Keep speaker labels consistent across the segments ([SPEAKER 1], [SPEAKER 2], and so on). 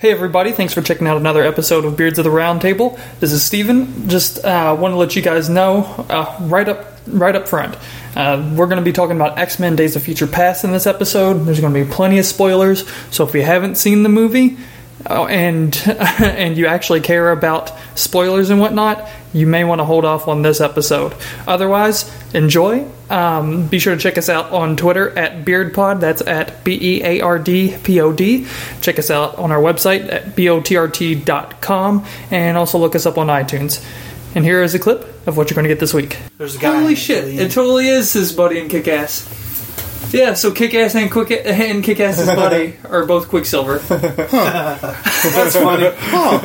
[SPEAKER 1] Hey everybody, thanks for checking out another episode of Beards of the Round Table. This is Steven. Just uh, want to let you guys know uh, right up right up front. Uh, we're going to be talking about X Men Days of Future Past in this episode. There's going to be plenty of spoilers, so if you haven't seen the movie uh, and and you actually care about spoilers and whatnot, you may want to hold off on this episode. Otherwise, enjoy. Um, be sure to check us out on Twitter at BeardPod. That's at B E A R D P O D. Check us out on our website at BOTRT.com and also look us up on iTunes. And here is a clip of what you're going to get this week.
[SPEAKER 2] There's a guy.
[SPEAKER 1] Holy
[SPEAKER 2] in
[SPEAKER 1] shit!
[SPEAKER 2] Italy.
[SPEAKER 1] It totally is his buddy and Kick Ass. Yeah, so Kick Ass and Quick and Kick Ass's buddy are both Quicksilver.
[SPEAKER 2] That's funny. and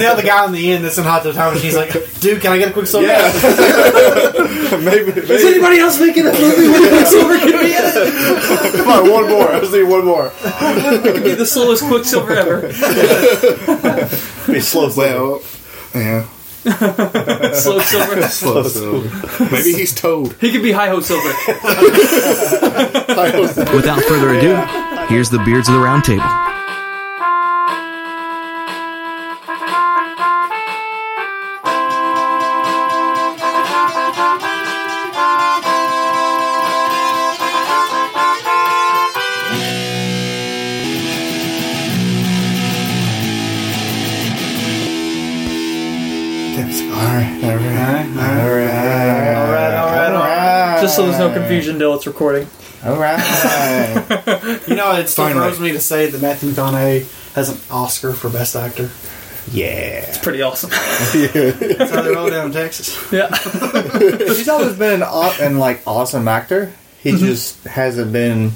[SPEAKER 2] the other guy in the end that's in hot tub time machine's like, dude, can I get a quick soda?
[SPEAKER 3] Yeah. maybe.
[SPEAKER 1] Is
[SPEAKER 3] maybe.
[SPEAKER 1] anybody else making a movie where Quicksilver can be in it?
[SPEAKER 3] Come on, one more. I just need one more.
[SPEAKER 1] It could be the slowest Quicksilver ever.
[SPEAKER 3] Be slow. Well, yeah.
[SPEAKER 1] Slow Silver.
[SPEAKER 3] Slow. Maybe he's toad.
[SPEAKER 1] He could be Hi Ho Silver.
[SPEAKER 4] Without further ado, here's the Beards of the Round Table.
[SPEAKER 3] Yes. All right. All right. All right. All right.
[SPEAKER 2] Alright, alright.
[SPEAKER 1] Just so there's no confusion till it's recording.
[SPEAKER 3] All right.
[SPEAKER 2] You know, it still
[SPEAKER 3] Finally.
[SPEAKER 2] throws me to say that Matthew McConaughey has an Oscar for Best Actor.
[SPEAKER 3] Yeah.
[SPEAKER 1] It's pretty awesome.
[SPEAKER 2] That's how they roll down in Texas.
[SPEAKER 1] Yeah.
[SPEAKER 5] He's always been an au- and like awesome actor. He
[SPEAKER 3] Mm-hmm.
[SPEAKER 5] just hasn't been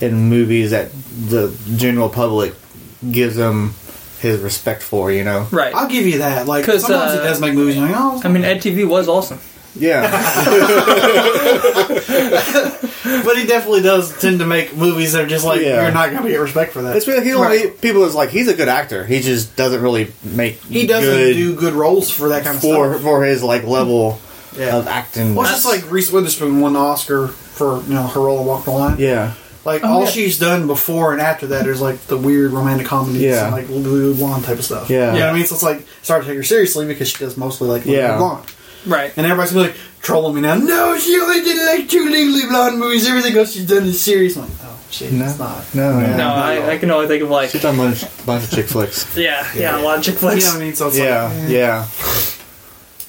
[SPEAKER 5] in movies that the general public gives him his respect for. You know?
[SPEAKER 1] Right.
[SPEAKER 2] I'll give you that. Like,
[SPEAKER 1] 'Cause,
[SPEAKER 2] sometimes
[SPEAKER 1] uh,
[SPEAKER 2] he does make movies. You're like, oh,
[SPEAKER 1] I mean, EdTV was awesome.
[SPEAKER 5] Yeah.
[SPEAKER 2] but he definitely does tend to make movies that are just like
[SPEAKER 5] Yeah.
[SPEAKER 2] you're not going to get respect for that.
[SPEAKER 5] It's really he only people is like he's a good actor. He just doesn't really make
[SPEAKER 2] he doesn't
[SPEAKER 5] good
[SPEAKER 2] do good roles for that kind of
[SPEAKER 5] for
[SPEAKER 2] stuff.
[SPEAKER 5] for his like level
[SPEAKER 2] Yeah.
[SPEAKER 5] of acting.
[SPEAKER 2] Well, it's just like Reese Witherspoon won the Oscar for you know her role in Walk the Line.
[SPEAKER 5] yeah.
[SPEAKER 2] Like
[SPEAKER 1] Oh,
[SPEAKER 2] all
[SPEAKER 1] yeah.
[SPEAKER 2] she's done before and after that is like the weird romantic comedies
[SPEAKER 5] Yeah.
[SPEAKER 2] and like blue blonde type of stuff. You
[SPEAKER 5] Yeah.
[SPEAKER 2] know what I mean? So it's like it's hard to take her seriously because she does mostly like legally
[SPEAKER 5] Yeah.
[SPEAKER 2] blonde.
[SPEAKER 1] Right.
[SPEAKER 2] And everybody's gonna be like trolling me now. No, she only did like two legally blonde movies. Everything else she's done is serious. I'm like, oh shit,
[SPEAKER 5] No.
[SPEAKER 2] it's not.
[SPEAKER 5] No. Yeah.
[SPEAKER 1] No, I, I can only think of like,
[SPEAKER 5] She's done a bunch, bunch of chick flicks.
[SPEAKER 1] yeah, yeah, Logic
[SPEAKER 2] You know what
[SPEAKER 1] Flex.
[SPEAKER 2] I mean? So it's
[SPEAKER 5] Yeah.
[SPEAKER 2] like, eh,
[SPEAKER 5] Yeah.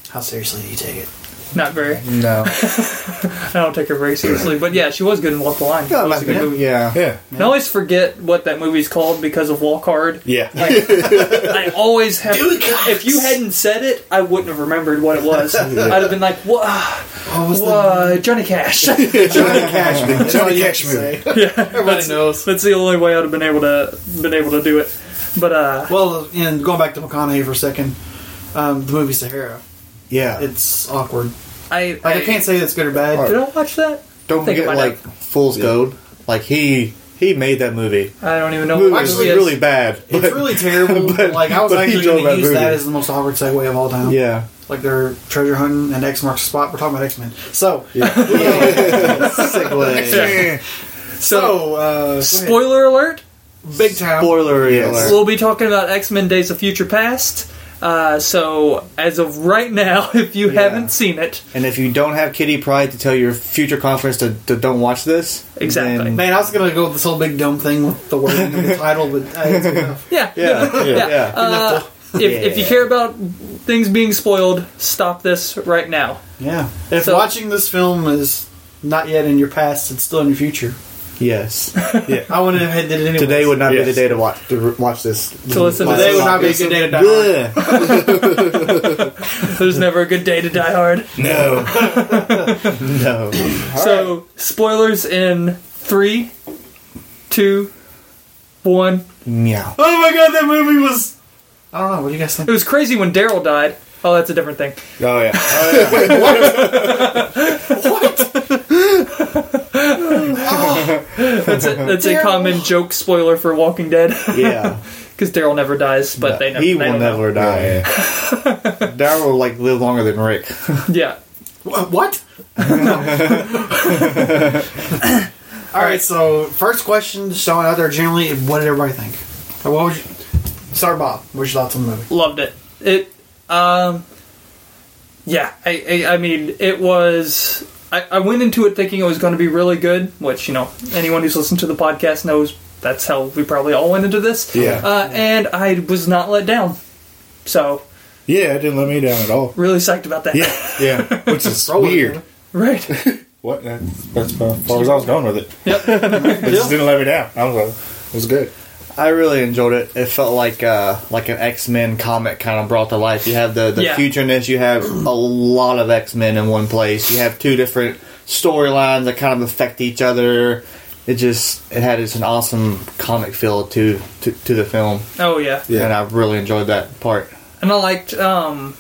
[SPEAKER 2] how seriously do you take it?
[SPEAKER 1] Not very.
[SPEAKER 5] No.
[SPEAKER 1] I don't take her very seriously, but yeah, she was good in Walk the Line. That was a good movie.
[SPEAKER 5] Yeah.
[SPEAKER 3] Yeah.
[SPEAKER 1] I always forget what that movie's called because of Walk Hard.
[SPEAKER 3] Yeah.
[SPEAKER 1] Like, I always have. If you hadn't said it, I wouldn't have remembered what it was. I'd have been like, "What?
[SPEAKER 2] Oh, what's
[SPEAKER 1] what Johnny Cash."
[SPEAKER 2] the Johnny Cash movie?
[SPEAKER 3] Johnny
[SPEAKER 2] Johnny
[SPEAKER 3] Cash
[SPEAKER 2] Cash
[SPEAKER 3] movie.
[SPEAKER 2] movie.
[SPEAKER 1] Everybody
[SPEAKER 2] knows.
[SPEAKER 1] That's the only way I'd have been able to been able to do it. But uh,
[SPEAKER 2] Well, and going back to McConaughey for a second, um, the movie Sahara,
[SPEAKER 5] Yeah.
[SPEAKER 2] it's awkward.
[SPEAKER 1] I
[SPEAKER 2] Like I Oh, can't say that's good or bad.
[SPEAKER 1] Did I watch that?
[SPEAKER 5] Don't
[SPEAKER 1] Think
[SPEAKER 5] forget
[SPEAKER 1] about
[SPEAKER 5] like
[SPEAKER 1] it.
[SPEAKER 5] Fool's Gold. Like he he made that movie.
[SPEAKER 1] I don't even know.
[SPEAKER 5] movie
[SPEAKER 1] what
[SPEAKER 5] was
[SPEAKER 1] it
[SPEAKER 2] Oh, actually
[SPEAKER 1] is.
[SPEAKER 5] really bad.
[SPEAKER 2] It's
[SPEAKER 5] but-
[SPEAKER 2] really terrible.
[SPEAKER 5] but-
[SPEAKER 2] like I was
[SPEAKER 5] but he
[SPEAKER 2] actually
[SPEAKER 5] drove
[SPEAKER 2] going to
[SPEAKER 5] that
[SPEAKER 2] use that
[SPEAKER 5] movie.
[SPEAKER 2] as the most awkward segue of all time.
[SPEAKER 5] yeah.
[SPEAKER 2] like they're treasure hunting and X marks the spot. We're talking about X Men. So,
[SPEAKER 1] Yeah. So,
[SPEAKER 2] so uh,
[SPEAKER 1] spoiler alert:
[SPEAKER 2] big time.
[SPEAKER 5] Spoiler
[SPEAKER 3] Yes.
[SPEAKER 5] alert.
[SPEAKER 1] we'll be talking about X Men: Days of Future Past. Uh, so, as of right now, if you
[SPEAKER 5] Yeah.
[SPEAKER 1] haven't seen it,
[SPEAKER 5] And if you don't have Kitty Pride to tell your future conference to, to don't watch this,
[SPEAKER 1] Exactly.
[SPEAKER 5] then-
[SPEAKER 2] Man, I was gonna go with this whole big dumb thing with the wording of the title, but uh, it's enough.
[SPEAKER 1] yeah,
[SPEAKER 5] yeah, yeah,
[SPEAKER 1] Yeah.
[SPEAKER 5] yeah.
[SPEAKER 1] Uh, if, if you
[SPEAKER 5] Yeah.
[SPEAKER 1] care about things being spoiled, stop this right now.
[SPEAKER 2] yeah. If
[SPEAKER 1] So-
[SPEAKER 2] watching this film is not yet in your past, it's still in your future.
[SPEAKER 5] yes.
[SPEAKER 2] I wouldn't have had it anyway.
[SPEAKER 5] Today would not be the
[SPEAKER 3] Yes.
[SPEAKER 5] day to watch to re- watch this.
[SPEAKER 1] So listen to
[SPEAKER 2] Today
[SPEAKER 1] this.
[SPEAKER 2] would not be a good day to die.
[SPEAKER 5] Ugh.
[SPEAKER 1] There's never a good day to die hard.
[SPEAKER 5] no, no.
[SPEAKER 1] so spoilers in three, two, one.
[SPEAKER 5] Meow.
[SPEAKER 2] Oh my god, that movie was. I don't know. What do you guys think?
[SPEAKER 1] It was crazy when Daryl died. Oh, that's a different thing.
[SPEAKER 3] Oh yeah.
[SPEAKER 1] That's a, that's a common joke spoiler for Walking Dead
[SPEAKER 5] Yeah,
[SPEAKER 1] because Daryl never dies, but they never.
[SPEAKER 5] he
[SPEAKER 1] they
[SPEAKER 5] will
[SPEAKER 1] don't know.
[SPEAKER 5] never die. Daryl will like live longer than Rick.
[SPEAKER 1] Yeah,
[SPEAKER 2] Wha- What? All right. So, first question, just throwing out there generally, what did everybody think? What would you, Star Bob, what's your thoughts on the movie?
[SPEAKER 1] loved it. It, um, yeah, I, I, I mean, it was. I, I went into it thinking it was going to be really good, which you know anyone who's listened to the podcast knows that's how we probably all went into this.
[SPEAKER 6] Yeah.
[SPEAKER 1] uh, and I was not let down, so
[SPEAKER 6] Yeah, it didn't let me down at all.
[SPEAKER 1] really psyched about that.
[SPEAKER 6] Yeah, yeah, which is
[SPEAKER 2] Roll with it,
[SPEAKER 6] weird.
[SPEAKER 2] man.
[SPEAKER 1] right.
[SPEAKER 6] What? That's, that's about as far as I was going with it.
[SPEAKER 1] Yep.
[SPEAKER 6] It just didn't let me down. I was like, it was good.
[SPEAKER 5] I really enjoyed it. It felt like uh, like an X Men comic kind of brought to life. You have the the
[SPEAKER 1] Yeah.
[SPEAKER 5] future in this. You have a lot of X Men in one place. You have two different storylines that kind of affect each other. It just it had just an awesome comic feel to to, to the film,
[SPEAKER 1] Oh yeah.
[SPEAKER 6] Yeah.
[SPEAKER 5] and I really enjoyed that part.
[SPEAKER 1] And I liked um,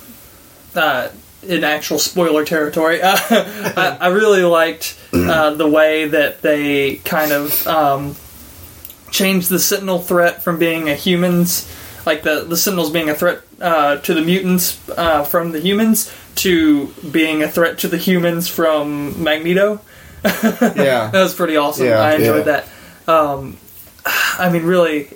[SPEAKER 1] uh, in actual spoiler territory. Uh, I, I really liked uh, the way that they kind of um, changed the Sentinel threat from being a humans, like the the Sentinels being a threat uh, to the mutants uh, from the humans, to being a threat to the humans from Magneto. That
[SPEAKER 5] Yeah,
[SPEAKER 1] was pretty awesome.
[SPEAKER 5] Yeah,
[SPEAKER 1] I enjoyed
[SPEAKER 6] yeah.
[SPEAKER 1] that. Um, I mean, really,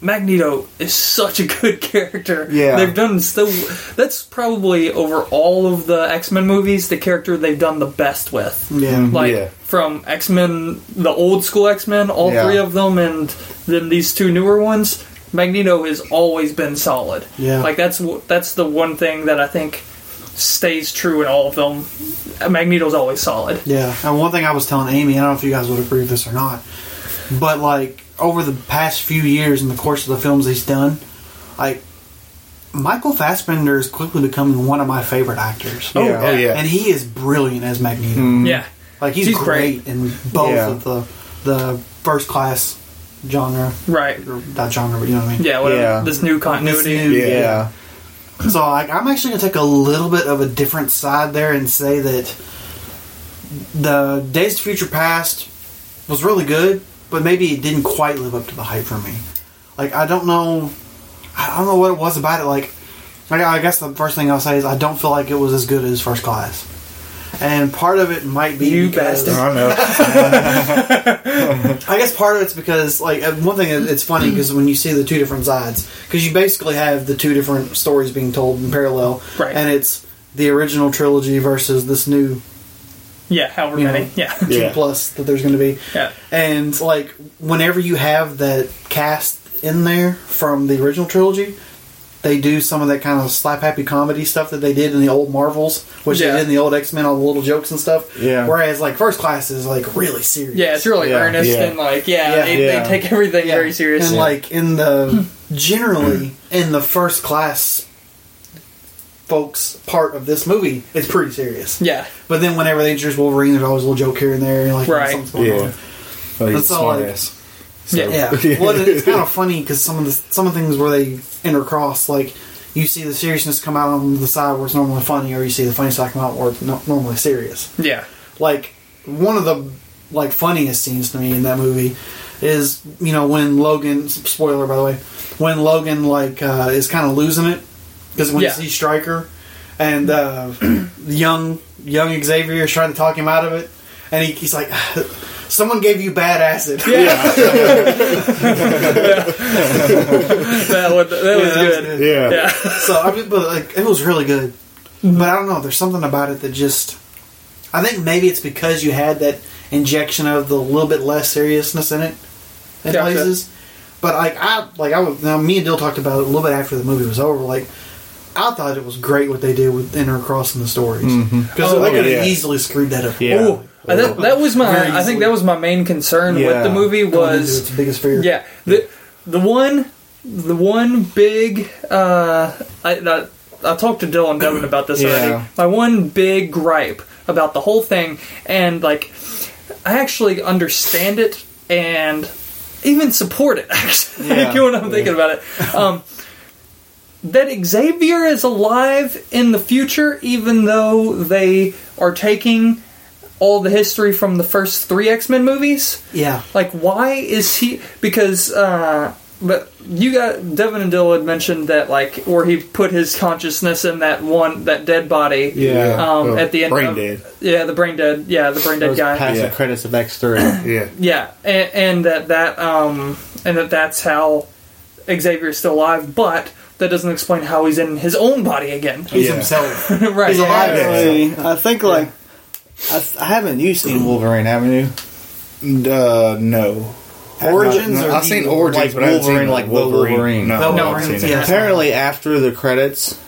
[SPEAKER 1] Magneto is such a good character.
[SPEAKER 5] Yeah.
[SPEAKER 1] they've done so. That's probably over all of the X Men movies, the character they've done the best with.
[SPEAKER 5] Mm-hmm.
[SPEAKER 2] Yeah.
[SPEAKER 1] Like
[SPEAKER 6] Yeah.
[SPEAKER 1] from X Men, the old school X Men, all
[SPEAKER 5] Yeah.
[SPEAKER 1] three of them, and then these two newer ones. Magneto has always been solid.
[SPEAKER 2] Yeah.
[SPEAKER 1] like that's wh- that's the one thing that I think stays true in all of them. Magneto's always solid.
[SPEAKER 5] Mm-hmm.
[SPEAKER 2] Yeah, and one thing I was telling Amy, I don't know if you guys would agree with this or not, but like over the past few years in the course of the films he's done, like Michael Fassbender is quickly becoming one of my favorite actors.
[SPEAKER 1] Oh, Mm-hmm.
[SPEAKER 6] yeah. Oh, yeah.
[SPEAKER 2] And he is brilliant as Magneto.
[SPEAKER 1] Yeah.
[SPEAKER 2] Like he's,
[SPEAKER 1] He's
[SPEAKER 2] great, in both
[SPEAKER 5] Yeah.
[SPEAKER 2] of the the first class genre,
[SPEAKER 1] Right.
[SPEAKER 2] or not genre, but you know what I mean.
[SPEAKER 1] Yeah, whatever.
[SPEAKER 5] Yeah.
[SPEAKER 1] This new continuity.
[SPEAKER 2] This new-
[SPEAKER 6] Yeah.
[SPEAKER 5] yeah,
[SPEAKER 2] So like, I'm actually gonna take a little bit of a different side there and say that the Days of Future Past was really good, but maybe it didn't quite live up to the hype for me. Like I don't know, I don't know what it was about it. Like, like, I guess the first thing I'll say is I don't feel like it was as good as First Class, and part of it might be
[SPEAKER 1] You
[SPEAKER 2] because-
[SPEAKER 1] bastard.
[SPEAKER 6] I know.
[SPEAKER 2] I guess part of it's because like uh, one thing is- it's funny because when you see the two different sides because you basically have the two different stories being told in parallel
[SPEAKER 1] Right.
[SPEAKER 2] and it's the original trilogy versus this new
[SPEAKER 1] Yeah, however
[SPEAKER 2] You
[SPEAKER 1] many.
[SPEAKER 2] know.
[SPEAKER 1] Yeah.
[SPEAKER 6] Yeah.
[SPEAKER 2] two plus that there's going to be
[SPEAKER 1] Yeah.
[SPEAKER 2] and like whenever you have that cast in there from the original trilogy they do some of that kind of slap happy comedy stuff that they did in the old Marvels which
[SPEAKER 1] Yeah.
[SPEAKER 2] they did in the old X Men all the little jokes and stuff
[SPEAKER 5] Yeah.
[SPEAKER 2] whereas like First Class is like really serious
[SPEAKER 1] Yeah, it's really
[SPEAKER 5] Yeah,
[SPEAKER 1] earnest
[SPEAKER 6] yeah.
[SPEAKER 1] and like yeah,
[SPEAKER 2] Yeah,
[SPEAKER 1] they,
[SPEAKER 5] yeah.
[SPEAKER 1] they take everything
[SPEAKER 2] Yeah.
[SPEAKER 1] very seriously.
[SPEAKER 2] And like in the generally in the first class folks part of this movie, it's pretty serious.
[SPEAKER 1] yeah.
[SPEAKER 2] But then whenever they introduce Wolverine, there's always a little joke here and there, like
[SPEAKER 1] Right.
[SPEAKER 2] something's going
[SPEAKER 6] Yeah.
[SPEAKER 2] on.
[SPEAKER 6] Oh, he's a
[SPEAKER 2] That's all
[SPEAKER 6] smart
[SPEAKER 2] I-
[SPEAKER 6] ass.
[SPEAKER 2] Yeah. well, it- it's kind of funny because some of the some of the things where they intercross, like you see the seriousness come out on the side where it's normally funny, or you see the funny side come out where it's no- normally serious.
[SPEAKER 1] Yeah.
[SPEAKER 2] like one of the like funniest scenes to me in that movie is you know when Logan spoiler by the way when Logan like uh, is kind of losing it because when
[SPEAKER 1] Yeah.
[SPEAKER 2] you see Stryker and uh, young young Xavier is trying to talk him out of it and he, he's like someone gave you bad acid
[SPEAKER 1] Yeah. that was, that was
[SPEAKER 2] that was
[SPEAKER 1] good.
[SPEAKER 2] good.
[SPEAKER 6] Yeah.
[SPEAKER 1] Yeah.
[SPEAKER 2] so I mean, but like it was really good
[SPEAKER 1] Mm-hmm.
[SPEAKER 2] but I don't know there's something about it that just I think maybe it's because you had that injection of the little bit less seriousness in it in
[SPEAKER 1] Gotcha.
[SPEAKER 2] places. But like I like I was now me and Dill talked about it a little bit after the movie was over. Like I thought it was great what they did with intercrossing the stories because
[SPEAKER 1] Oh,
[SPEAKER 2] they could have
[SPEAKER 6] yeah.
[SPEAKER 2] easily screwed that up.
[SPEAKER 5] Mm-hmm. Yeah.
[SPEAKER 1] Ooh, I- that, that was
[SPEAKER 2] Very
[SPEAKER 1] my I think
[SPEAKER 2] easily.
[SPEAKER 1] that was my main concern with
[SPEAKER 5] Yeah.
[SPEAKER 1] the movie
[SPEAKER 2] Going into
[SPEAKER 1] was
[SPEAKER 2] its biggest fear?
[SPEAKER 1] Yeah, the the one the one big uh, I, I I talked to Dylan Devin about this
[SPEAKER 5] Yeah.
[SPEAKER 1] already. My one big gripe about the whole thing, and like I actually understand it and even support it. Actually,
[SPEAKER 5] Yeah.
[SPEAKER 1] you know what I'm thinking about it. Um, that Xavier is alive in the future, even though they are taking all the history from the first three X Men movies.
[SPEAKER 2] yeah,
[SPEAKER 1] Like, why is he? Because, uh, but you got Devin and Dill had mentioned that, like, where he put his consciousness in that one, that dead body.
[SPEAKER 6] Yeah.
[SPEAKER 1] Um,
[SPEAKER 6] Oh,
[SPEAKER 1] at the end,
[SPEAKER 6] brain
[SPEAKER 1] of-
[SPEAKER 6] dead.
[SPEAKER 1] Yeah, the brain dead. Yeah, the brain dead
[SPEAKER 5] those
[SPEAKER 1] guy.
[SPEAKER 5] past
[SPEAKER 6] Yeah.
[SPEAKER 5] credits of X three.
[SPEAKER 6] Yeah.
[SPEAKER 1] Yeah, and, and that that um, and that that's how Xavier is still alive, but that doesn't explain how he's in his own body again.
[SPEAKER 2] He's
[SPEAKER 5] Yeah.
[SPEAKER 2] himself.
[SPEAKER 1] right.
[SPEAKER 2] He's alive.
[SPEAKER 5] Actually, I think like I, th- I haven't you seen Wolverine haven't you?
[SPEAKER 6] Uh, no.
[SPEAKER 2] Origins
[SPEAKER 6] No,
[SPEAKER 2] or
[SPEAKER 6] I've seen
[SPEAKER 2] the-
[SPEAKER 6] Origins,
[SPEAKER 5] like
[SPEAKER 6] but I haven't
[SPEAKER 5] Wolverine,
[SPEAKER 6] seen
[SPEAKER 5] like Wolverine.
[SPEAKER 6] No,
[SPEAKER 2] No,
[SPEAKER 6] I've
[SPEAKER 2] Wolverine,
[SPEAKER 6] seen it.
[SPEAKER 2] yeah.
[SPEAKER 5] Apparently, after the credits,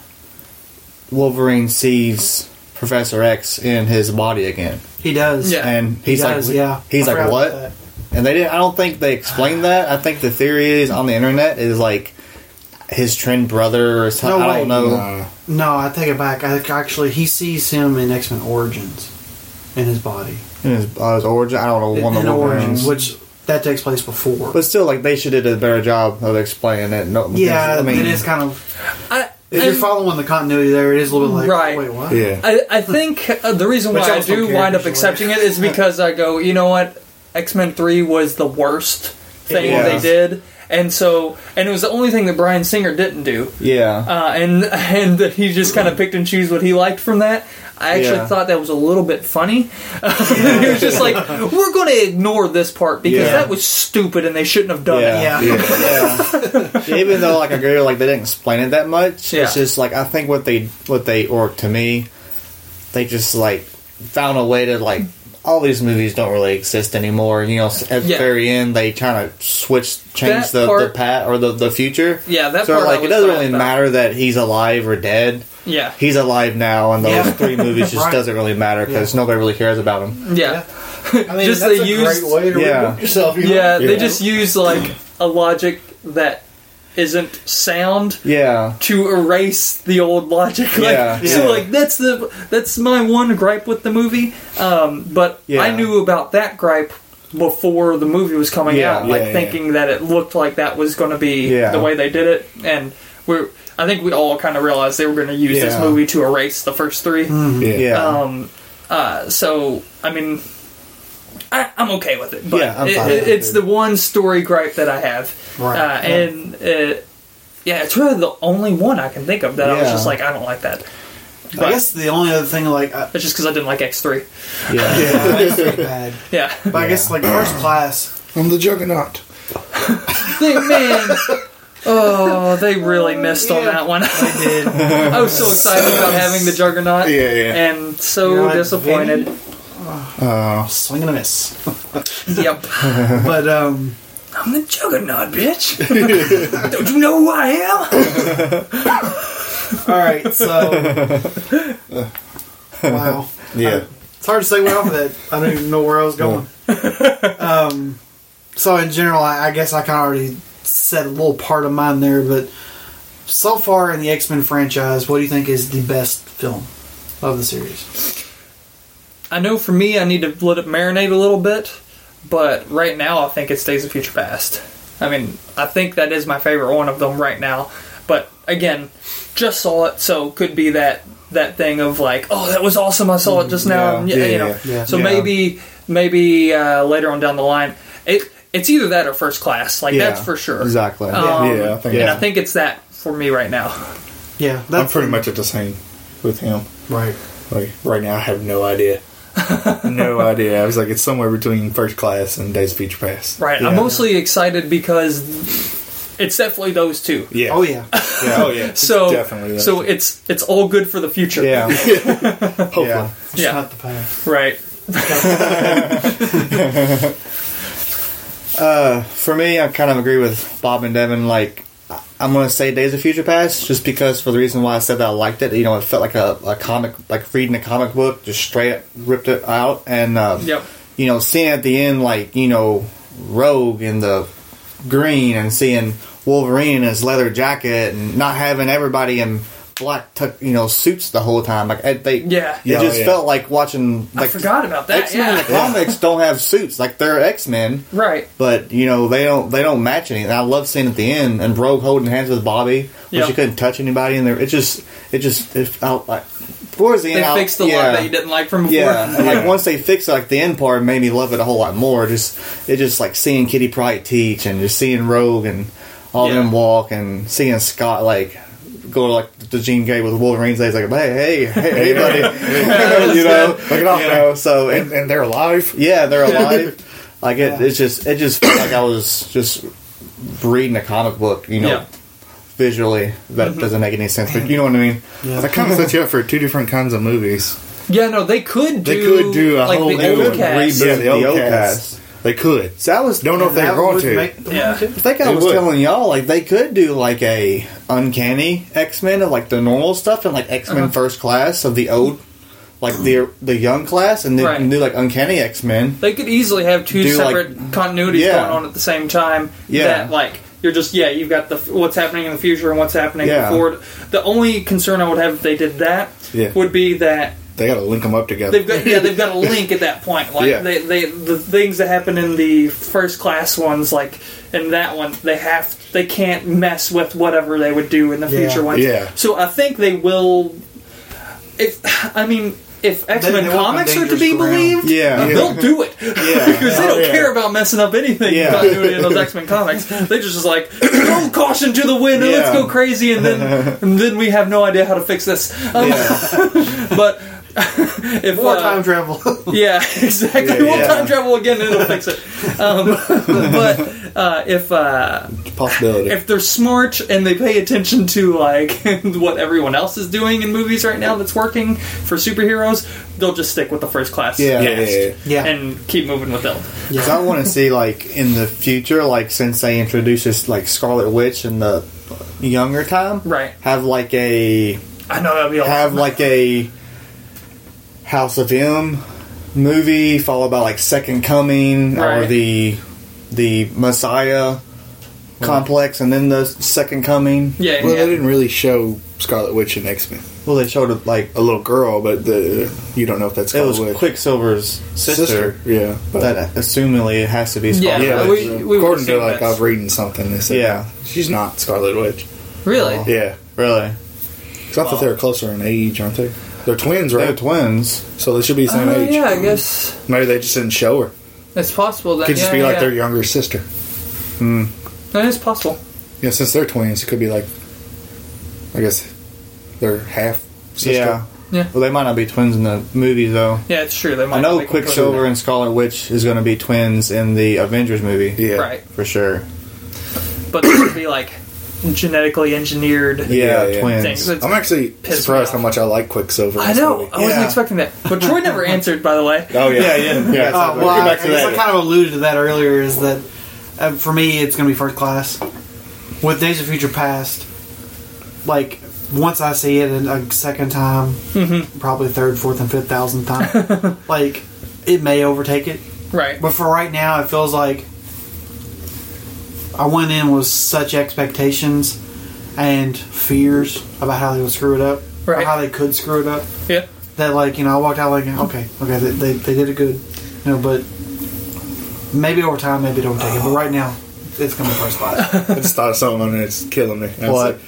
[SPEAKER 5] Wolverine sees Professor X in his body again,
[SPEAKER 2] He does.
[SPEAKER 1] Yeah.
[SPEAKER 5] and
[SPEAKER 2] He
[SPEAKER 5] he's
[SPEAKER 2] does,
[SPEAKER 5] like,
[SPEAKER 2] yeah.
[SPEAKER 5] he's
[SPEAKER 2] I
[SPEAKER 5] like,
[SPEAKER 2] forgot
[SPEAKER 5] what?
[SPEAKER 2] about that.
[SPEAKER 5] And they didn't. I don't think they explained that. I think the theory is on the internet is like his twin brother or something.
[SPEAKER 2] No
[SPEAKER 5] I
[SPEAKER 2] way.
[SPEAKER 5] don't know.
[SPEAKER 6] No.
[SPEAKER 2] No, I take it back. I think actually he sees him in X Men Origins in his body.
[SPEAKER 5] In his, uh, his origin, I don't know. One of
[SPEAKER 2] in
[SPEAKER 5] the
[SPEAKER 2] Origins,
[SPEAKER 5] origins,
[SPEAKER 2] which that takes place before.
[SPEAKER 5] but still, like they should have did a better job of explaining it. No,
[SPEAKER 2] yeah,
[SPEAKER 5] because, I mean,
[SPEAKER 2] it is kind of.
[SPEAKER 1] I,
[SPEAKER 2] If you're
[SPEAKER 1] and-
[SPEAKER 2] following the continuity there, it is a little bit like,
[SPEAKER 1] Right.
[SPEAKER 2] wait, what?
[SPEAKER 6] Yeah.
[SPEAKER 1] I, I think uh, the reason
[SPEAKER 2] Which
[SPEAKER 1] why
[SPEAKER 2] I
[SPEAKER 1] I
[SPEAKER 2] also
[SPEAKER 1] do
[SPEAKER 2] don't care
[SPEAKER 1] wind up
[SPEAKER 2] usually.
[SPEAKER 1] accepting it is because I go, you know what, X Men Three was the worst thing
[SPEAKER 5] It
[SPEAKER 1] they
[SPEAKER 5] was.
[SPEAKER 1] did, and so and it was the only thing that Brian Singer didn't do,
[SPEAKER 5] yeah.
[SPEAKER 1] uh, and and he just kind of picked and choose what he liked from that. I actually
[SPEAKER 5] Mm-hmm. Yeah.
[SPEAKER 1] thought that was a little bit funny. it was just like we're going to ignore this part because
[SPEAKER 5] Yeah.
[SPEAKER 1] that was stupid and they shouldn't have done it.
[SPEAKER 5] Yeah.
[SPEAKER 2] Yeah.
[SPEAKER 5] yeah. Even though like I agree, like they didn't explain it that much.
[SPEAKER 1] Yeah.
[SPEAKER 5] It's just like I think what they what they or to me, they just like found a way to like all these movies don't really exist anymore. You know, s- at the
[SPEAKER 1] Yeah.
[SPEAKER 5] very end they try to switch change
[SPEAKER 1] That
[SPEAKER 5] the
[SPEAKER 1] part-
[SPEAKER 5] the pat or the the future.
[SPEAKER 1] Yeah, that
[SPEAKER 5] So
[SPEAKER 1] part I
[SPEAKER 5] like it
[SPEAKER 1] was
[SPEAKER 5] doesn't
[SPEAKER 1] glad
[SPEAKER 5] really
[SPEAKER 1] about.
[SPEAKER 5] matter that he's alive or dead.
[SPEAKER 1] Yeah,
[SPEAKER 5] He's alive now, and those
[SPEAKER 2] Yeah.
[SPEAKER 5] three movies just
[SPEAKER 2] Right.
[SPEAKER 5] doesn't really matter because nobody really cares about him.
[SPEAKER 1] yeah.
[SPEAKER 7] I mean,
[SPEAKER 1] Just
[SPEAKER 7] that's
[SPEAKER 1] they
[SPEAKER 7] a
[SPEAKER 1] used-
[SPEAKER 7] great way to
[SPEAKER 5] Yeah.
[SPEAKER 7] remove yourself. You
[SPEAKER 1] Yeah,
[SPEAKER 5] Yeah.
[SPEAKER 1] they just use like a logic that isn't sound
[SPEAKER 5] Yeah,
[SPEAKER 1] to erase the old logic. Like,
[SPEAKER 5] Yeah.
[SPEAKER 1] So
[SPEAKER 2] Yeah.
[SPEAKER 1] like that's the that's my one gripe with the movie. Um, but I
[SPEAKER 5] Yeah.
[SPEAKER 1] knew about that gripe before the movie was coming
[SPEAKER 5] Yeah,
[SPEAKER 1] out, like
[SPEAKER 5] yeah, yeah.
[SPEAKER 1] thinking that it looked like that was going to be
[SPEAKER 5] Yeah.
[SPEAKER 1] the way they did it, and we're. I think we all kind of realized they were going to use this
[SPEAKER 5] Yeah.
[SPEAKER 1] movie to erase the first three.
[SPEAKER 6] Yeah.
[SPEAKER 5] yeah.
[SPEAKER 1] Um, uh, so I mean, I, I'm okay with it, but
[SPEAKER 5] Yeah, I'm
[SPEAKER 1] it,
[SPEAKER 5] fine
[SPEAKER 1] it-
[SPEAKER 5] with it,
[SPEAKER 1] it's the one story gripe that I have,
[SPEAKER 2] Right.
[SPEAKER 1] uh, and uh, yeah, it's really the only one I can think of that I was
[SPEAKER 5] Yeah.
[SPEAKER 1] just like, I don't like that. But
[SPEAKER 2] I guess the only other thing, like, I,
[SPEAKER 1] it's just because I didn't like X3.
[SPEAKER 5] yeah.
[SPEAKER 2] yeah, it's pretty bad.
[SPEAKER 1] Yeah,
[SPEAKER 2] But I guess, like, first class.
[SPEAKER 6] I'm the juggernaut.
[SPEAKER 1] They- man. Oh, they really missed on that one. I did. I was so excited about having the Juggernaut,
[SPEAKER 6] Yeah, yeah.
[SPEAKER 1] and so
[SPEAKER 2] You're like,
[SPEAKER 1] disappointed.
[SPEAKER 6] Uh,
[SPEAKER 2] Swing and a miss.
[SPEAKER 1] Yep.
[SPEAKER 2] But, um,
[SPEAKER 1] I'm the juggernaut, bitch. Don't you know who I am?
[SPEAKER 2] alright, so. Wow.
[SPEAKER 6] yeah.
[SPEAKER 2] It's hard to segue off of that. I don't even know where I was going. um, so in general, I, I guess I kind of already said a little part of mine there, but so far in the X Men franchise, what do you think is the best film of the series?
[SPEAKER 1] I know for me, I need to let it marinate a little bit, but right now, I think it's Days of Future Past. I mean, I think that is my favorite one of them right now. But again, just saw it, so could be that that thing of like, oh, that was awesome. I saw it just now.
[SPEAKER 5] Yeah,
[SPEAKER 1] and y-
[SPEAKER 6] yeah,
[SPEAKER 1] you know.
[SPEAKER 6] yeah,
[SPEAKER 2] yeah.
[SPEAKER 1] so
[SPEAKER 5] Yeah.
[SPEAKER 1] maybe maybe uh, later on down the line, it it's either that or First Class. Like
[SPEAKER 5] Yeah,
[SPEAKER 1] that's for sure.
[SPEAKER 5] Exactly.
[SPEAKER 1] Um,
[SPEAKER 6] Yeah, I think-
[SPEAKER 1] and
[SPEAKER 5] Yeah.
[SPEAKER 1] I think it's that for me right now.
[SPEAKER 2] Yeah,
[SPEAKER 6] I'm pretty much at the same with him.
[SPEAKER 2] right.
[SPEAKER 6] Like right now, I have no idea. no idea. I was like, it's somewhere between first class and Days of Future Past.
[SPEAKER 1] Right. I'm
[SPEAKER 6] Yeah.
[SPEAKER 1] mostly excited because it's definitely those two.
[SPEAKER 6] Yeah.
[SPEAKER 2] Oh yeah,
[SPEAKER 6] yeah. Oh yeah. It's
[SPEAKER 1] So
[SPEAKER 6] definitely.
[SPEAKER 1] so it's it's all good for the future.
[SPEAKER 5] yeah.
[SPEAKER 6] hopefully.
[SPEAKER 5] yeah.
[SPEAKER 2] it's
[SPEAKER 1] Yeah.
[SPEAKER 2] not the past.
[SPEAKER 1] Right.
[SPEAKER 5] Uh, for me, I kind of agree with Bob and Devin. Like, I- I'm gonna say Days of Future Past just because for the reason why I said that I liked it. You know, it felt like a, a comic, like reading a comic book, just straight up ripped it out, and um,
[SPEAKER 1] Yep.
[SPEAKER 5] you know, seeing at the end, like you know, Rogue in the green, and seeing Wolverine in his leather jacket, and not having everybody in black, tuck, you know, suits the whole time. Like, I- they,
[SPEAKER 1] Yeah.
[SPEAKER 5] it
[SPEAKER 6] Yeah,
[SPEAKER 5] just
[SPEAKER 6] yeah.
[SPEAKER 5] felt like watching. Like,
[SPEAKER 1] I forgot about that.
[SPEAKER 5] X Men in the
[SPEAKER 1] yeah.
[SPEAKER 5] comics don't have suits. Like they're X Men
[SPEAKER 1] Right.
[SPEAKER 5] but you know they don't they don't match anything. I love seeing at the end and Rogue holding hands with Bobby, but
[SPEAKER 1] Yeah.
[SPEAKER 5] you couldn't touch anybody in there. It just it just it felt like towards the
[SPEAKER 1] They
[SPEAKER 5] end I-
[SPEAKER 1] fixed the
[SPEAKER 5] yeah,
[SPEAKER 1] lot that you didn't like from before.
[SPEAKER 5] yeah. And, like once they fixed like the end part, it made me love it a whole lot more. Just it just like seeing Kitty Pryde teach and just seeing Rogue and all
[SPEAKER 1] Yeah.
[SPEAKER 5] them walk and seeing Scott like. Go to like the Gene Gay with Wolverine's days, like hey, hey, hey, hey, buddy, you know, look it off now. So it,
[SPEAKER 6] And, and they're alive.
[SPEAKER 5] yeah, they're alive. like it, it's just it just felt like I was just reading a comic book, you know,
[SPEAKER 2] Yeah.
[SPEAKER 5] visually that doesn't make any sense. But you know what I mean?
[SPEAKER 6] That kind of sets you up for two different kinds of movies.
[SPEAKER 1] Yeah, no, they could do.
[SPEAKER 6] They could do a
[SPEAKER 1] like
[SPEAKER 6] whole
[SPEAKER 1] the
[SPEAKER 6] new
[SPEAKER 1] old
[SPEAKER 6] one.
[SPEAKER 1] cast.
[SPEAKER 6] reboot of
[SPEAKER 5] Yeah,
[SPEAKER 6] the old
[SPEAKER 5] the old
[SPEAKER 6] cast. They could.
[SPEAKER 5] So I was
[SPEAKER 6] Don't know if they're
[SPEAKER 2] That
[SPEAKER 6] going
[SPEAKER 2] would
[SPEAKER 6] to.
[SPEAKER 2] make-
[SPEAKER 1] Yeah.
[SPEAKER 5] I think I
[SPEAKER 6] They
[SPEAKER 5] was
[SPEAKER 6] would.
[SPEAKER 5] telling y'all like they could do like a uncanny X Men of like the normal stuff and like X Men
[SPEAKER 1] Uh-huh.
[SPEAKER 5] First Class of the old, like the the young class, and then
[SPEAKER 1] Right.
[SPEAKER 5] do like uncanny X Men.
[SPEAKER 1] They could easily have two
[SPEAKER 5] Do, like-
[SPEAKER 1] separate continuities
[SPEAKER 5] Yeah.
[SPEAKER 1] going on at the same time.
[SPEAKER 5] Yeah.
[SPEAKER 1] That like you're just yeah, you've got the f- what's happening in the future and what's happening
[SPEAKER 5] Yeah.
[SPEAKER 1] forward. The only concern I would have if they did that
[SPEAKER 6] Yeah.
[SPEAKER 1] would be that
[SPEAKER 6] They got to link them up together.
[SPEAKER 1] they've got yeah they've got a link at that point. Like
[SPEAKER 6] Yeah.
[SPEAKER 1] they, they the things that happen in the first class ones like in that one they have they can't mess with whatever they would do in the
[SPEAKER 2] Yeah.
[SPEAKER 1] future ones.
[SPEAKER 6] Yeah.
[SPEAKER 1] So I think they will. If I mean if X Men
[SPEAKER 2] they won't
[SPEAKER 1] comics are to
[SPEAKER 2] endanger
[SPEAKER 1] be
[SPEAKER 2] us around.
[SPEAKER 1] believed.
[SPEAKER 5] Yeah, Oh,
[SPEAKER 1] They'll do it because they don't care about messing up anything
[SPEAKER 5] Yeah.
[SPEAKER 1] continuity in those X Men comics. They just is like throw caution to the wind and let's
[SPEAKER 5] Yeah.
[SPEAKER 1] go crazy, and then and then we have no idea how to fix this. Um, but if
[SPEAKER 2] More
[SPEAKER 1] uh,
[SPEAKER 2] time travel.
[SPEAKER 1] yeah, exactly, we'll
[SPEAKER 5] yeah.
[SPEAKER 1] time travel again and it'll fix it. Um, but uh, if uh,
[SPEAKER 6] Possibility.
[SPEAKER 1] if they're smart and they pay attention to like what everyone else is doing in movies right now that's working for superheroes, they'll just stick with the first class.
[SPEAKER 5] Yeah.
[SPEAKER 6] yeah,
[SPEAKER 1] cast
[SPEAKER 6] yeah, yeah.
[SPEAKER 2] yeah.
[SPEAKER 1] and keep moving with them.
[SPEAKER 5] Because I want to see like in the future, like since they introduced this like Scarlet Witch in the younger time,
[SPEAKER 1] Right.
[SPEAKER 5] Have like a
[SPEAKER 1] I know that'd be awesome.
[SPEAKER 5] have like a House of M movie followed by like Second Coming or
[SPEAKER 1] Right.
[SPEAKER 5] the the Messiah complex, and then the Second Coming.
[SPEAKER 1] yeah,
[SPEAKER 6] Well,
[SPEAKER 1] yeah.
[SPEAKER 6] they didn't really show Scarlet Witch and X Men.
[SPEAKER 5] Well, they showed it like
[SPEAKER 6] A little girl, but the you don't know if that's
[SPEAKER 5] it
[SPEAKER 6] Scarlet
[SPEAKER 5] was
[SPEAKER 6] Witch.
[SPEAKER 5] Quicksilver's sister.
[SPEAKER 6] Yeah. But,
[SPEAKER 5] That assumingly it has to be.
[SPEAKER 1] Yeah.
[SPEAKER 5] Scarlet Witch.
[SPEAKER 6] yeah,
[SPEAKER 1] we-
[SPEAKER 6] but
[SPEAKER 1] we would've
[SPEAKER 6] according to
[SPEAKER 1] seen
[SPEAKER 6] like
[SPEAKER 1] that.
[SPEAKER 6] I've reading something, they said
[SPEAKER 5] Yeah.
[SPEAKER 6] she's not Scarlet Witch.
[SPEAKER 1] really?
[SPEAKER 6] Yeah,
[SPEAKER 5] really.
[SPEAKER 6] because I thought they were closer in age, aren't they? They're twins,
[SPEAKER 5] They're
[SPEAKER 6] right?
[SPEAKER 5] twins.
[SPEAKER 6] so they should be the same
[SPEAKER 1] Uh,
[SPEAKER 6] age.
[SPEAKER 1] yeah, I guess
[SPEAKER 6] Maybe they just didn't show her.
[SPEAKER 1] it's possible. That
[SPEAKER 6] Could just
[SPEAKER 1] yeah,
[SPEAKER 6] be like
[SPEAKER 1] yeah.
[SPEAKER 6] their younger sister.
[SPEAKER 1] That is possible.
[SPEAKER 6] Yeah, since they're twins, it could be like, I guess, they're half sister.
[SPEAKER 5] Yeah.
[SPEAKER 1] Yeah.
[SPEAKER 5] Well, they might not be twins in the movie though.
[SPEAKER 1] Yeah, it's true. They might
[SPEAKER 5] I
[SPEAKER 1] not
[SPEAKER 5] know
[SPEAKER 1] be completely-
[SPEAKER 5] Quicksilver and Scarlet Witch is going to be twins in the Avengers movie.
[SPEAKER 6] yeah.
[SPEAKER 1] right?
[SPEAKER 5] For sure.
[SPEAKER 1] But they would be like genetically engineered.
[SPEAKER 5] Yeah,
[SPEAKER 6] Yeah, yeah.
[SPEAKER 5] twins.
[SPEAKER 1] Things. It's-
[SPEAKER 6] I'm actually
[SPEAKER 1] Pissed me
[SPEAKER 6] surprised
[SPEAKER 1] off.
[SPEAKER 6] how much I like Quicksilver. in
[SPEAKER 1] I
[SPEAKER 6] this
[SPEAKER 1] know. Oh,
[SPEAKER 6] movie.
[SPEAKER 1] I wasn't
[SPEAKER 5] Yeah.
[SPEAKER 1] expecting that. But Troy never answered, by the way.
[SPEAKER 6] Oh yeah,
[SPEAKER 5] yeah.
[SPEAKER 2] Uh, well,
[SPEAKER 6] We'll get
[SPEAKER 2] I,
[SPEAKER 6] back to
[SPEAKER 2] guess I
[SPEAKER 6] that.
[SPEAKER 2] kind of alluded to that earlier. Is that uh, for me? It's going to be first class. With Days of Future Past, like once I see it in a second time, probably third, fourth, and fifth thousandth time, like it may overtake it.
[SPEAKER 1] Right.
[SPEAKER 2] But for right now, it feels like I went in with such expectations and fears about how they would screw it up, or
[SPEAKER 1] Right.
[SPEAKER 2] how they could screw it up
[SPEAKER 1] Yeah.
[SPEAKER 2] that like you know I walked out like okay okay they, they, they did it good you know but maybe over time maybe it overtake it but right now it's coming first class
[SPEAKER 6] I just thought of something and it's killing me. And I was
[SPEAKER 5] What?
[SPEAKER 6] like,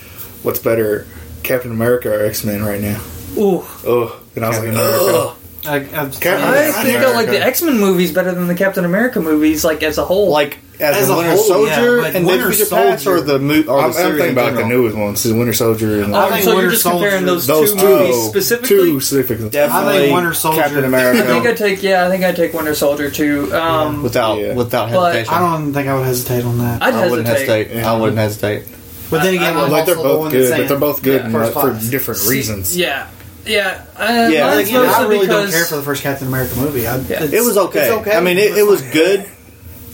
[SPEAKER 6] what's better, Captain America or X Men right now?
[SPEAKER 1] Ooh.
[SPEAKER 6] Oh, and I was
[SPEAKER 5] Captain
[SPEAKER 6] like,
[SPEAKER 5] America.
[SPEAKER 6] ugh.
[SPEAKER 2] I, I'm
[SPEAKER 6] Can
[SPEAKER 1] I
[SPEAKER 6] I-
[SPEAKER 2] I,
[SPEAKER 1] actually felt like the X Men movies better than the Captain America movies, like as a whole.
[SPEAKER 5] Like as,
[SPEAKER 2] As
[SPEAKER 5] a
[SPEAKER 2] a
[SPEAKER 5] Winter
[SPEAKER 2] whole,
[SPEAKER 5] Soldier
[SPEAKER 2] yeah, like
[SPEAKER 5] and
[SPEAKER 2] Winter
[SPEAKER 5] Winter Soldier. Past
[SPEAKER 2] Soldier.
[SPEAKER 5] or the movie or
[SPEAKER 6] "Oh, I'm, I'm
[SPEAKER 5] the series
[SPEAKER 6] thinking
[SPEAKER 5] in
[SPEAKER 6] about the
[SPEAKER 5] general.
[SPEAKER 6] newest ones, the Winter Soldier and
[SPEAKER 1] oh,
[SPEAKER 2] think
[SPEAKER 1] so you're
[SPEAKER 2] Winter
[SPEAKER 1] just
[SPEAKER 2] Soldier-
[SPEAKER 1] comparing those,
[SPEAKER 6] those
[SPEAKER 1] two,
[SPEAKER 6] two,
[SPEAKER 1] movies specifically.
[SPEAKER 6] Two specifically.
[SPEAKER 5] Definitely
[SPEAKER 2] I think Winter Soldier-
[SPEAKER 5] Captain
[SPEAKER 1] I think I
[SPEAKER 5] America.
[SPEAKER 1] take yeah, I think I would take Winter Soldier too. Um,
[SPEAKER 5] Without
[SPEAKER 6] Yeah.
[SPEAKER 5] without
[SPEAKER 1] But-
[SPEAKER 5] hesitation.
[SPEAKER 2] I don't think I would hesitate on that
[SPEAKER 1] I'd
[SPEAKER 5] I wouldn't
[SPEAKER 1] hesitate.
[SPEAKER 5] hesitate. I wouldn't hesitate.
[SPEAKER 2] but then
[SPEAKER 1] I-
[SPEAKER 2] again
[SPEAKER 1] I
[SPEAKER 2] I, am
[SPEAKER 6] Like they're both good, but they're both good
[SPEAKER 1] Yeah.
[SPEAKER 6] and,
[SPEAKER 2] First
[SPEAKER 6] like,
[SPEAKER 2] class.
[SPEAKER 6] for different
[SPEAKER 1] See,
[SPEAKER 6] reasons.
[SPEAKER 1] Yeah, yeah. Uh,
[SPEAKER 5] Yeah,
[SPEAKER 1] mine's
[SPEAKER 5] like, you know,
[SPEAKER 1] mostly
[SPEAKER 2] I really
[SPEAKER 1] because
[SPEAKER 2] don't care for the first Captain America movie I,
[SPEAKER 1] Yeah.
[SPEAKER 2] it's-
[SPEAKER 5] It was okay.
[SPEAKER 2] it's okay
[SPEAKER 5] I mean, it,
[SPEAKER 2] but
[SPEAKER 5] it
[SPEAKER 2] it's
[SPEAKER 5] was
[SPEAKER 2] not-
[SPEAKER 5] good,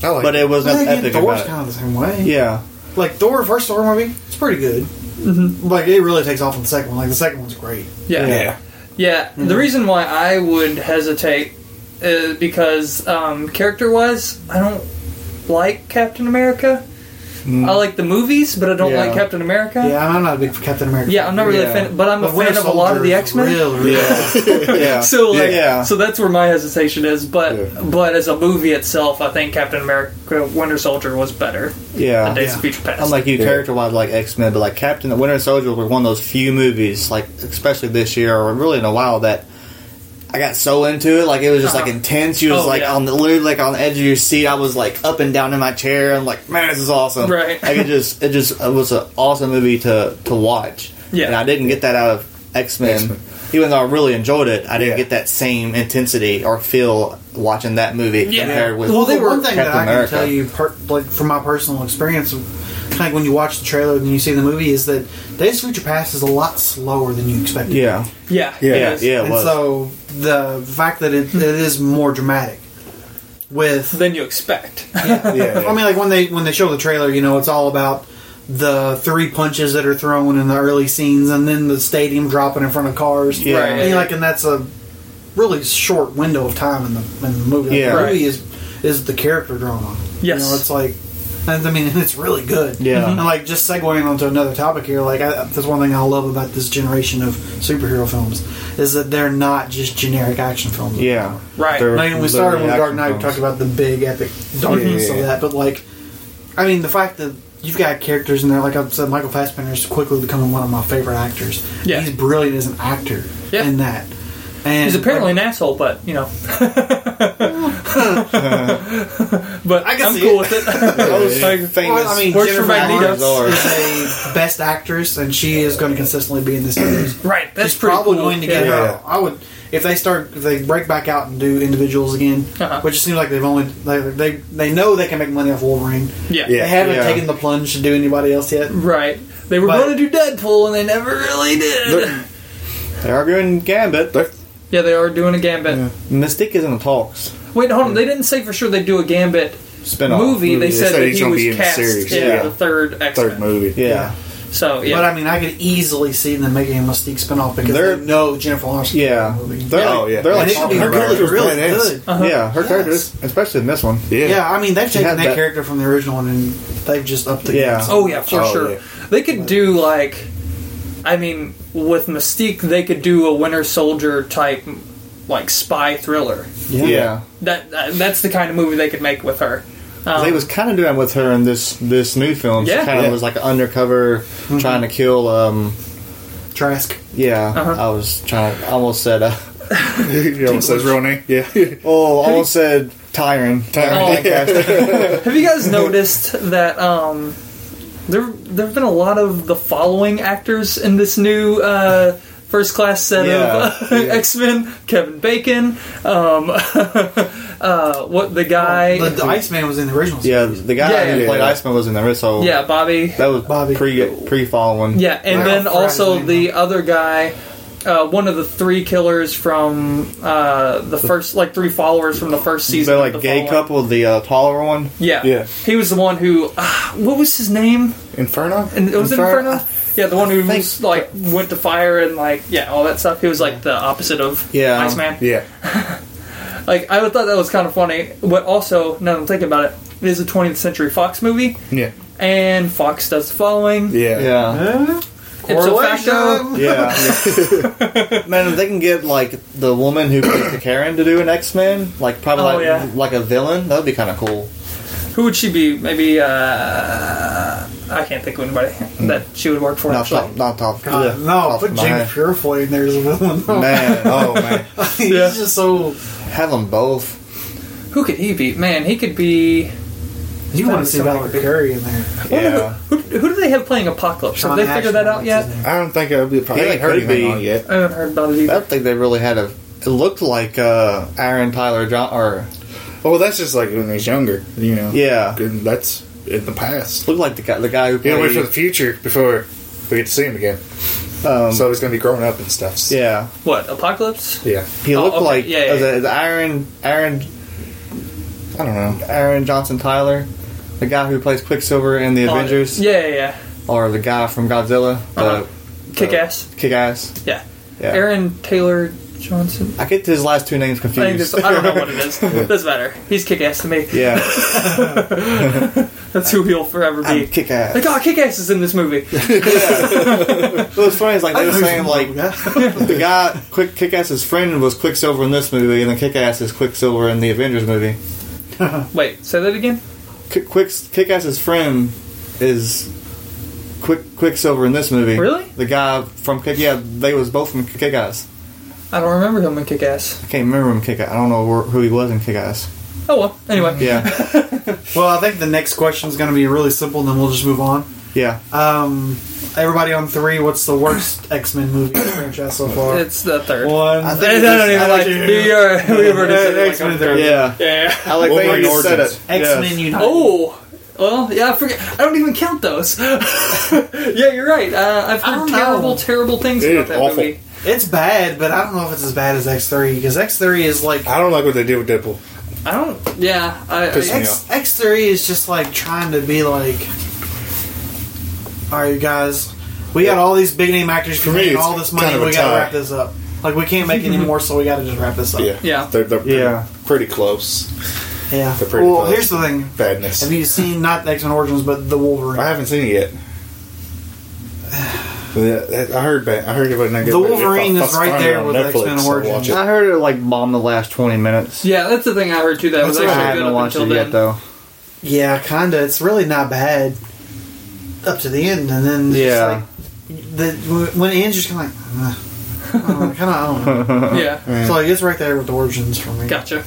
[SPEAKER 6] I like
[SPEAKER 5] but it was
[SPEAKER 2] But
[SPEAKER 5] not
[SPEAKER 2] then again,
[SPEAKER 5] epic
[SPEAKER 2] Thor's
[SPEAKER 5] about
[SPEAKER 2] kind
[SPEAKER 5] it.
[SPEAKER 2] of the same way
[SPEAKER 5] Yeah.
[SPEAKER 2] like Thor first Thor movie it's pretty good
[SPEAKER 1] Mm-hmm.
[SPEAKER 2] like it really takes off on the second one like the second one's great
[SPEAKER 1] yeah, yeah.
[SPEAKER 6] yeah.
[SPEAKER 1] The reason why I would hesitate is because um, character-wise, I don't like Captain America. I like the movies, but I don't
[SPEAKER 5] Yeah.
[SPEAKER 1] like Captain America.
[SPEAKER 2] yeah I'm not a big Captain America
[SPEAKER 1] Yeah, I'm not really
[SPEAKER 5] Yeah.
[SPEAKER 1] a fan, but I'm
[SPEAKER 2] But
[SPEAKER 1] a fan
[SPEAKER 2] Winter
[SPEAKER 1] of a lot of the
[SPEAKER 2] Soldier's
[SPEAKER 1] X Men.
[SPEAKER 2] real, real-
[SPEAKER 5] Yeah.
[SPEAKER 1] So like,
[SPEAKER 5] Yeah.
[SPEAKER 1] so that's where my hesitation is. But
[SPEAKER 6] Yeah.
[SPEAKER 1] but as a movie itself, I think Captain America: Winter Soldier was better than
[SPEAKER 5] yeah.
[SPEAKER 1] Days of Future Past.
[SPEAKER 5] I'm like you,
[SPEAKER 6] Yeah.
[SPEAKER 5] character wise, like X Men, but like Captain Winter Soldier was one of those few movies, like especially this year or really in a while, that I got so into it. Like it was just like
[SPEAKER 1] Uh-huh.
[SPEAKER 5] intense. You was
[SPEAKER 1] Oh,
[SPEAKER 5] like
[SPEAKER 1] yeah.
[SPEAKER 5] on the literally like on the edge of your seat. I was like up and down in my chair. I'm like, man, this is awesome.
[SPEAKER 1] Right.
[SPEAKER 5] Like it just, it just it was an awesome movie to to watch.
[SPEAKER 1] Yeah.
[SPEAKER 5] And I didn't get that out of X Men.
[SPEAKER 6] X-Men.
[SPEAKER 5] Even though I really enjoyed it, I didn't
[SPEAKER 6] Yeah.
[SPEAKER 5] get that same intensity or feel watching that movie
[SPEAKER 1] Yeah.
[SPEAKER 5] compared with
[SPEAKER 2] Well, the one thing that
[SPEAKER 5] Captain
[SPEAKER 2] I can
[SPEAKER 5] America.
[SPEAKER 2] tell you, per, like from my personal experience, like when you watch the trailer and you see the movie, is that Days of Future Past is a lot slower than you expected.
[SPEAKER 5] Yeah,
[SPEAKER 1] Yeah.
[SPEAKER 6] Yeah.
[SPEAKER 5] yeah,
[SPEAKER 1] Yes.
[SPEAKER 5] yeah. It
[SPEAKER 2] and
[SPEAKER 5] was.
[SPEAKER 2] so the fact that it, it is more dramatic with
[SPEAKER 1] Than you expect.
[SPEAKER 6] Yeah, yeah.
[SPEAKER 2] I mean, like when they when they show the trailer, you know, it's all about the three punches that are thrown in the early scenes, and then the stadium dropping in front of cars.
[SPEAKER 5] Yeah.
[SPEAKER 2] I mean, like, and that's a really short window of time in the in the movie. Like,
[SPEAKER 5] Yeah.
[SPEAKER 2] the
[SPEAKER 1] Right.
[SPEAKER 2] movie is is the character drawn on.
[SPEAKER 1] Yes.
[SPEAKER 2] you know, it's like. and I mean, it's really good.
[SPEAKER 5] Yeah.
[SPEAKER 2] and like just segueing onto another topic here. Like, I, that's one thing I love about this generation of superhero films is that they're not just generic action films.
[SPEAKER 5] yeah,
[SPEAKER 1] Right.
[SPEAKER 5] They're
[SPEAKER 2] I mean, we
[SPEAKER 5] literally
[SPEAKER 2] started with Dark
[SPEAKER 5] action
[SPEAKER 2] Knight, we
[SPEAKER 5] films.
[SPEAKER 2] talked about the big epic darkness
[SPEAKER 6] Yeah.
[SPEAKER 2] of that, but like, I mean, the fact that you've got characters in there, like I said, Michael Fassbender is quickly becoming one of my favorite actors.
[SPEAKER 1] Yeah.
[SPEAKER 2] he's brilliant as an actor
[SPEAKER 1] Yeah.
[SPEAKER 2] in that, and
[SPEAKER 1] He's apparently an asshole, but you know. but I
[SPEAKER 2] can
[SPEAKER 1] am
[SPEAKER 2] see
[SPEAKER 1] cool with it.
[SPEAKER 5] Those famous.
[SPEAKER 2] Well, I mean,
[SPEAKER 1] Works for
[SPEAKER 2] Jennifer
[SPEAKER 1] Magneto.
[SPEAKER 2] Lawrence is a best actress, and she is going to consistently be in this series.
[SPEAKER 1] right. That's
[SPEAKER 2] She's
[SPEAKER 1] pretty
[SPEAKER 2] probably
[SPEAKER 1] cool.
[SPEAKER 2] going to get
[SPEAKER 1] yeah.
[SPEAKER 6] Yeah.
[SPEAKER 2] her. I would if they start if they break back out and do individuals again,
[SPEAKER 1] Uh-huh.
[SPEAKER 2] which it seems like they've only they, they they know they can make money off Wolverine.
[SPEAKER 1] Yeah.
[SPEAKER 6] Yeah.
[SPEAKER 2] They haven't
[SPEAKER 5] Yeah.
[SPEAKER 2] taken the plunge to do anybody else yet.
[SPEAKER 1] Right. They were
[SPEAKER 2] But-
[SPEAKER 1] going to do Deadpool, and they never really did.
[SPEAKER 6] They're-
[SPEAKER 5] They are doing Gambit.
[SPEAKER 1] yeah, they are doing a Gambit.
[SPEAKER 5] Mystique is in the talks.
[SPEAKER 1] Wait, hold on. They didn't say for sure they do a Gambit
[SPEAKER 5] Spin off
[SPEAKER 1] movie. They
[SPEAKER 6] They
[SPEAKER 1] said
[SPEAKER 6] said
[SPEAKER 1] that
[SPEAKER 6] he's
[SPEAKER 1] he
[SPEAKER 6] gonna
[SPEAKER 1] was
[SPEAKER 6] be in the
[SPEAKER 1] cast
[SPEAKER 6] series.
[SPEAKER 1] in
[SPEAKER 5] Yeah.
[SPEAKER 1] the third X
[SPEAKER 6] third movie.
[SPEAKER 5] Yeah.
[SPEAKER 1] So yeah,
[SPEAKER 2] But I mean, I could easily see them making a Mystique spinoff because
[SPEAKER 5] They're-
[SPEAKER 2] they're, they know Jennifer Lawrence.
[SPEAKER 5] Yeah.
[SPEAKER 2] movie.
[SPEAKER 5] They're
[SPEAKER 6] Yeah.
[SPEAKER 5] like,
[SPEAKER 6] Oh, yeah.
[SPEAKER 5] They're
[SPEAKER 2] and
[SPEAKER 5] like
[SPEAKER 2] it could be
[SPEAKER 5] talking about
[SPEAKER 2] really,
[SPEAKER 5] it.
[SPEAKER 6] Character's
[SPEAKER 2] really
[SPEAKER 6] badass.
[SPEAKER 2] good.
[SPEAKER 5] Yeah, her
[SPEAKER 2] Yes.
[SPEAKER 5] characters, especially in this one.
[SPEAKER 6] Yeah.
[SPEAKER 2] Yeah, I mean, they've
[SPEAKER 5] had
[SPEAKER 2] taken that,
[SPEAKER 5] that-
[SPEAKER 2] character from the original one and they've just upped the
[SPEAKER 5] Yeah.
[SPEAKER 1] Oh yeah, for
[SPEAKER 6] Oh,
[SPEAKER 1] sure.
[SPEAKER 6] yeah.
[SPEAKER 1] They could do like, I mean, with Mystique, they could do a Winter Soldier type, like spy thriller.
[SPEAKER 5] Yeah.
[SPEAKER 1] That that- that's the kind of movie they could make with her. Um,
[SPEAKER 5] They was kind of doing with her in this this new film.
[SPEAKER 1] Yeah.
[SPEAKER 5] She kind of
[SPEAKER 6] Yeah.
[SPEAKER 5] was like an undercover trying to kill. um
[SPEAKER 2] Trask.
[SPEAKER 5] Yeah,
[SPEAKER 1] Uh-huh.
[SPEAKER 5] I was trying. I almost said. Uh,
[SPEAKER 6] you almost said his real name. Yeah,
[SPEAKER 5] oh, almost said Tyron.
[SPEAKER 1] Oh,
[SPEAKER 5] Tyron. Lancaster.
[SPEAKER 1] have you guys noticed that um, there there have been a lot of the following actors in this new uh, first class set of
[SPEAKER 5] Yeah, yeah.
[SPEAKER 1] X Men? Kevin Bacon, um, uh, what the guy?
[SPEAKER 2] But Oh, the Iceman was in the original.
[SPEAKER 5] Yeah, the guy
[SPEAKER 1] Yeah,
[SPEAKER 5] who
[SPEAKER 1] yeah,
[SPEAKER 5] played
[SPEAKER 6] yeah.
[SPEAKER 5] Iceman was in there, so
[SPEAKER 1] yeah, Bobby.
[SPEAKER 5] that was
[SPEAKER 2] Bobby.
[SPEAKER 5] pre pre following.
[SPEAKER 1] Yeah, and
[SPEAKER 2] Wow.
[SPEAKER 1] then
[SPEAKER 2] Fried
[SPEAKER 1] also
[SPEAKER 2] name,
[SPEAKER 1] the other guy, uh, one of the three killers from uh, the first, like three followers from the first season.
[SPEAKER 5] the
[SPEAKER 1] of
[SPEAKER 5] like
[SPEAKER 1] the
[SPEAKER 5] gay
[SPEAKER 1] following.
[SPEAKER 5] couple, the uh, taller one.
[SPEAKER 1] Yeah.
[SPEAKER 6] Yeah.
[SPEAKER 1] he was the one who. Uh, what was his name?
[SPEAKER 6] Inferno.
[SPEAKER 1] And it was it
[SPEAKER 5] Infer-
[SPEAKER 1] Inferno. Yeah, the one who
[SPEAKER 5] think-
[SPEAKER 1] was, like went to fire and like yeah, all that stuff. He was like the opposite of
[SPEAKER 5] Yeah.
[SPEAKER 1] Iceman.
[SPEAKER 6] Yeah,
[SPEAKER 1] Like I thought that was kind of funny, but also now that I'm thinking about it, it is a 20th Century Fox movie,
[SPEAKER 6] yeah,
[SPEAKER 1] and Fox does the following.
[SPEAKER 6] yeah,
[SPEAKER 5] Yeah,
[SPEAKER 1] Ipso facto,
[SPEAKER 2] Correlation!
[SPEAKER 5] yeah. Man, if they can get like the woman who played the Karen to do an X Men, like probably
[SPEAKER 1] Oh,
[SPEAKER 5] like,
[SPEAKER 1] yeah.
[SPEAKER 5] like a villain, that would be kind of cool.
[SPEAKER 1] Who would she be? Maybe uh, I can't think of anybody that she would work for.
[SPEAKER 5] Not
[SPEAKER 1] actually.
[SPEAKER 5] top, not top.
[SPEAKER 2] God,
[SPEAKER 5] yeah,
[SPEAKER 2] no,
[SPEAKER 5] top
[SPEAKER 2] put
[SPEAKER 5] of my
[SPEAKER 2] James
[SPEAKER 5] head.
[SPEAKER 2] Purefoy in there as a villain.
[SPEAKER 5] Man, oh man,
[SPEAKER 2] He's
[SPEAKER 1] Yeah.
[SPEAKER 2] just so.
[SPEAKER 5] have them both.
[SPEAKER 1] Who could he be? Man, he could be.
[SPEAKER 2] You want to see
[SPEAKER 1] Something
[SPEAKER 2] Valor Curry in there.
[SPEAKER 5] Yeah,
[SPEAKER 1] Who, who do they have playing Apocalypse? Have
[SPEAKER 2] Sean
[SPEAKER 1] they figured
[SPEAKER 2] Ashmore,
[SPEAKER 1] that out
[SPEAKER 2] what's
[SPEAKER 1] yet?
[SPEAKER 2] his name?
[SPEAKER 6] I don't think it'll be. Probably
[SPEAKER 5] Yeah,
[SPEAKER 6] I
[SPEAKER 5] it
[SPEAKER 6] ain't heard
[SPEAKER 5] could
[SPEAKER 6] anything
[SPEAKER 5] be.
[SPEAKER 6] on it yet.
[SPEAKER 1] I haven't heard about it
[SPEAKER 5] I
[SPEAKER 1] either.
[SPEAKER 5] don't think they really had a. It looked like uh, Aaron Tyler John, or
[SPEAKER 6] Well, that's just like when he's younger, you know.
[SPEAKER 5] yeah,
[SPEAKER 6] And that's in the past.
[SPEAKER 5] looked like the guy, the guy who
[SPEAKER 6] You gotta wait
[SPEAKER 5] played.
[SPEAKER 6] for the future before we get to see him again.
[SPEAKER 5] um,
[SPEAKER 6] So he's gonna be growing up and stuff.
[SPEAKER 5] yeah,
[SPEAKER 1] What Apocalypse?
[SPEAKER 6] yeah.
[SPEAKER 5] he
[SPEAKER 1] Oh,
[SPEAKER 5] looked
[SPEAKER 1] okay,
[SPEAKER 5] like
[SPEAKER 1] yeah, yeah,
[SPEAKER 5] uh, the, the Aaron Aaron
[SPEAKER 6] I don't know.
[SPEAKER 5] Aaron Johnson Tyler, the guy who plays Quicksilver in the
[SPEAKER 1] Oh,
[SPEAKER 5] Avengers,
[SPEAKER 1] Yeah, yeah, yeah.
[SPEAKER 5] or the guy from Godzilla, the
[SPEAKER 1] Uh-huh. Kick ass.
[SPEAKER 5] kick ass.
[SPEAKER 1] Yeah.
[SPEAKER 5] Yeah.
[SPEAKER 1] Aaron Taylor Johnson.
[SPEAKER 5] I get his last two names
[SPEAKER 1] I, think that's-
[SPEAKER 5] confused.
[SPEAKER 1] I don't know what it is. Doesn't matter. He's kick ass to me.
[SPEAKER 5] yeah,
[SPEAKER 1] That's who he'll forever be.
[SPEAKER 5] I'm kick ass.
[SPEAKER 1] Like, oh, kick ass is in this movie.
[SPEAKER 5] It was funny. It's like they were saying like
[SPEAKER 2] Yeah.
[SPEAKER 5] the guy quick kick ass's friend was Quicksilver in this movie, and then kick ass is Quicksilver in the Avengers movie.
[SPEAKER 1] Wait, say that again.
[SPEAKER 5] Quick, quick kick ass's friend is. Quick Quicksilver in this movie.
[SPEAKER 1] Really?
[SPEAKER 5] The guy from Kick yeah, they was both from Kick Ass.
[SPEAKER 1] I don't remember him in Kick Ass.
[SPEAKER 5] I can't remember him Kick I don't know where, who he was in Kick Ass.
[SPEAKER 1] Oh well. Anyway.
[SPEAKER 5] Yeah.
[SPEAKER 2] Well, I think the next question is going to be really simple, and then we'll just move on.
[SPEAKER 5] Yeah.
[SPEAKER 2] Um, everybody on three. What's the worst X Men movie in the franchise so far?
[SPEAKER 1] It's the third.
[SPEAKER 2] One.
[SPEAKER 5] I
[SPEAKER 1] They
[SPEAKER 5] think
[SPEAKER 1] don't even
[SPEAKER 5] it's-
[SPEAKER 1] like. We are- we've already said it, like,
[SPEAKER 2] X-Men
[SPEAKER 1] on
[SPEAKER 2] third.
[SPEAKER 1] third.
[SPEAKER 5] Yeah,
[SPEAKER 1] Yeah.
[SPEAKER 5] I like
[SPEAKER 6] Wolverine
[SPEAKER 5] that you said
[SPEAKER 6] Origins.
[SPEAKER 5] it.
[SPEAKER 2] X Men
[SPEAKER 5] Yes.
[SPEAKER 2] United.
[SPEAKER 1] Oh. Well, yeah, I forget. I don't even count those. yeah, you're right. Uh, I've
[SPEAKER 2] don't
[SPEAKER 1] heard
[SPEAKER 2] know.
[SPEAKER 1] terrible, terrible things
[SPEAKER 6] It
[SPEAKER 1] about
[SPEAKER 6] is
[SPEAKER 1] that
[SPEAKER 6] awful.
[SPEAKER 1] movie.
[SPEAKER 2] It's bad, but I don't know if it's as bad as X three because X three is like
[SPEAKER 6] I don't like what they did with Deadpool.
[SPEAKER 1] I don't. Yeah, I, I,
[SPEAKER 6] Piss me
[SPEAKER 2] X X three is just like trying to be like, all right, you guys, we got all these big name actors
[SPEAKER 6] For me,
[SPEAKER 2] making
[SPEAKER 6] it's
[SPEAKER 2] all this money.
[SPEAKER 6] kind of a
[SPEAKER 2] We got to
[SPEAKER 6] tie.
[SPEAKER 2] wrap this up. Like we can't make any more, so we got to just wrap this up.
[SPEAKER 6] Yeah,
[SPEAKER 1] Yeah.
[SPEAKER 6] they're, they're pretty,
[SPEAKER 5] Yeah.
[SPEAKER 6] pretty close.
[SPEAKER 2] Yeah.
[SPEAKER 6] They're pretty
[SPEAKER 2] Well,
[SPEAKER 6] close.
[SPEAKER 2] here's the thing.
[SPEAKER 6] Badness.
[SPEAKER 2] Have you seen not X Men Origins, but the Wolverine?
[SPEAKER 6] I haven't seen it yet. Yeah, that- I heard bad. I heard about
[SPEAKER 2] The Wolverine is right there with X-Men Origins.
[SPEAKER 6] Watch it.
[SPEAKER 5] I heard it like bomb the last twenty minutes.
[SPEAKER 1] yeah, that's the thing I heard too. That was
[SPEAKER 5] That's why I
[SPEAKER 1] actually good
[SPEAKER 5] haven't
[SPEAKER 1] up
[SPEAKER 5] watched
[SPEAKER 1] until
[SPEAKER 5] it
[SPEAKER 1] then.
[SPEAKER 5] yet though.
[SPEAKER 2] Yeah, kinda. It's really not bad up to the end, and then
[SPEAKER 5] Yeah.
[SPEAKER 2] it's like, the when it ends, you're just kind of like, kind of I don't know.
[SPEAKER 1] Yeah,
[SPEAKER 2] So like it's right there with Origins for me.
[SPEAKER 1] gotcha.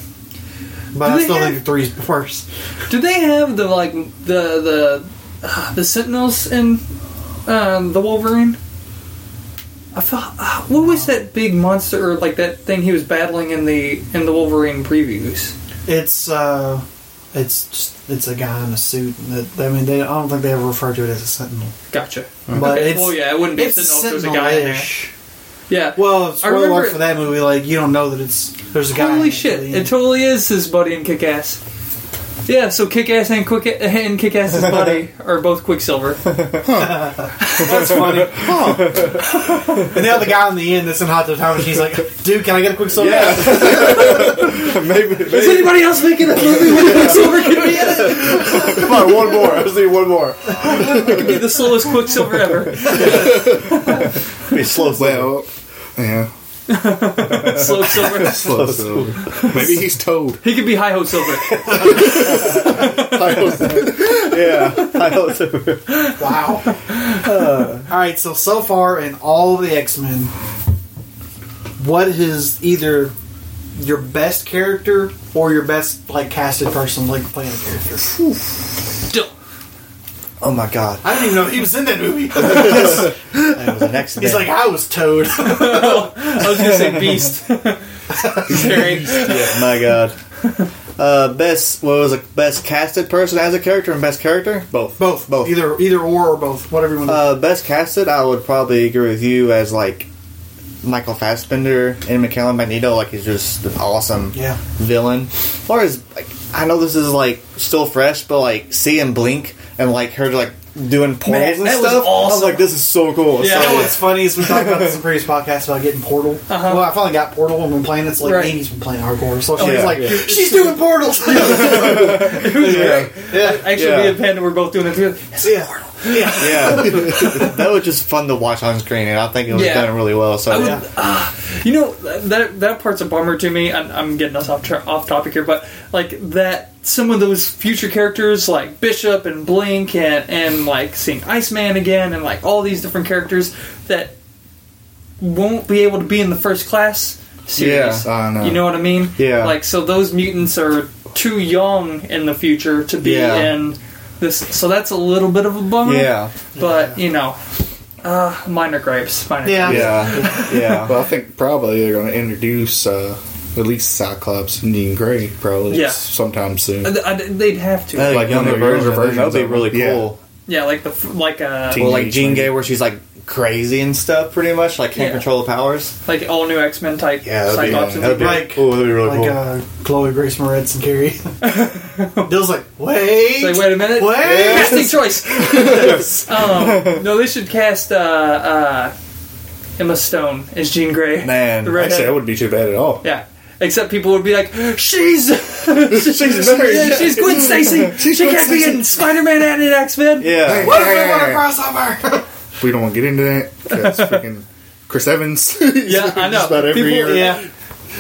[SPEAKER 2] But
[SPEAKER 1] Do
[SPEAKER 2] I
[SPEAKER 1] they
[SPEAKER 2] still
[SPEAKER 1] have-
[SPEAKER 2] think three's worse.
[SPEAKER 1] Do they have the like the the uh, the Sentinels in um, the Wolverine? I thought uh, what was that big monster or like that thing he was battling in the in the Wolverine previews?
[SPEAKER 2] It's uh, it's just, it's a guy in a suit. That I mean, they I don't think they ever refer to it as a Sentinel,
[SPEAKER 1] Gotcha.
[SPEAKER 2] but
[SPEAKER 1] Okay,
[SPEAKER 2] it's
[SPEAKER 1] well, yeah, it wouldn't be a
[SPEAKER 2] it's
[SPEAKER 1] Sentinel if there's a guy in there.
[SPEAKER 2] Sentinel-ish.
[SPEAKER 1] Yeah.
[SPEAKER 2] Well,
[SPEAKER 1] I
[SPEAKER 2] spoiler
[SPEAKER 1] remember
[SPEAKER 2] alert for that movie. Like you don't know that it's there's a guy. in
[SPEAKER 1] Holy
[SPEAKER 2] it
[SPEAKER 1] shit!
[SPEAKER 2] till the
[SPEAKER 1] It
[SPEAKER 2] end.
[SPEAKER 1] totally is his buddy and Kick Ass. Yeah, so Kick Ass and Quick and Kick Ass's buddy are both Quicksilver.
[SPEAKER 2] That's funny. and the other guy in the end that's in Hot Tub Time Machine's like, dude, can I get a quick soda?
[SPEAKER 6] Yeah. maybe, maybe
[SPEAKER 1] Is anybody else making a movie with Quicksilver can be in it?
[SPEAKER 6] come on, one more. I just need one more.
[SPEAKER 1] be the slowest Quicksilver ever.
[SPEAKER 5] Be slow.
[SPEAKER 6] Well, yeah.
[SPEAKER 1] Slow Silver.
[SPEAKER 6] Slow silver. Maybe he's toad.
[SPEAKER 1] He could be High Ho Silver.
[SPEAKER 5] yeah, I hope so.
[SPEAKER 2] Wow. all right, so so far in all the X Men, what is either your best character or your best like casted person like playing a character?
[SPEAKER 1] Still.
[SPEAKER 5] Oh my god,
[SPEAKER 2] I didn't even know he was in that movie.
[SPEAKER 5] that was an accident.
[SPEAKER 2] He's like, I was Toad.
[SPEAKER 1] I was going to say Beast. Sorry.
[SPEAKER 5] yeah, my god. Uh, best what was it? Best casted person as a character and best character both.
[SPEAKER 2] both,
[SPEAKER 5] Both.
[SPEAKER 2] either either or or both, whatever you want. to
[SPEAKER 5] Uh, best casted, I would probably agree with you as like Michael Fassbender in McKellen Magneto. Like he's just an awesome
[SPEAKER 2] Yeah.
[SPEAKER 5] villain. Or as like I know this is like still fresh, but like seeing Blink and like her like doing portals
[SPEAKER 1] Man,
[SPEAKER 5] and
[SPEAKER 1] that was
[SPEAKER 5] stuff. I was
[SPEAKER 1] awesome.
[SPEAKER 5] like, this is so cool.
[SPEAKER 1] Yeah.
[SPEAKER 2] You know
[SPEAKER 5] So,
[SPEAKER 2] what's funny is we talked about this in previous podcasts about getting Portal. Well, I finally got Portal and been playing. It's like
[SPEAKER 1] Right.
[SPEAKER 2] Amy's been playing hardcore, so she's
[SPEAKER 5] yeah.
[SPEAKER 2] like,
[SPEAKER 5] Yeah.
[SPEAKER 2] she's doing Portals.
[SPEAKER 1] It was great. Actually,
[SPEAKER 5] Yeah.
[SPEAKER 1] me and Panda were both doing it together.
[SPEAKER 2] yeah. yeah.
[SPEAKER 5] yeah. that was just fun to watch on screen, and I think it was
[SPEAKER 1] Yeah.
[SPEAKER 5] done really well. So
[SPEAKER 1] I would,
[SPEAKER 5] yeah.
[SPEAKER 1] ah, you know that that part's a bummer to me. I'm, I'm getting us off tra- off topic here, but like that, some of those future characters like Bishop and Blink and and like seeing Iceman again and like all these different characters that won't be able to be in the first class series.
[SPEAKER 5] Yeah,
[SPEAKER 6] I know.
[SPEAKER 1] You know what I mean?
[SPEAKER 5] Yeah.
[SPEAKER 1] Like so, those mutants are too young in the future to be
[SPEAKER 5] Yeah.
[SPEAKER 1] in this. So that's a little bit of a bummer.
[SPEAKER 5] yeah,
[SPEAKER 1] But you know, uh, minor gripes. Minor
[SPEAKER 2] Yeah.
[SPEAKER 5] yeah, yeah.
[SPEAKER 6] Well, I think probably they're going to introduce uh, at least Cyclops and Jean Grey probably
[SPEAKER 1] Yeah.
[SPEAKER 6] sometime soon.
[SPEAKER 1] I- I- they'd have to.
[SPEAKER 5] Like,
[SPEAKER 6] Like
[SPEAKER 5] younger
[SPEAKER 6] younger
[SPEAKER 5] version,
[SPEAKER 6] versions
[SPEAKER 5] that'd be
[SPEAKER 6] of
[SPEAKER 5] really
[SPEAKER 6] them. Yeah.
[SPEAKER 5] cool.
[SPEAKER 1] yeah, like the f- like uh
[SPEAKER 6] Teen-
[SPEAKER 5] Well, like
[SPEAKER 6] Teenage
[SPEAKER 5] Jean
[SPEAKER 6] Mutant.
[SPEAKER 5] Gay, where she's like crazy and stuff, pretty much, like can't
[SPEAKER 1] Yeah.
[SPEAKER 5] control the powers.
[SPEAKER 1] like all new X Men type Cyclops. and
[SPEAKER 5] that'd be,
[SPEAKER 2] Like-
[SPEAKER 5] cool, that'd be really
[SPEAKER 2] Like
[SPEAKER 5] cool.
[SPEAKER 2] uh, Chloe Grace Moretz and Carrie. Dill's like, wait,
[SPEAKER 1] It's like, wait a minute.
[SPEAKER 2] Wait.
[SPEAKER 1] Casting choice. um, no, they should cast uh, uh, Emma Stone as Jean Grey.
[SPEAKER 5] Man,
[SPEAKER 1] the redhead.
[SPEAKER 6] Actually, that wouldn't be too bad at all.
[SPEAKER 1] yeah. Except people would be like, she's she's,
[SPEAKER 6] married.
[SPEAKER 1] yeah, she's Gwen Stacy. she can't be in Spider Man and in X Men.
[SPEAKER 5] yeah,
[SPEAKER 2] what if we want a crossover?
[SPEAKER 6] We don't want to get into that. That's freaking Chris Evans.
[SPEAKER 1] Yeah, I know.
[SPEAKER 6] Just about every
[SPEAKER 1] People-
[SPEAKER 6] year.
[SPEAKER 2] yeah,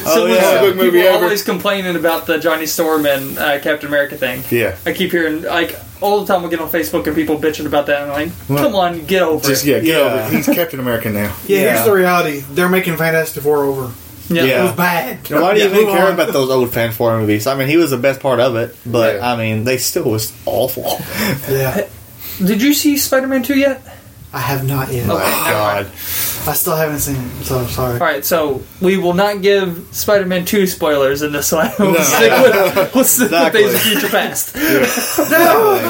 [SPEAKER 5] oh
[SPEAKER 1] Someone's-
[SPEAKER 5] yeah,
[SPEAKER 6] Good movie
[SPEAKER 1] people
[SPEAKER 6] ever.
[SPEAKER 1] always complaining about the Johnny Storm and uh, Captain America thing.
[SPEAKER 6] Yeah.
[SPEAKER 1] I keep hearing like all the time we get on Facebook and people bitching about that. And I'm like, come on, get over
[SPEAKER 6] Just,
[SPEAKER 1] it.
[SPEAKER 6] yeah, get
[SPEAKER 5] Yeah.
[SPEAKER 6] over it. He's Captain America now.
[SPEAKER 2] yeah. Here's
[SPEAKER 5] Yeah.
[SPEAKER 2] the reality: they're making Fantastic Four over.
[SPEAKER 1] Yeah.
[SPEAKER 2] It
[SPEAKER 5] Yeah.
[SPEAKER 2] was bad.
[SPEAKER 5] Why do you
[SPEAKER 2] Yeah,
[SPEAKER 5] even
[SPEAKER 2] move
[SPEAKER 5] care
[SPEAKER 2] on.
[SPEAKER 5] about those old fan four movies? I mean, he was the best part of it, but
[SPEAKER 6] Yeah.
[SPEAKER 5] I mean, they still was awful.
[SPEAKER 2] Yeah,
[SPEAKER 1] Did you see Spider Man Two yet?
[SPEAKER 2] I have not yet.
[SPEAKER 6] My God.
[SPEAKER 2] I still haven't seen it, so I'm sorry.
[SPEAKER 1] All right, so we will not give Spider-Man two spoilers in this one. we'll stick with, we'll stick
[SPEAKER 5] Exactly.
[SPEAKER 1] with Days of Future Past.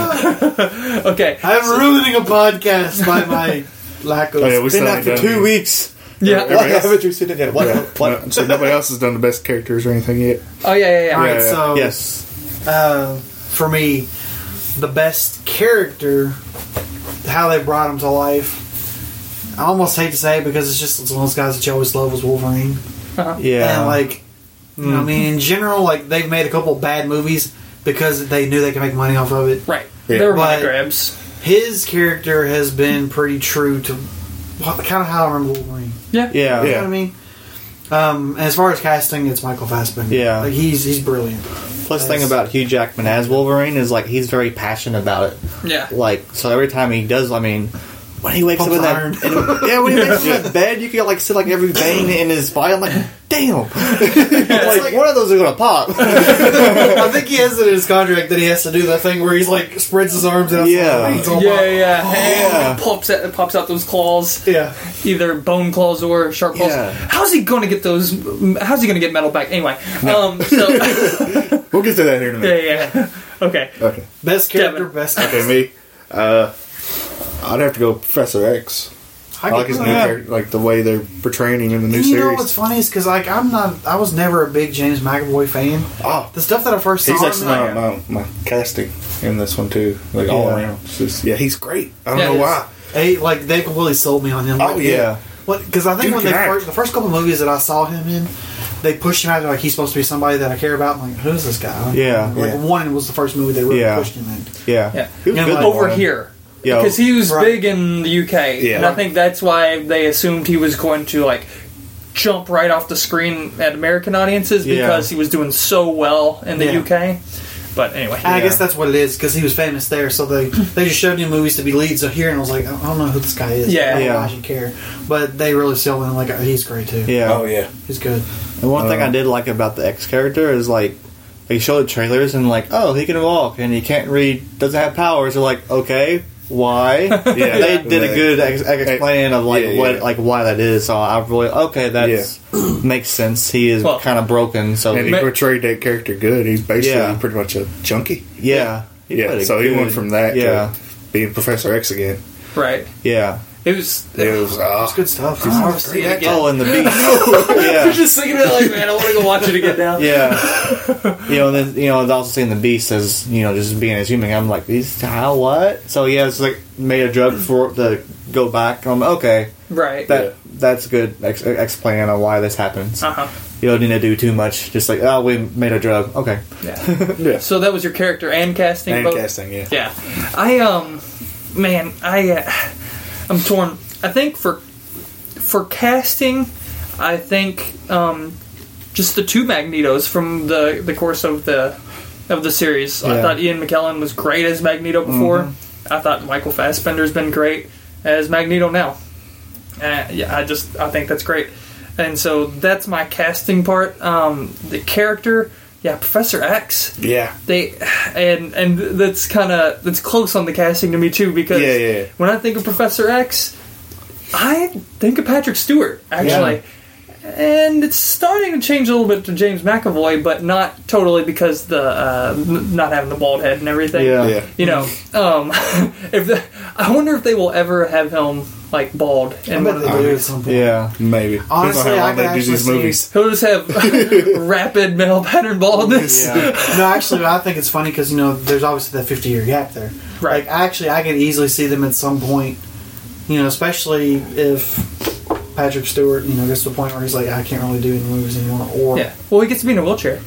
[SPEAKER 1] Okay,
[SPEAKER 2] I'm ruining a podcast by my lack of.
[SPEAKER 6] Oh, yeah, we
[SPEAKER 5] It's been
[SPEAKER 6] still
[SPEAKER 5] out for
[SPEAKER 6] haven't
[SPEAKER 5] two
[SPEAKER 6] done-
[SPEAKER 5] weeks.
[SPEAKER 1] yeah.
[SPEAKER 5] Why haven't you seen it yet? What?
[SPEAKER 6] Yeah.
[SPEAKER 5] what?
[SPEAKER 6] No, so nobody else has done the best characters or anything yet.
[SPEAKER 1] Oh yeah, yeah, yeah.
[SPEAKER 2] All right,
[SPEAKER 6] Yeah, yeah.
[SPEAKER 2] so
[SPEAKER 5] Yes.
[SPEAKER 2] uh, for me, the best character, how they brought him to life. I almost hate to say it because it's just it's one of those guys that you always love was Wolverine.
[SPEAKER 5] Yeah.
[SPEAKER 2] And like, you know, I mean, in general, like they've made a couple bad movies because they knew they could make money off of it.
[SPEAKER 1] Right,
[SPEAKER 6] Yeah.
[SPEAKER 1] there were money
[SPEAKER 2] But-
[SPEAKER 1] grabs.
[SPEAKER 2] His character has been pretty true to kind of how I remember Wolverine.
[SPEAKER 5] yeah.
[SPEAKER 2] You know what I mean? Um, and as far as casting, it's Michael Fassbender.
[SPEAKER 5] Yeah.
[SPEAKER 2] like he's he's brilliant.
[SPEAKER 5] Plus, thing about Hugh Jackman as Wolverine is like he's very passionate about it.
[SPEAKER 1] Yeah,
[SPEAKER 5] Like, so every time he does, I mean, when he wakes
[SPEAKER 2] Pumps
[SPEAKER 5] up in
[SPEAKER 2] iron.
[SPEAKER 5] that, and- yeah, when he wakes up in that bed, you can like see like every vein in his body. I'm like, damn, like, one of those are gonna pop.
[SPEAKER 2] I think he has it in his contract that he has to do that thing where he's like spreads his arms out.
[SPEAKER 5] Yeah.
[SPEAKER 2] It's all-
[SPEAKER 1] yeah, yeah.
[SPEAKER 5] yeah.
[SPEAKER 1] And pops out, pops out those claws,
[SPEAKER 2] yeah.
[SPEAKER 1] either bone claws or sharp claws.
[SPEAKER 5] Yeah.
[SPEAKER 1] How's he going to get those? How's he going to get metal back anyway? Um, so yeah,
[SPEAKER 6] We'll get to that here in a minute.
[SPEAKER 1] yeah. yeah. Okay,
[SPEAKER 6] Okay.
[SPEAKER 2] Best character,
[SPEAKER 1] Kevin.
[SPEAKER 2] best.
[SPEAKER 6] Okay, me. Uh, I'd have to go Professor X. I like his new character, like the way they're portraying him in the new
[SPEAKER 2] You know
[SPEAKER 6] series.
[SPEAKER 2] what's funny is because like I'm not, I was never a big James McAvoy fan.
[SPEAKER 6] oh,
[SPEAKER 2] The stuff that I first saw,
[SPEAKER 6] he's
[SPEAKER 2] him,
[SPEAKER 6] actually
[SPEAKER 2] like,
[SPEAKER 6] my, my, my casting in this one too, like all
[SPEAKER 5] Yeah.
[SPEAKER 6] around. It's just- yeah, he's great. I don't
[SPEAKER 1] Yeah,
[SPEAKER 6] know
[SPEAKER 1] he is.
[SPEAKER 6] why.
[SPEAKER 2] they like they completely sold me on him.
[SPEAKER 6] Oh
[SPEAKER 2] Like,
[SPEAKER 6] yeah,
[SPEAKER 2] Because I think
[SPEAKER 6] Dude
[SPEAKER 2] when they
[SPEAKER 6] can act.
[SPEAKER 2] first, the first couple movies that I saw him in, they pushed him out like he's supposed to be somebody that I care about. I'm like, who's this guy?
[SPEAKER 5] Yeah,
[SPEAKER 2] Like
[SPEAKER 6] yeah.
[SPEAKER 2] one was the first movie they really
[SPEAKER 5] Yeah.
[SPEAKER 2] pushed him in.
[SPEAKER 5] Yeah,
[SPEAKER 1] yeah.
[SPEAKER 5] He was
[SPEAKER 2] Yeah,
[SPEAKER 5] good
[SPEAKER 2] like-
[SPEAKER 5] in
[SPEAKER 1] Over
[SPEAKER 5] one.
[SPEAKER 1] here.
[SPEAKER 5] Yo,
[SPEAKER 1] because he was
[SPEAKER 2] Right.
[SPEAKER 1] big in the UK,
[SPEAKER 6] Yeah.
[SPEAKER 1] and I think that's why they assumed he was going to like jump right off the screen at American audiences
[SPEAKER 5] Yeah.
[SPEAKER 1] because he was doing so well in the
[SPEAKER 2] Yeah.
[SPEAKER 1] UK. But anyway,
[SPEAKER 2] And I guess that's what it is because he was famous there, so they they just showed new movies to be leads. So here, and I was like, I don't know who this guy is.
[SPEAKER 1] Yeah.
[SPEAKER 2] I don't know
[SPEAKER 5] Yeah.
[SPEAKER 2] why I should care. But they really sell him like he's great too.
[SPEAKER 5] yeah.
[SPEAKER 6] oh yeah.
[SPEAKER 2] he's good.
[SPEAKER 5] And one
[SPEAKER 6] Uh.
[SPEAKER 5] thing I did like about the X character is like they showed trailers and like, oh, he can walk and he can't read, doesn't have powers. You're like, okay, why?
[SPEAKER 6] Yeah.
[SPEAKER 5] they did a good ex- ex- explain of like
[SPEAKER 6] Yeah, yeah.
[SPEAKER 5] what like why that is. So I really okay, that's makes sense. He is
[SPEAKER 1] Well-
[SPEAKER 5] kind of broken. So
[SPEAKER 6] And he
[SPEAKER 5] yeah,
[SPEAKER 6] portrayed that character good. He's basically
[SPEAKER 5] Yeah.
[SPEAKER 6] pretty much a junkie.
[SPEAKER 5] yeah, played
[SPEAKER 6] yeah,
[SPEAKER 5] it
[SPEAKER 6] so he went
[SPEAKER 5] good.
[SPEAKER 6] from that
[SPEAKER 5] Yeah,
[SPEAKER 6] to being Professor X again.
[SPEAKER 1] right.
[SPEAKER 5] yeah.
[SPEAKER 1] It was.
[SPEAKER 6] It was uh,
[SPEAKER 2] It's good stuff.
[SPEAKER 1] it again.
[SPEAKER 5] Oh, and the beast. yeah.
[SPEAKER 1] just thinking about it like, man, I want to go watch it again now.
[SPEAKER 5] Yeah, you know, then you know, and also seeing the beast as you know, just being as human. I'm like, these how what? So yeah, it's like made a drug for to go back. I'm okay.
[SPEAKER 1] Right.
[SPEAKER 5] That
[SPEAKER 6] Yeah.
[SPEAKER 5] that's good. Ex- explain on why this happens.
[SPEAKER 1] uh-huh.
[SPEAKER 5] You don't need to do too much. Just like, oh, we made a drug. Okay.
[SPEAKER 1] Yeah.
[SPEAKER 6] yeah.
[SPEAKER 1] so that was your character and casting.
[SPEAKER 6] and
[SPEAKER 1] both?
[SPEAKER 6] casting. Yeah,
[SPEAKER 1] Yeah, I um, man, I uh, I'm torn. I think for for casting, I think um, just the two Magnetos from the the course of the of the series. I
[SPEAKER 5] Yeah.
[SPEAKER 1] thought Ian McKellen was great as Magneto before. I thought Michael Fassbender's been great as Magneto now. Uh, yeah, I just I think that's great, and so that's my casting part. Um, the character, yeah, Professor X
[SPEAKER 6] yeah.
[SPEAKER 1] they and and that's kind of that's close on the casting to me too because
[SPEAKER 6] Yeah, yeah, yeah.
[SPEAKER 1] when I think of Professor X, I think of Patrick Stewart actually, and it's starting to change a little bit to James McAvoy, but not totally because the uh, n- not having the bald head and everything.
[SPEAKER 5] Yeah.
[SPEAKER 6] Yeah.
[SPEAKER 1] You know, um, if the, I wonder if they will ever have him like bald
[SPEAKER 2] I
[SPEAKER 1] and
[SPEAKER 2] bet they do at some point.
[SPEAKER 5] Yeah.
[SPEAKER 6] Maybe
[SPEAKER 2] Honestly,
[SPEAKER 6] Depends on how
[SPEAKER 2] I
[SPEAKER 6] long
[SPEAKER 2] could
[SPEAKER 6] they do these
[SPEAKER 2] actually see-
[SPEAKER 6] movies.
[SPEAKER 1] he'll just have rapid male pattern baldness.
[SPEAKER 2] no, actually, I think it's funny because you know there's obviously that 50 year gap there.
[SPEAKER 1] Right.
[SPEAKER 2] Like, actually, I could easily see them at some point. You know, especially if Patrick Stewart, you know, gets to the point where he's like, I can't really do any movies anymore, or
[SPEAKER 1] Yeah. Well, he gets to be in a wheelchair.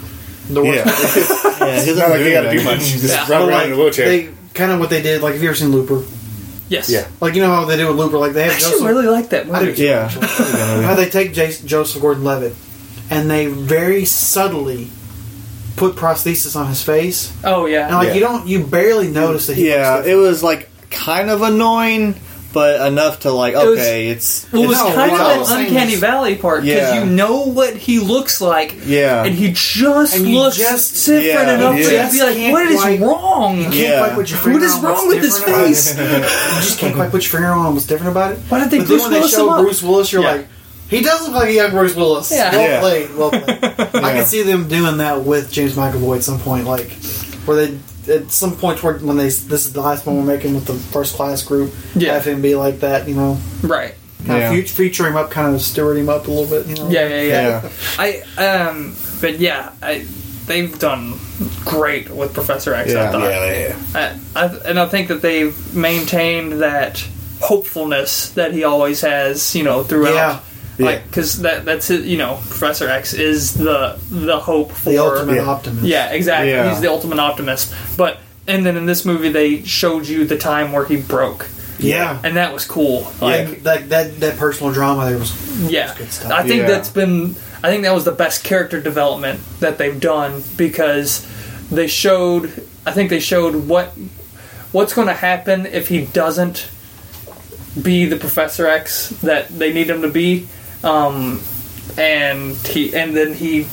[SPEAKER 2] the worst
[SPEAKER 6] Yeah, it's
[SPEAKER 5] Yeah. He doesn't
[SPEAKER 6] not like you
[SPEAKER 5] do
[SPEAKER 6] got to do
[SPEAKER 5] anything.
[SPEAKER 6] much. You just
[SPEAKER 1] Yeah.
[SPEAKER 6] run
[SPEAKER 2] But,
[SPEAKER 6] around
[SPEAKER 2] like,
[SPEAKER 6] in a wheelchair.
[SPEAKER 2] They kind of what they did. Like, have you ever seen Looper?
[SPEAKER 1] Yes.
[SPEAKER 6] Yeah.
[SPEAKER 2] Like, you know how they do with Looper? Like, they have
[SPEAKER 1] I actually
[SPEAKER 2] Joseph.
[SPEAKER 1] really like that
[SPEAKER 2] I do
[SPEAKER 1] movie.
[SPEAKER 2] too,
[SPEAKER 5] Yeah.
[SPEAKER 2] actually. How they take Jas Joseph Gordon-Levitt and they very subtly put prosthesis on his face,
[SPEAKER 1] Oh yeah.
[SPEAKER 2] and like
[SPEAKER 6] Yeah.
[SPEAKER 2] you don't, you barely notice that. He
[SPEAKER 5] Yeah. It was like kind of annoying, but enough to like
[SPEAKER 1] was-
[SPEAKER 5] okay, it's
[SPEAKER 1] Well, it was
[SPEAKER 5] it's-
[SPEAKER 2] No,
[SPEAKER 1] kind
[SPEAKER 2] what
[SPEAKER 1] of
[SPEAKER 2] I
[SPEAKER 1] an
[SPEAKER 2] was saying
[SPEAKER 1] uncanny
[SPEAKER 2] is-
[SPEAKER 1] valley part because
[SPEAKER 5] Yeah.
[SPEAKER 1] you know what he looks like,
[SPEAKER 5] Yeah.
[SPEAKER 1] and he just
[SPEAKER 2] And you
[SPEAKER 1] looks
[SPEAKER 2] just-
[SPEAKER 1] different
[SPEAKER 5] yeah,
[SPEAKER 1] enough
[SPEAKER 5] you
[SPEAKER 1] to
[SPEAKER 2] just
[SPEAKER 1] be like,
[SPEAKER 2] can't
[SPEAKER 1] "What is
[SPEAKER 2] quite-
[SPEAKER 1] wrong?
[SPEAKER 2] You can't
[SPEAKER 5] Yeah.
[SPEAKER 2] quite put your
[SPEAKER 1] What
[SPEAKER 2] finger
[SPEAKER 1] is
[SPEAKER 2] on
[SPEAKER 1] wrong
[SPEAKER 2] what's
[SPEAKER 1] with his
[SPEAKER 2] different about
[SPEAKER 1] face?"
[SPEAKER 2] it. you just can't quite put your finger on what's different about it.
[SPEAKER 1] Why did they
[SPEAKER 2] But
[SPEAKER 1] Bruce
[SPEAKER 2] then when they
[SPEAKER 1] Willis him
[SPEAKER 2] show
[SPEAKER 1] up?
[SPEAKER 2] Bruce Willis, you're
[SPEAKER 1] Yeah.
[SPEAKER 2] like, he does look like a young Bruce Willis.
[SPEAKER 1] Yeah.
[SPEAKER 2] Well
[SPEAKER 5] Yeah.
[SPEAKER 2] played, well played. I
[SPEAKER 5] Yeah.
[SPEAKER 2] can see them doing that with James McAvoy at some point, like where they at some point toward when they this is the last one we're making with the first class group,
[SPEAKER 1] Yeah.
[SPEAKER 2] have him be like that, you know,
[SPEAKER 1] Right?
[SPEAKER 2] kind
[SPEAKER 5] Yeah.
[SPEAKER 2] of fut- feature him up, kind of steward him up a little bit, you know.
[SPEAKER 1] Yeah, yeah, yeah.
[SPEAKER 5] yeah.
[SPEAKER 1] I um, but yeah, I they've done great with Professor X. I
[SPEAKER 5] Yeah.
[SPEAKER 1] thought.
[SPEAKER 6] Yeah, yeah.
[SPEAKER 1] I, I, and I think that they've maintained that hopefulness that he always has, you know, throughout.
[SPEAKER 2] Yeah.
[SPEAKER 1] Like, because that, that's it, you know, Professor X is the the hope for
[SPEAKER 2] The ultimate
[SPEAKER 5] Yeah.
[SPEAKER 2] optimist.
[SPEAKER 1] Yeah, exactly.
[SPEAKER 5] Yeah.
[SPEAKER 1] He's the ultimate optimist. But and then in this movie, they showed you the time where he broke,
[SPEAKER 2] Yeah.
[SPEAKER 1] and that was cool.
[SPEAKER 2] Like
[SPEAKER 1] Like,
[SPEAKER 2] that, that that personal drama there was
[SPEAKER 1] yeah,
[SPEAKER 2] good stuff.
[SPEAKER 1] I think
[SPEAKER 5] Yeah.
[SPEAKER 1] that's been. I think that was the best character development that they've done because they showed. I think they showed what what's going to happen if he doesn't be the Professor X that they need him to be, um, and he and then he,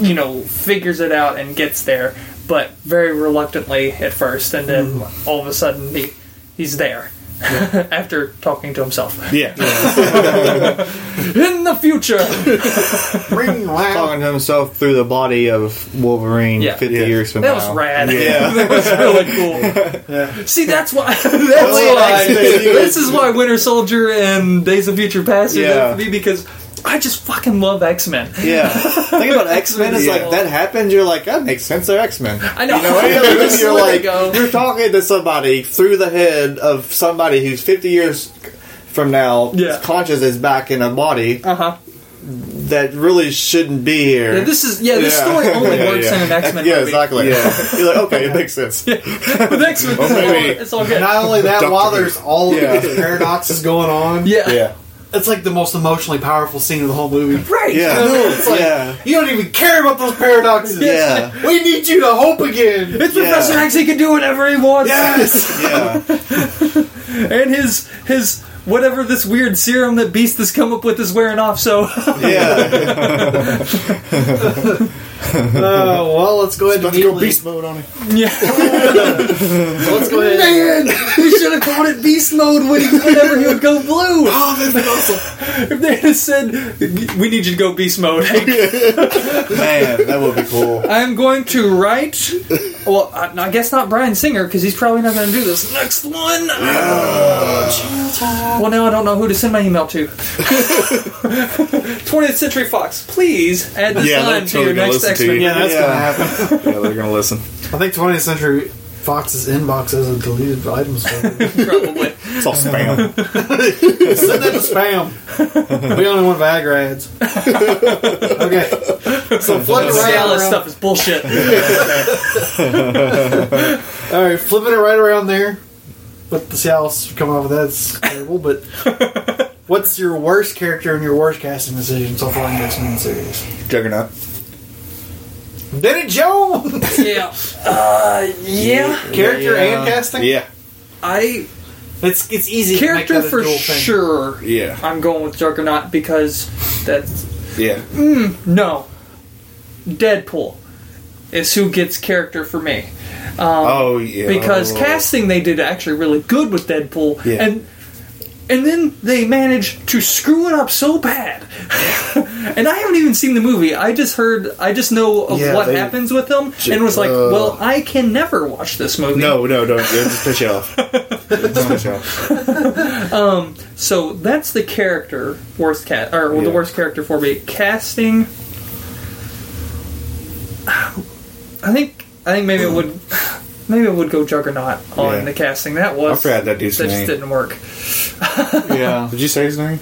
[SPEAKER 1] you know, figures it out and gets there, but very reluctantly at first, and then all of a sudden he he's there. After talking to himself
[SPEAKER 6] Yeah.
[SPEAKER 1] in the future.
[SPEAKER 2] ring loud.
[SPEAKER 5] talking to himself through the body of Wolverine
[SPEAKER 1] Yeah.
[SPEAKER 5] 50
[SPEAKER 6] Yeah.
[SPEAKER 5] years from
[SPEAKER 1] That
[SPEAKER 5] now.
[SPEAKER 1] was rad.
[SPEAKER 5] Yeah.
[SPEAKER 1] that was really cool. See, that's why. That's why.
[SPEAKER 5] that's the-
[SPEAKER 1] This is why Winter Soldier and Days of Future Past are
[SPEAKER 5] Yeah.
[SPEAKER 1] there for me because I just fucking love X Men.
[SPEAKER 5] Yeah. Think about X Men. It's
[SPEAKER 1] Yeah.
[SPEAKER 5] like that happens. You're like, that makes sense. They're X Men.
[SPEAKER 1] I know.
[SPEAKER 5] You know, any other
[SPEAKER 1] Just
[SPEAKER 5] movie, you're
[SPEAKER 1] let it
[SPEAKER 5] like,
[SPEAKER 1] go.
[SPEAKER 5] you're talking to somebody through the head of somebody who's 50 years from now,
[SPEAKER 1] Yeah.
[SPEAKER 5] his conscious is back in a body
[SPEAKER 1] Uh huh.
[SPEAKER 5] that really shouldn't be here.
[SPEAKER 1] Yeah, this is yeah. This
[SPEAKER 5] Yeah.
[SPEAKER 1] story only
[SPEAKER 5] Yeah,
[SPEAKER 1] works
[SPEAKER 6] yeah.
[SPEAKER 1] in an X Men
[SPEAKER 5] yeah,
[SPEAKER 1] movie.
[SPEAKER 5] exactly. You're like, okay, it makes sense.
[SPEAKER 1] With X Men,
[SPEAKER 6] maybe.
[SPEAKER 1] it's, all good.
[SPEAKER 2] Not only that,
[SPEAKER 6] Doctor
[SPEAKER 2] while
[SPEAKER 6] Who.
[SPEAKER 2] there's all of
[SPEAKER 5] Yeah.
[SPEAKER 2] these paradoxes going on,
[SPEAKER 1] Yeah.
[SPEAKER 5] Yeah.
[SPEAKER 2] it's like the most emotionally powerful scene of the whole movie.
[SPEAKER 1] Right.
[SPEAKER 5] Yeah.
[SPEAKER 2] It's like,
[SPEAKER 5] Yeah.
[SPEAKER 2] You don't even care about those paradoxes.
[SPEAKER 5] Yeah.
[SPEAKER 2] We need you to hope again.
[SPEAKER 1] It's Professor
[SPEAKER 5] Yeah.
[SPEAKER 1] X. He can do whatever he wants.
[SPEAKER 2] Yes.
[SPEAKER 5] Yeah.
[SPEAKER 1] And his his whatever this weird serum that Beast has come up with is wearing off. So
[SPEAKER 5] Yeah.
[SPEAKER 2] Oh well, let's go ahead and
[SPEAKER 6] Let's go
[SPEAKER 2] immediately-
[SPEAKER 6] beast mode on him.
[SPEAKER 1] yeah.
[SPEAKER 2] Let's go ahead.
[SPEAKER 1] They should have called it Beast Mode when he, whenever he would go blue.
[SPEAKER 6] Oh, that's awesome.
[SPEAKER 1] If they had said, "We need you to go beast mode,"
[SPEAKER 5] Man, that would be cool.
[SPEAKER 1] I'm going to write. Well, I, I guess not Brian Singer because he's probably not going to do this next one. well, now I don't know who to send my email to. 20th Century Fox, please add this
[SPEAKER 6] Yeah,
[SPEAKER 1] line
[SPEAKER 6] they're
[SPEAKER 1] to your
[SPEAKER 6] totally gonna
[SPEAKER 1] next
[SPEAKER 6] listen
[SPEAKER 1] X
[SPEAKER 6] to you.
[SPEAKER 1] Men.
[SPEAKER 2] Yeah, that's
[SPEAKER 5] Yeah.
[SPEAKER 2] gonna happen.
[SPEAKER 6] Yeah, they're gonna listen.
[SPEAKER 2] I think 20th Century Fox's inbox has a deleted items folder.
[SPEAKER 1] Probably.
[SPEAKER 6] It's all spam.
[SPEAKER 2] Send that to spam. We only want Viagra ads. okay. So flip it
[SPEAKER 1] Let's see
[SPEAKER 2] right
[SPEAKER 1] all
[SPEAKER 2] around.
[SPEAKER 1] this stuff is bullshit.
[SPEAKER 2] All right, flipping it right around there. But see how else come up with that's terrible. But what's your worst character and your worst casting decision so far in the X Men series?
[SPEAKER 6] Juggernaut.
[SPEAKER 2] Danny Jones,
[SPEAKER 1] yeah. Uh, yeah.
[SPEAKER 2] character
[SPEAKER 5] Yeah.
[SPEAKER 2] and casting.
[SPEAKER 6] Yeah.
[SPEAKER 1] I
[SPEAKER 2] It's it's easy. to make
[SPEAKER 1] character
[SPEAKER 2] that a
[SPEAKER 1] for
[SPEAKER 2] dual thing.
[SPEAKER 1] sure.
[SPEAKER 6] Yeah.
[SPEAKER 1] I'm going with Juggernaut because that's
[SPEAKER 6] Yeah.
[SPEAKER 1] No. Deadpool is who gets character for me.
[SPEAKER 6] oh yeah.
[SPEAKER 1] Because
[SPEAKER 6] Oh.
[SPEAKER 1] casting they did actually really good with Deadpool.
[SPEAKER 6] Yeah.
[SPEAKER 1] And and then they managed to screw it up so bad. and I haven't even seen the movie. I just heard I just know of
[SPEAKER 6] Yeah,
[SPEAKER 1] what
[SPEAKER 6] they-
[SPEAKER 1] happens with them and was like,
[SPEAKER 6] uh,
[SPEAKER 1] Well, I can never watch this movie.
[SPEAKER 6] No, no, don't. It'll just piss you off. It'll just piss you off.
[SPEAKER 1] So that's the character worst cat or the
[SPEAKER 6] Yeah.
[SPEAKER 1] worst character for me. Casting I think I think maybe it would maybe it would go juggernaut on
[SPEAKER 6] Yeah.
[SPEAKER 1] the casting. That was
[SPEAKER 6] I forgot that dude's
[SPEAKER 1] that just
[SPEAKER 6] name.
[SPEAKER 1] didn't work.
[SPEAKER 5] Yeah.
[SPEAKER 6] Did you say his name?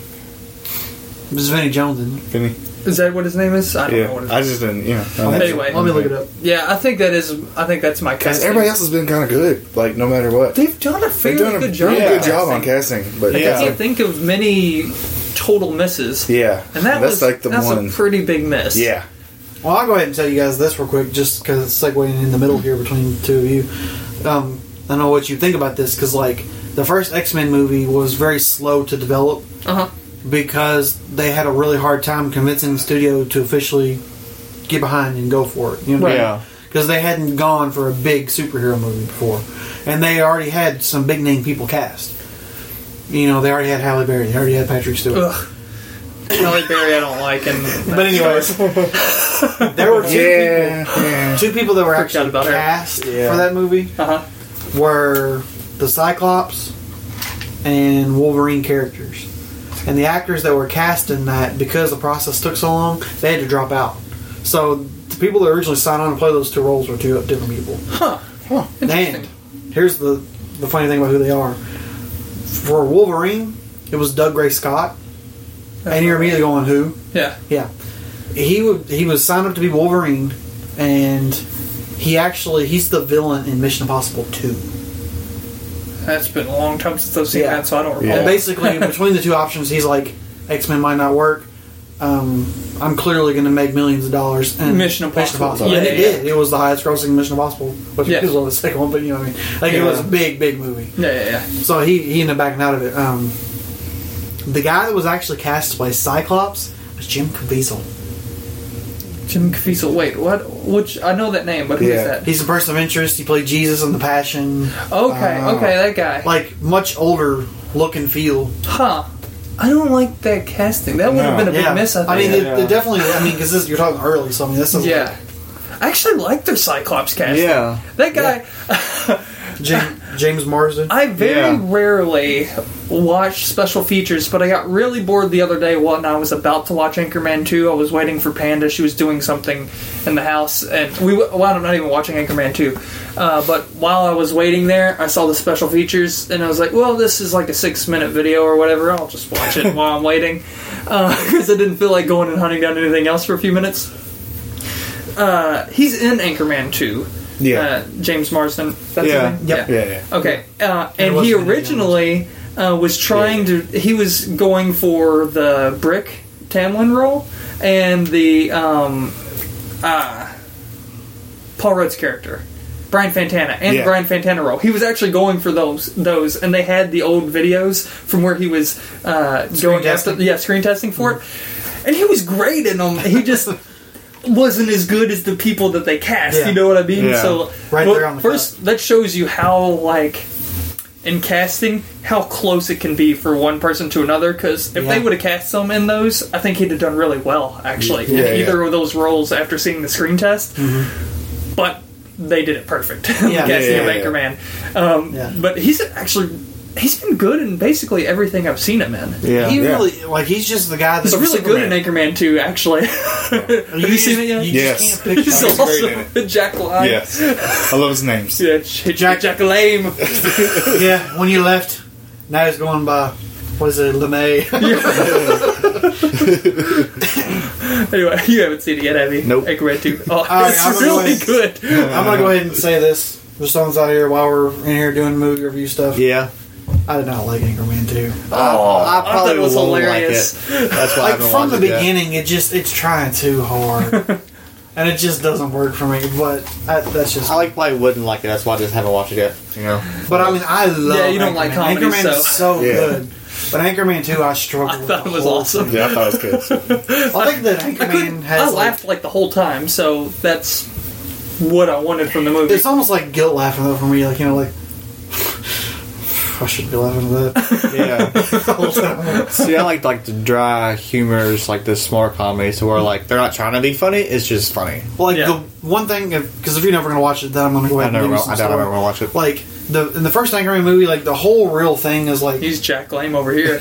[SPEAKER 2] This is Vinny Jones. Isn't it?
[SPEAKER 6] Vinny?
[SPEAKER 1] Is that what his name is? I don't know what
[SPEAKER 6] Yeah.
[SPEAKER 1] his
[SPEAKER 6] I just didn't. Yeah.
[SPEAKER 1] Anyway.
[SPEAKER 2] let me look it up.
[SPEAKER 1] Yeah, I think that is I think that's my
[SPEAKER 6] Because
[SPEAKER 1] casting.
[SPEAKER 6] everybody else has been kind of good. Like no matter what,
[SPEAKER 1] They've done a
[SPEAKER 6] they've
[SPEAKER 1] fairly
[SPEAKER 6] done a
[SPEAKER 1] good job.
[SPEAKER 6] really
[SPEAKER 1] with
[SPEAKER 6] good job on
[SPEAKER 1] casting.
[SPEAKER 6] casting. But
[SPEAKER 5] Yeah.
[SPEAKER 1] I can't think of many total misses.
[SPEAKER 6] Yeah.
[SPEAKER 1] And that
[SPEAKER 6] that's
[SPEAKER 1] was
[SPEAKER 6] like the
[SPEAKER 1] that's
[SPEAKER 6] one.
[SPEAKER 1] a pretty big miss.
[SPEAKER 6] yeah.
[SPEAKER 2] Well, I'll go ahead and tell you guys this real quick, just because it's segueing in the middle here between the two of you. Um, I don't know what you think about this, because like the first X Men movie was very slow to develop
[SPEAKER 1] Uh huh.
[SPEAKER 2] because they had a really hard time convincing the studio to officially get behind and go for it. You know,
[SPEAKER 5] Right. Yeah.
[SPEAKER 2] Because they hadn't gone for a big superhero movie before, and they already had some big name people cast. You know, they already had Halle Berry, they already had Patrick Stewart.
[SPEAKER 1] Ugh. Halle Berry, I don't like, and
[SPEAKER 2] But anyways, there were two
[SPEAKER 6] Yeah, yeah.
[SPEAKER 2] people, two people that were
[SPEAKER 1] Freaked out
[SPEAKER 2] actually
[SPEAKER 1] about her.
[SPEAKER 2] cast
[SPEAKER 6] Yeah.
[SPEAKER 2] for that movie
[SPEAKER 1] Uh huh.
[SPEAKER 2] were the Cyclops and Wolverine characters. And the actors that were cast in that, because the process took so long, they had to drop out. So the people that originally signed on to play those two roles were two different people. And
[SPEAKER 1] Interesting.
[SPEAKER 2] here's the the funny thing about who they are. For Wolverine, it was Doug Gray Scott, and you're immediately going, "Who?"
[SPEAKER 1] Yeah.
[SPEAKER 2] Yeah, he would. He was signed up to be Wolverine, and he actually he's the villain in Mission Impossible Two.
[SPEAKER 1] That's been a long time since I've seen
[SPEAKER 2] Yeah.
[SPEAKER 1] that, so I don't recall.
[SPEAKER 6] Yeah.
[SPEAKER 2] And basically, between the two options, he's like, X Men might not work. Um, I'm clearly going to make millions of dollars. And
[SPEAKER 1] Mission Impossible.
[SPEAKER 2] and
[SPEAKER 1] Yeah,
[SPEAKER 2] it
[SPEAKER 1] yeah.
[SPEAKER 2] did. It was the highest grossing Mission Impossible, which
[SPEAKER 1] Yeah.
[SPEAKER 2] was on the second one, but you know what I mean? Like, it
[SPEAKER 1] Yeah.
[SPEAKER 2] was a big, big movie.
[SPEAKER 1] Yeah, yeah, yeah.
[SPEAKER 2] So he, he ended up backing out of it. Um, the guy that was actually cast to play Cyclops was Jim Caviezel.
[SPEAKER 1] Jim Caviezel. Wait, what? Which I know that name, but who is
[SPEAKER 6] Yeah.
[SPEAKER 1] that?
[SPEAKER 2] He's a person of interest. He played Jesus in The Passion.
[SPEAKER 1] Okay,
[SPEAKER 2] Uh,
[SPEAKER 1] okay, that guy.
[SPEAKER 2] Like, much older look and feel.
[SPEAKER 1] huh? I don't like that casting. That would have
[SPEAKER 6] No.
[SPEAKER 1] been a big
[SPEAKER 2] Yeah.
[SPEAKER 1] miss. I think.
[SPEAKER 2] mean, it,
[SPEAKER 5] Yeah.
[SPEAKER 2] it definitely, I mean, because you're talking early, so I mean, this is like,
[SPEAKER 1] yeah. I actually like their Cyclops casting.
[SPEAKER 5] Yeah.
[SPEAKER 1] That guy.
[SPEAKER 2] James, James Marsden.
[SPEAKER 1] I very
[SPEAKER 5] Yeah.
[SPEAKER 1] rarely watch special features, but I got really bored the other day when I was about to watch Anchorman 2. I was waiting for Panda. She was doing something in the house, and we wound up not even watching Anchorman 2. Uh, but while I was waiting there, I saw the special features, and I was like, well, this is like a six minute video or whatever. I'll just watch it while I'm waiting. Because I didn't feel like going and hunting down anything else for a few minutes. Uh, he's in Anchorman 2.
[SPEAKER 6] Yeah.
[SPEAKER 1] Uh, James Marsden. That's
[SPEAKER 5] Yeah.
[SPEAKER 1] His name?
[SPEAKER 2] Yep.
[SPEAKER 6] yeah, yeah.
[SPEAKER 1] Okay, uh,
[SPEAKER 2] There
[SPEAKER 1] and
[SPEAKER 2] was
[SPEAKER 1] he
[SPEAKER 2] Indiana
[SPEAKER 1] originally uh, was trying to. He was going for the Brick Tamlin role and the um, uh, Paul Rudd's character, Brian Fantana, and
[SPEAKER 6] Yeah.
[SPEAKER 1] Brian Fantana role. He was actually going for those those, and they had the old videos from where he was uh, going
[SPEAKER 2] testing?
[SPEAKER 1] after. Yeah, screen testing for it, and he was great in them. He just. Wasn't as good as the people that they cast.
[SPEAKER 2] Yeah.
[SPEAKER 1] You know what I mean?
[SPEAKER 5] Yeah.
[SPEAKER 1] So
[SPEAKER 2] Right
[SPEAKER 1] well,
[SPEAKER 2] there on the
[SPEAKER 1] first, that shows you how like in casting how close it can be for one person to another. Because if they
[SPEAKER 2] Yeah.
[SPEAKER 1] would have cast some in those, I think he'd have done really well actually
[SPEAKER 6] Yeah,
[SPEAKER 1] in
[SPEAKER 6] yeah.
[SPEAKER 1] either of those roles after seeing the screen test. But they did it perfect. the
[SPEAKER 2] Yeah.
[SPEAKER 1] casting
[SPEAKER 6] Yeah,
[SPEAKER 1] of
[SPEAKER 6] yeah, yeah.
[SPEAKER 1] Anchorman. Um,
[SPEAKER 2] Yeah.
[SPEAKER 1] But he's actually he's been good in basically everything I've seen him in.
[SPEAKER 5] Yeah.
[SPEAKER 2] he
[SPEAKER 6] Yeah.
[SPEAKER 2] really like he's just the guy that's
[SPEAKER 1] He's really good in Anchorman too. Actually, have you, seen it yet?
[SPEAKER 2] You
[SPEAKER 6] Yes.
[SPEAKER 2] just can't picture
[SPEAKER 1] He's
[SPEAKER 2] him.
[SPEAKER 6] He's great in
[SPEAKER 1] also Jack Lyon.
[SPEAKER 6] Yes, I love his names.
[SPEAKER 1] Yeah, Jack Jack Lame.
[SPEAKER 2] yeah, when you left, now he's going by what is it, LeMay?
[SPEAKER 1] Anyway, you haven't seen it yet, have you?
[SPEAKER 5] Nope.
[SPEAKER 1] Anchorman 2. Oh,
[SPEAKER 2] right,
[SPEAKER 1] it's
[SPEAKER 2] I'm gonna go
[SPEAKER 1] really
[SPEAKER 2] ahead.
[SPEAKER 1] good.
[SPEAKER 2] I'm gonna go ahead and say this. There's songs out here while we're in here doing movie review stuff.
[SPEAKER 5] Yeah.
[SPEAKER 2] I did not like Anchorman 2.
[SPEAKER 5] Oh, I,
[SPEAKER 1] I thought it was
[SPEAKER 5] won't
[SPEAKER 1] hilarious.
[SPEAKER 5] Like it. That's why I
[SPEAKER 2] Like
[SPEAKER 5] haven't
[SPEAKER 2] from the
[SPEAKER 5] watched it yet.
[SPEAKER 2] beginning, it just it's trying too hard, and it just doesn't work for me. But I, that's just.
[SPEAKER 5] I like probably wouldn't like it. That's why I just haven't watched it yet. You know.
[SPEAKER 2] But I mean, I love.
[SPEAKER 1] Yeah, you don't
[SPEAKER 2] Anchorman.
[SPEAKER 1] like comedy,
[SPEAKER 2] Anchorman is so
[SPEAKER 6] Yeah.
[SPEAKER 2] good, but Anchorman 2, I struggled.
[SPEAKER 1] I
[SPEAKER 2] with
[SPEAKER 1] thought
[SPEAKER 2] the
[SPEAKER 1] it was
[SPEAKER 2] whole-
[SPEAKER 1] awesome.
[SPEAKER 6] Yeah, I thought it was good.
[SPEAKER 2] I think that
[SPEAKER 1] I, couldn't,
[SPEAKER 2] Anchorman has.
[SPEAKER 1] I
[SPEAKER 2] like-
[SPEAKER 1] laughed like the whole time, so that's what I wanted from the movie.
[SPEAKER 2] It's almost like guilt laughing though for me, like you know, like I shouldn't be laughing at that.
[SPEAKER 5] Yeah. See, I like like the dry humors, like the smart comedy, so where like they're not trying to be funny. It's just funny.
[SPEAKER 2] Well, like
[SPEAKER 1] Yeah.
[SPEAKER 2] the one thing, because if you're never gonna watch it, then I'm gonna go
[SPEAKER 5] I
[SPEAKER 2] ahead
[SPEAKER 5] never.
[SPEAKER 2] and
[SPEAKER 5] will-
[SPEAKER 2] give you some
[SPEAKER 5] I doubt I'm
[SPEAKER 2] story.
[SPEAKER 5] ever gonna watch it.
[SPEAKER 2] Like the in the first Anchorman movie, like the whole real thing is like
[SPEAKER 1] He's Jack Lame over here.
[SPEAKER 2] like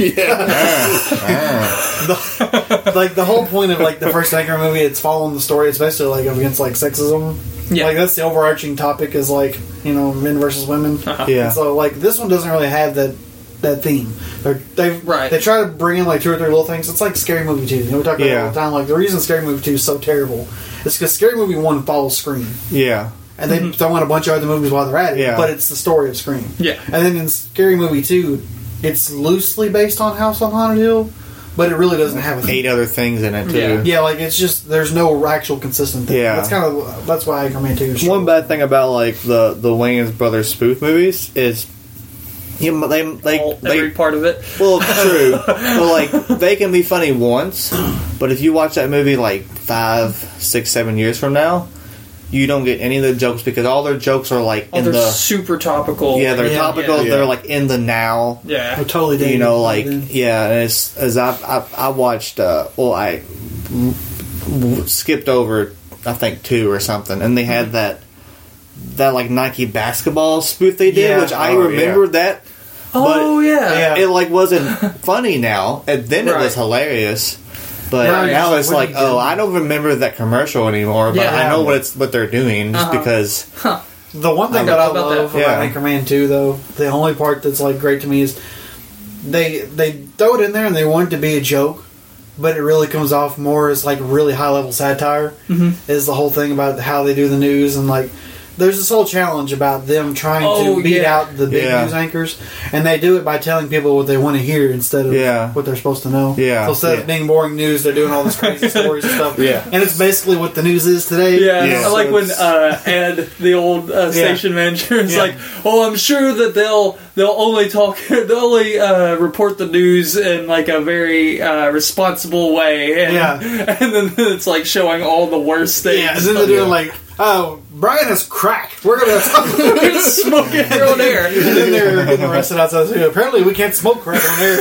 [SPEAKER 2] the whole point of like the first Anchorman movie. It's following the story, especially like against like sexism.
[SPEAKER 1] Yeah.
[SPEAKER 2] Like that's the overarching topic is like you know men versus women.
[SPEAKER 1] Uh-huh.
[SPEAKER 5] Yeah.
[SPEAKER 2] And so like this one doesn't really have that that theme. They're, they
[SPEAKER 1] Right.
[SPEAKER 2] They try to bring in like two or three little things. It's like Scary Movie Two. You know, we talk about it
[SPEAKER 5] Yeah.
[SPEAKER 2] all the time. Like the reason Scary Movie Two is so terrible is because Scary Movie One follows Scream,
[SPEAKER 5] Yeah.
[SPEAKER 2] and
[SPEAKER 1] Mm-hmm.
[SPEAKER 2] they throw in a bunch of other movies while they're at it.
[SPEAKER 5] Yeah.
[SPEAKER 2] But it's the story of Scream.
[SPEAKER 1] Yeah.
[SPEAKER 2] And then in Scary Movie Two, it's loosely based on House on Haunted Hill, but it really doesn't have a theme.
[SPEAKER 5] Eight other things in it too.
[SPEAKER 1] Yeah.
[SPEAKER 2] Yeah, like it's just there's no actual consistent thing.
[SPEAKER 5] Yeah.
[SPEAKER 2] that's kind of that's why Anchorman Two. Is
[SPEAKER 5] One bad thing about like the the Wayans brothers spoof movies is You, know, they, they,
[SPEAKER 1] all,
[SPEAKER 5] they,
[SPEAKER 1] every part of it.
[SPEAKER 5] Well, true. but like they can be funny once, but if you watch that movie like five, six, seven years from now, you don't get any of the jokes because all their jokes are like
[SPEAKER 1] Oh,
[SPEAKER 5] in
[SPEAKER 1] they're
[SPEAKER 5] the
[SPEAKER 1] super topical.
[SPEAKER 5] yeah they're
[SPEAKER 2] Yeah.
[SPEAKER 5] topical.
[SPEAKER 6] Yeah.
[SPEAKER 5] They're like in the now.
[SPEAKER 1] yeah.
[SPEAKER 2] We're Oh, totally dating
[SPEAKER 5] You know, like
[SPEAKER 2] back then.
[SPEAKER 5] yeah. And it's as I I, I watched. Uh, well, I w- skipped over I think two or something, and they had that that like Nike basketball spoof they did,
[SPEAKER 2] Yeah.
[SPEAKER 5] which I
[SPEAKER 6] Oh, yeah.
[SPEAKER 5] remembered that. but-
[SPEAKER 1] Oh yeah.
[SPEAKER 2] Yeah.
[SPEAKER 5] it like wasn't funny now, and then it
[SPEAKER 1] Right.
[SPEAKER 5] was hilarious. But
[SPEAKER 2] Right.
[SPEAKER 5] now it's
[SPEAKER 2] What
[SPEAKER 5] like,
[SPEAKER 2] you did.
[SPEAKER 5] oh, I don't remember that commercial anymore. But
[SPEAKER 1] Yeah.
[SPEAKER 5] I know what it's what they're doing just
[SPEAKER 2] Uh-huh.
[SPEAKER 5] because.
[SPEAKER 2] The one thing
[SPEAKER 1] I
[SPEAKER 2] that
[SPEAKER 1] know
[SPEAKER 2] I
[SPEAKER 1] about
[SPEAKER 2] love
[SPEAKER 5] that.
[SPEAKER 2] about
[SPEAKER 5] Yeah.
[SPEAKER 2] Anchorman 2, though, the only part that's like great to me is they they throw it in there and they want it to be a joke, but it really comes off more as like really high level satire. Mm-hmm. Is the whole thing about how they do the news and like there's this whole challenge about them trying
[SPEAKER 1] Oh,
[SPEAKER 2] to beat
[SPEAKER 1] yeah.
[SPEAKER 2] out the big
[SPEAKER 5] Yeah.
[SPEAKER 2] news anchors, and they do it by telling people what they want to hear instead of
[SPEAKER 5] Yeah.
[SPEAKER 2] what they're supposed to know.
[SPEAKER 5] Yeah.
[SPEAKER 2] so instead
[SPEAKER 5] Yeah.
[SPEAKER 2] of being boring news, they're doing all this crazy stories and stuff.
[SPEAKER 5] Yeah.
[SPEAKER 2] and it's basically what the news is today.
[SPEAKER 1] Yeah,
[SPEAKER 5] Yeah.
[SPEAKER 1] I like
[SPEAKER 5] So
[SPEAKER 1] when
[SPEAKER 5] it's-
[SPEAKER 1] uh, Ed, the old uh, station manager, is
[SPEAKER 2] Yeah.
[SPEAKER 1] like, "Oh, I'm sure that they'll they'll only talk, they'll only uh, report the news in like a very uh, responsible way." And,
[SPEAKER 2] Yeah.
[SPEAKER 1] and then it's like showing all the worst things.
[SPEAKER 2] Yeah, and then they're doing like, oh, Brian is cracked. We're gonna stop him."
[SPEAKER 1] smoking their own air.
[SPEAKER 2] And then they're getting arrested outside. So apparently, we can't smoke crack on air.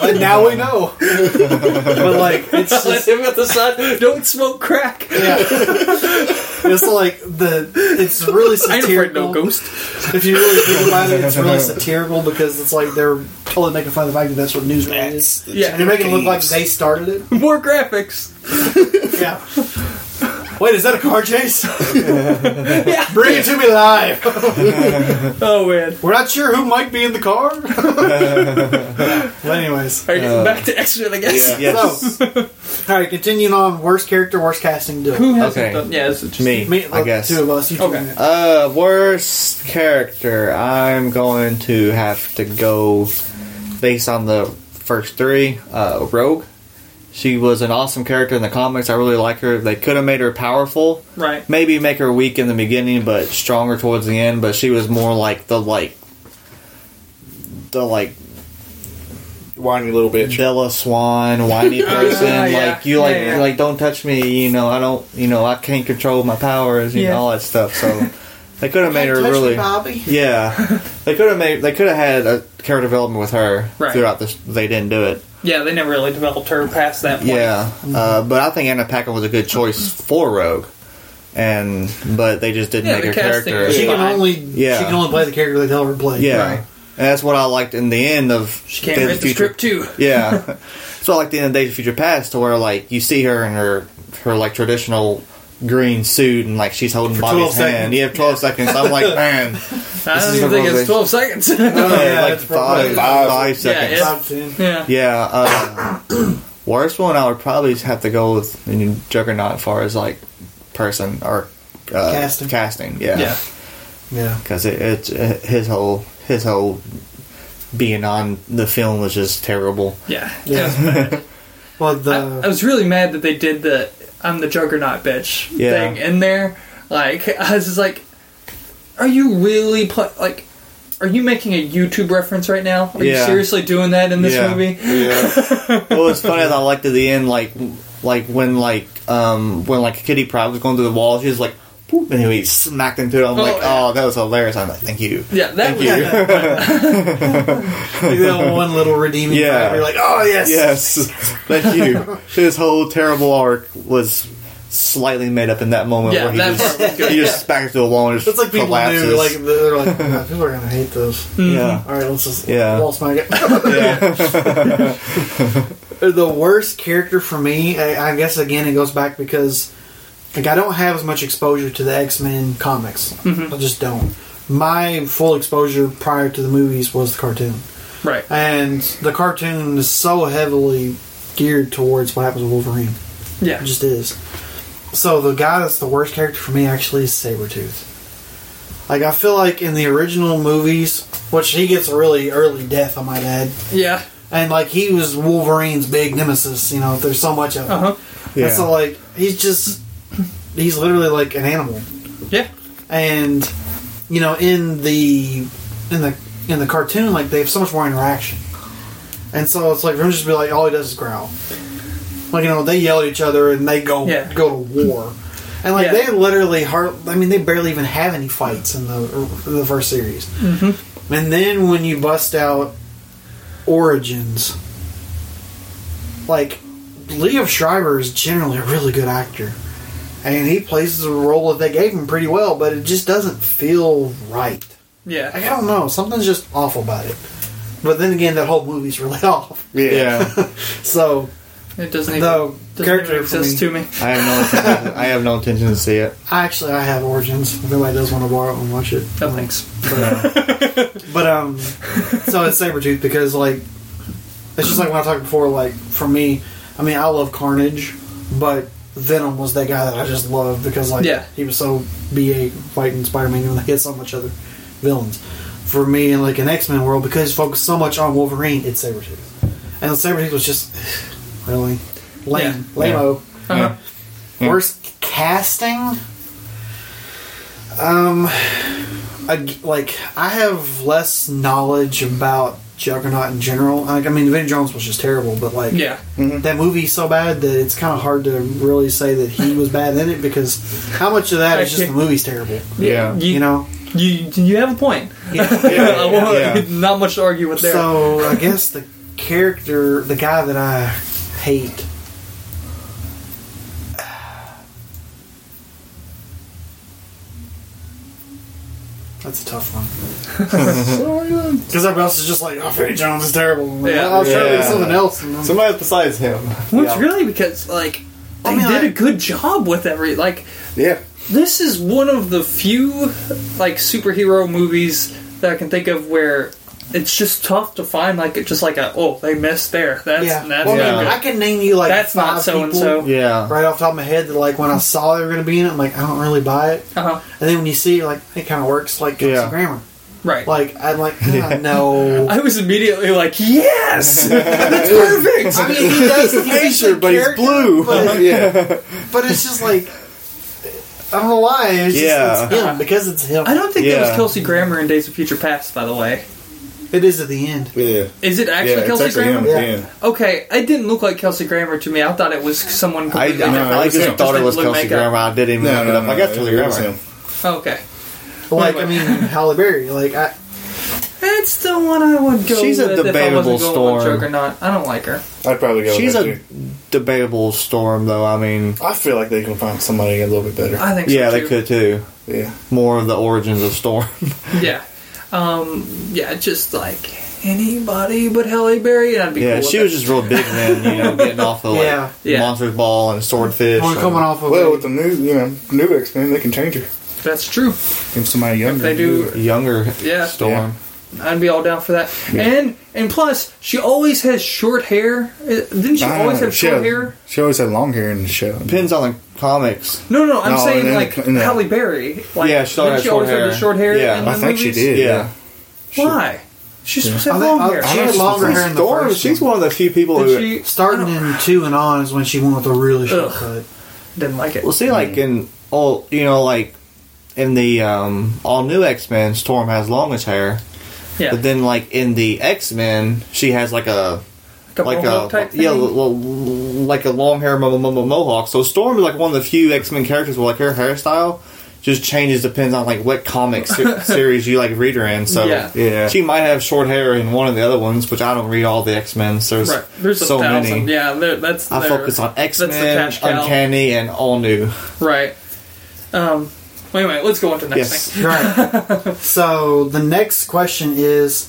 [SPEAKER 2] but now we know. but like, it's
[SPEAKER 1] Let
[SPEAKER 2] just,
[SPEAKER 1] him at the side. Don't smoke crack.
[SPEAKER 2] yeah. it's like the it's really
[SPEAKER 1] I ain't afraid of no
[SPEAKER 2] satirical.
[SPEAKER 1] ghost.
[SPEAKER 2] if you really think about it, it's really satirical because it's like they're totally making fun of the fact that that's what news really is.
[SPEAKER 1] Yeah.
[SPEAKER 2] And they're making it look like they started it.
[SPEAKER 1] More graphics.
[SPEAKER 2] Yeah. Wait, is that a car chase?
[SPEAKER 1] Yeah.
[SPEAKER 2] Bring it to me live.
[SPEAKER 1] Oh man.
[SPEAKER 2] We're not sure who might be in the car. but anyways,
[SPEAKER 1] All right, back to X-Men, I guess.
[SPEAKER 6] yeah.
[SPEAKER 5] Yes,
[SPEAKER 2] all right. Continuing on, worst character, worst casting. Do it.
[SPEAKER 1] Who hasn't
[SPEAKER 5] Okay.
[SPEAKER 1] done? Yeah, it's just
[SPEAKER 5] me.
[SPEAKER 2] Me,
[SPEAKER 5] I guess.
[SPEAKER 2] two of us. You two
[SPEAKER 1] Okay.
[SPEAKER 2] minutes.
[SPEAKER 5] Uh, worst character. I'm going to have to go based on the first three. Uh, Rogue. She was an awesome character in the comics. I really like her. They could have made her powerful.
[SPEAKER 1] Right.
[SPEAKER 5] maybe make her weak in the beginning, but stronger towards the end. But she was more like the like the like
[SPEAKER 6] Whiny little bitch.
[SPEAKER 5] Bella Swan whiny person.
[SPEAKER 1] yeah.
[SPEAKER 5] Like you like
[SPEAKER 1] Yeah, yeah.
[SPEAKER 5] like don't touch me. You know I don't. You know I can't control my powers. You
[SPEAKER 1] Yeah.
[SPEAKER 5] know all that stuff. So they could have made her
[SPEAKER 2] Touch me,
[SPEAKER 5] really.
[SPEAKER 2] Bobby.
[SPEAKER 5] Yeah, they could have made. They could have had a character development with her
[SPEAKER 1] Right.
[SPEAKER 5] throughout this. They didn't do it.
[SPEAKER 1] Yeah, they never really developed her past that point.
[SPEAKER 5] Yeah,
[SPEAKER 1] Mm-hmm.
[SPEAKER 5] uh, but I think Anna Paquin was a good choice for Rogue, and but they just didn't
[SPEAKER 1] Yeah,
[SPEAKER 5] make
[SPEAKER 1] the
[SPEAKER 5] her
[SPEAKER 1] casting
[SPEAKER 5] character.
[SPEAKER 1] was
[SPEAKER 2] She can
[SPEAKER 1] Fine.
[SPEAKER 2] only
[SPEAKER 5] Yeah.
[SPEAKER 2] she can only play the character they tell her to play.
[SPEAKER 5] Yeah.
[SPEAKER 1] Right.
[SPEAKER 5] And that's what I liked in the end of
[SPEAKER 1] She can't
[SPEAKER 5] Days of
[SPEAKER 1] read the
[SPEAKER 5] Future-
[SPEAKER 1] script too.
[SPEAKER 5] Yeah. so I like the end of Days of Future Past to where like you see her in her her like traditional green suit and like she's holding
[SPEAKER 2] 12
[SPEAKER 5] Bobby's
[SPEAKER 2] seconds.
[SPEAKER 5] hand. You have twelve seconds. I'm like,
[SPEAKER 1] I
[SPEAKER 5] man. This
[SPEAKER 1] don't
[SPEAKER 5] is
[SPEAKER 1] even
[SPEAKER 5] the
[SPEAKER 1] think
[SPEAKER 5] real
[SPEAKER 1] it's
[SPEAKER 5] version.
[SPEAKER 1] 12 seconds.
[SPEAKER 5] Yeah, like
[SPEAKER 2] that's probably-
[SPEAKER 5] five, five, five seconds.
[SPEAKER 1] yeah.
[SPEAKER 2] Top ten.
[SPEAKER 1] yeah.
[SPEAKER 5] Yeah. Uh, worst one I would probably have to go with I mean, Juggernaut as far as like person or uh,
[SPEAKER 2] Casting.
[SPEAKER 5] Casting. Yeah.
[SPEAKER 1] Yeah.
[SPEAKER 2] Yeah.
[SPEAKER 5] because it, it's uh his whole his whole being on the film was just terrible.
[SPEAKER 1] Yeah.
[SPEAKER 2] Yeah. well, the
[SPEAKER 1] I, I was really mad that they did the I'm the juggernaut bitch
[SPEAKER 5] Yeah.
[SPEAKER 1] thing in there. Like, I was just like, are you really, pl- like, are you making a YouTube reference right now? Are you
[SPEAKER 5] Yeah.
[SPEAKER 1] seriously doing that in this
[SPEAKER 5] Yeah.
[SPEAKER 1] movie?
[SPEAKER 5] What was funny is I liked at the end, like like when like um when like Kitty Pryde was going through the wall, she was like. Boop, and he smacked into it. I'm
[SPEAKER 1] Oh,
[SPEAKER 5] like,
[SPEAKER 1] yeah.
[SPEAKER 5] oh, that was hilarious. I'm like, thank you.
[SPEAKER 1] Yeah, that
[SPEAKER 5] Thank
[SPEAKER 1] was.
[SPEAKER 5] you.
[SPEAKER 2] like that one little redeeming.
[SPEAKER 5] Yeah.
[SPEAKER 2] part, You're like, oh yes.
[SPEAKER 5] yes, thank you. His whole terrible arc was slightly made up in that moment
[SPEAKER 1] Yeah,
[SPEAKER 5] where he
[SPEAKER 1] that part
[SPEAKER 5] just
[SPEAKER 1] was good.
[SPEAKER 5] he just smacked into a wall and just
[SPEAKER 2] It's like people
[SPEAKER 5] collapses.
[SPEAKER 2] knew. Like they're like, "Ah, people are gonna hate those.
[SPEAKER 5] yeah,
[SPEAKER 2] All right, let's just
[SPEAKER 5] Yeah.
[SPEAKER 2] wall smack it. the worst character for me, I, I guess again, it goes back because like I don't have as much exposure to the X Men comics. I just don't. My full exposure prior to the movies was the cartoon,
[SPEAKER 1] Right.
[SPEAKER 2] and the cartoon is so heavily geared towards what happens with Wolverine.
[SPEAKER 1] Yeah.
[SPEAKER 2] It just is. So the guy that's the worst character for me actually is Sabretooth. Like I feel like in the original movies, which he gets a really early death, I might add.
[SPEAKER 1] Yeah.
[SPEAKER 2] And like he was Wolverine's big nemesis, you know, there's so much of him.
[SPEAKER 1] Uh huh.
[SPEAKER 5] yeah.
[SPEAKER 2] And so like he's just he's literally like an animal.
[SPEAKER 1] Yeah.
[SPEAKER 2] And you know, in the in the in the cartoon, like they have so much more interaction, and so it's like Revenge just be like all he does is growl. Like you know they yell at each other and they go
[SPEAKER 1] Yeah.
[SPEAKER 2] go to war, and like
[SPEAKER 1] Yeah.
[SPEAKER 2] they literally hard. I mean they barely even have any fights in the in the first series, mm-hmm. and then when you bust out Origins, like Leo Schreiber is generally a really good actor. And he plays the role that they gave him pretty well, but it just doesn't feel right.
[SPEAKER 1] Yeah.
[SPEAKER 2] Like, I don't know. Something's just off about it. But then again, that whole movie's really off.
[SPEAKER 5] Yeah,
[SPEAKER 2] So
[SPEAKER 1] It doesn't even,
[SPEAKER 2] the
[SPEAKER 1] doesn't
[SPEAKER 2] character
[SPEAKER 1] even
[SPEAKER 2] for
[SPEAKER 1] exist
[SPEAKER 2] me-
[SPEAKER 1] to me.
[SPEAKER 5] I have no intention, I have no intention to see it.
[SPEAKER 2] I actually I have Origins. If anybody does want to borrow it and watch it,
[SPEAKER 1] No
[SPEAKER 5] Mm.
[SPEAKER 2] um,
[SPEAKER 1] thanks.
[SPEAKER 2] But um, so it's Sabretooth because like it's just like when I talked before. Like for me, I mean I love Carnage, but Venom was that guy that I just loved because like
[SPEAKER 1] Yeah.
[SPEAKER 2] he was so ba fighting Spider Man and they had so much other villains. For me, in like an X Men world, because it's focused so much on Wolverine, it's Sabretooth, and Sabretooth was just really lame,
[SPEAKER 5] Yeah.
[SPEAKER 2] lame o.
[SPEAKER 1] Uh-huh.
[SPEAKER 5] Yeah.
[SPEAKER 2] Worst casting. Um, I, like I have less knowledge about Juggernaut in general. Like, I mean, Vinnie Jones was just terrible, but like
[SPEAKER 1] Yeah.
[SPEAKER 2] that movie's so bad that it's kind of hard to really say that he was bad in it because how much of that is just the movie's terrible?
[SPEAKER 5] Yeah,
[SPEAKER 1] You,
[SPEAKER 2] You know.
[SPEAKER 1] you you have a point. I won't-
[SPEAKER 5] yeah.
[SPEAKER 1] Not much to argue with there.
[SPEAKER 2] So I guess the character, the guy that I hate. That's a tough one. Because everybody else is just like, oh, Vinnie Jones is terrible. Like,
[SPEAKER 1] Yeah.
[SPEAKER 2] I'll try to do
[SPEAKER 5] Yeah.
[SPEAKER 2] something else. And then-
[SPEAKER 5] somebody besides him.
[SPEAKER 1] Well, it's
[SPEAKER 5] yeah.
[SPEAKER 1] really because like they
[SPEAKER 2] I mean,
[SPEAKER 1] did
[SPEAKER 2] I-
[SPEAKER 1] a good job with every like
[SPEAKER 5] yeah,
[SPEAKER 1] this is one of the few like superhero movies that I can think of where it's just tough to find like it just like a oh they missed there that's
[SPEAKER 2] yeah.
[SPEAKER 1] that's
[SPEAKER 2] Well, I mean,
[SPEAKER 1] not
[SPEAKER 2] I
[SPEAKER 1] good.
[SPEAKER 2] can name you like
[SPEAKER 1] That's not
[SPEAKER 2] five
[SPEAKER 1] so-and-so.
[SPEAKER 2] people
[SPEAKER 5] yeah.
[SPEAKER 2] right off the top of my head that like when I saw they were going to be in it, I'm like, I don't really buy it.
[SPEAKER 1] uh-huh.
[SPEAKER 2] And then when you see it, like, it kind of works like Kelsey
[SPEAKER 5] Yeah.
[SPEAKER 2] Grammer.
[SPEAKER 1] right
[SPEAKER 2] Like, I'm like, oh, no.
[SPEAKER 1] I was immediately like yes that's perfect
[SPEAKER 2] I mean, he does. He's
[SPEAKER 5] Picture,
[SPEAKER 2] a
[SPEAKER 5] but he's
[SPEAKER 2] character,
[SPEAKER 5] blue.
[SPEAKER 2] But,
[SPEAKER 5] yeah,
[SPEAKER 2] but it's just like I don't know why. It's
[SPEAKER 5] Yeah.
[SPEAKER 2] just it's him because it's him.
[SPEAKER 1] I don't think that was
[SPEAKER 5] Yeah.
[SPEAKER 1] Kelsey Grammer in Days of Future Past by the way
[SPEAKER 2] It is at the end.
[SPEAKER 6] Yeah.
[SPEAKER 1] is it
[SPEAKER 6] Yeah,
[SPEAKER 1] actually
[SPEAKER 6] it's
[SPEAKER 1] Kelsey
[SPEAKER 6] actually
[SPEAKER 1] Grammer
[SPEAKER 6] him.
[SPEAKER 2] Yeah.
[SPEAKER 6] Yeah.
[SPEAKER 1] okay it didn't look like Kelsey Grammer to me I thought it was someone
[SPEAKER 5] I, I,
[SPEAKER 1] completely different.
[SPEAKER 5] I
[SPEAKER 6] it was
[SPEAKER 5] just
[SPEAKER 6] him.
[SPEAKER 5] thought it
[SPEAKER 1] Just
[SPEAKER 5] was
[SPEAKER 1] blue
[SPEAKER 5] Kelsey
[SPEAKER 1] makeup.
[SPEAKER 5] Grammer. I didn't even
[SPEAKER 6] No,
[SPEAKER 5] look it
[SPEAKER 6] no,
[SPEAKER 5] up.
[SPEAKER 6] no.
[SPEAKER 5] I got Kelsey
[SPEAKER 6] it was
[SPEAKER 5] Grammer.
[SPEAKER 6] him.
[SPEAKER 1] Oh, okay
[SPEAKER 2] Like I mean, Halle Berry. Like I,
[SPEAKER 1] That's the one I would go.
[SPEAKER 5] She's a
[SPEAKER 1] with if I
[SPEAKER 5] debatable
[SPEAKER 1] wasn't going with
[SPEAKER 5] storm.
[SPEAKER 1] Juggernaut. I don't like her.
[SPEAKER 6] I'd probably go.
[SPEAKER 5] She's
[SPEAKER 6] She's
[SPEAKER 5] a
[SPEAKER 6] with that
[SPEAKER 5] debatable storm, though. I mean,
[SPEAKER 6] too. I feel like they can find somebody a little bit better.
[SPEAKER 1] I think.
[SPEAKER 5] yeah,
[SPEAKER 1] so
[SPEAKER 5] they
[SPEAKER 1] too.
[SPEAKER 5] could too.
[SPEAKER 6] yeah.
[SPEAKER 5] More of the origins of storm.
[SPEAKER 1] Yeah, um, yeah, just like anybody but Halle Berry, and I'd be.
[SPEAKER 5] yeah,
[SPEAKER 1] cool with
[SPEAKER 5] she
[SPEAKER 1] it.
[SPEAKER 5] was just real big then, you know, getting off of like
[SPEAKER 2] Yeah.
[SPEAKER 1] Yeah.
[SPEAKER 5] Monsters Ball and Swordfish.
[SPEAKER 2] we're
[SPEAKER 5] and-
[SPEAKER 2] coming off of
[SPEAKER 6] Well, with the new, you know, new X Men, they can change her.
[SPEAKER 1] That's true.
[SPEAKER 6] Give somebody younger.
[SPEAKER 1] They
[SPEAKER 6] to do
[SPEAKER 1] do.
[SPEAKER 6] it.
[SPEAKER 5] younger
[SPEAKER 1] Yeah.
[SPEAKER 5] storm.
[SPEAKER 1] I'd be all down for that. And and plus, she always has short hair. Uh, Didn't she
[SPEAKER 5] Ah,
[SPEAKER 6] I don't
[SPEAKER 1] always
[SPEAKER 6] know.
[SPEAKER 1] have
[SPEAKER 6] She
[SPEAKER 1] short
[SPEAKER 6] al-
[SPEAKER 1] hair?
[SPEAKER 6] She always had long hair in the show.
[SPEAKER 5] Depends on the comics.
[SPEAKER 1] No, no, I'm
[SPEAKER 6] No, in
[SPEAKER 1] saying
[SPEAKER 6] the-
[SPEAKER 1] like
[SPEAKER 6] in the-
[SPEAKER 1] Halle Berry. Like,
[SPEAKER 5] Yeah, she
[SPEAKER 1] didn't
[SPEAKER 5] always
[SPEAKER 1] she
[SPEAKER 5] had
[SPEAKER 1] always
[SPEAKER 5] short
[SPEAKER 1] have the
[SPEAKER 5] hair.
[SPEAKER 1] short hair.
[SPEAKER 5] Yeah.
[SPEAKER 1] in the
[SPEAKER 6] I think she
[SPEAKER 1] movies?
[SPEAKER 6] did.
[SPEAKER 5] Yeah.
[SPEAKER 1] Why? She's supposed to
[SPEAKER 2] I
[SPEAKER 1] have long
[SPEAKER 2] think I,
[SPEAKER 1] hair.
[SPEAKER 2] she
[SPEAKER 6] I
[SPEAKER 2] had
[SPEAKER 6] don't-
[SPEAKER 2] longer hair in the
[SPEAKER 5] Storm,
[SPEAKER 2] first
[SPEAKER 5] she's
[SPEAKER 2] one.
[SPEAKER 5] one of the few people
[SPEAKER 1] Did
[SPEAKER 5] who.
[SPEAKER 1] she
[SPEAKER 2] Starting
[SPEAKER 1] I
[SPEAKER 2] in two and on is when she went with a really short
[SPEAKER 1] Ugh.
[SPEAKER 2] cut.
[SPEAKER 1] didn't like it.
[SPEAKER 5] Well, see, like in all, you know, like in the um, all new X Men, Storm has longish hair,
[SPEAKER 1] Yeah,
[SPEAKER 5] but then like in the X Men, she has like a
[SPEAKER 1] mohawk
[SPEAKER 5] like a
[SPEAKER 1] type
[SPEAKER 5] yeah,
[SPEAKER 1] thing?
[SPEAKER 5] l- l- like a long hair mo- mo- mo- mohawk. So Storm is like one of the few X Men characters where like her hairstyle just changes depends on like what comic se- series you like read her in. So
[SPEAKER 1] Yeah.
[SPEAKER 6] Yeah.
[SPEAKER 5] she might have short hair in one of the other ones, which I don't read all the X Men. So there's,
[SPEAKER 1] Right. There's a
[SPEAKER 5] so
[SPEAKER 1] thousand.
[SPEAKER 5] many.
[SPEAKER 1] Yeah, there, that's
[SPEAKER 5] I
[SPEAKER 1] there.
[SPEAKER 5] focus on X Men,
[SPEAKER 1] cash cow.
[SPEAKER 5] Uncanny, and all new.
[SPEAKER 1] Right. Um. Wait, wait. Let's go on to the next
[SPEAKER 5] Yes.
[SPEAKER 1] thing.
[SPEAKER 2] Right. so the next question is: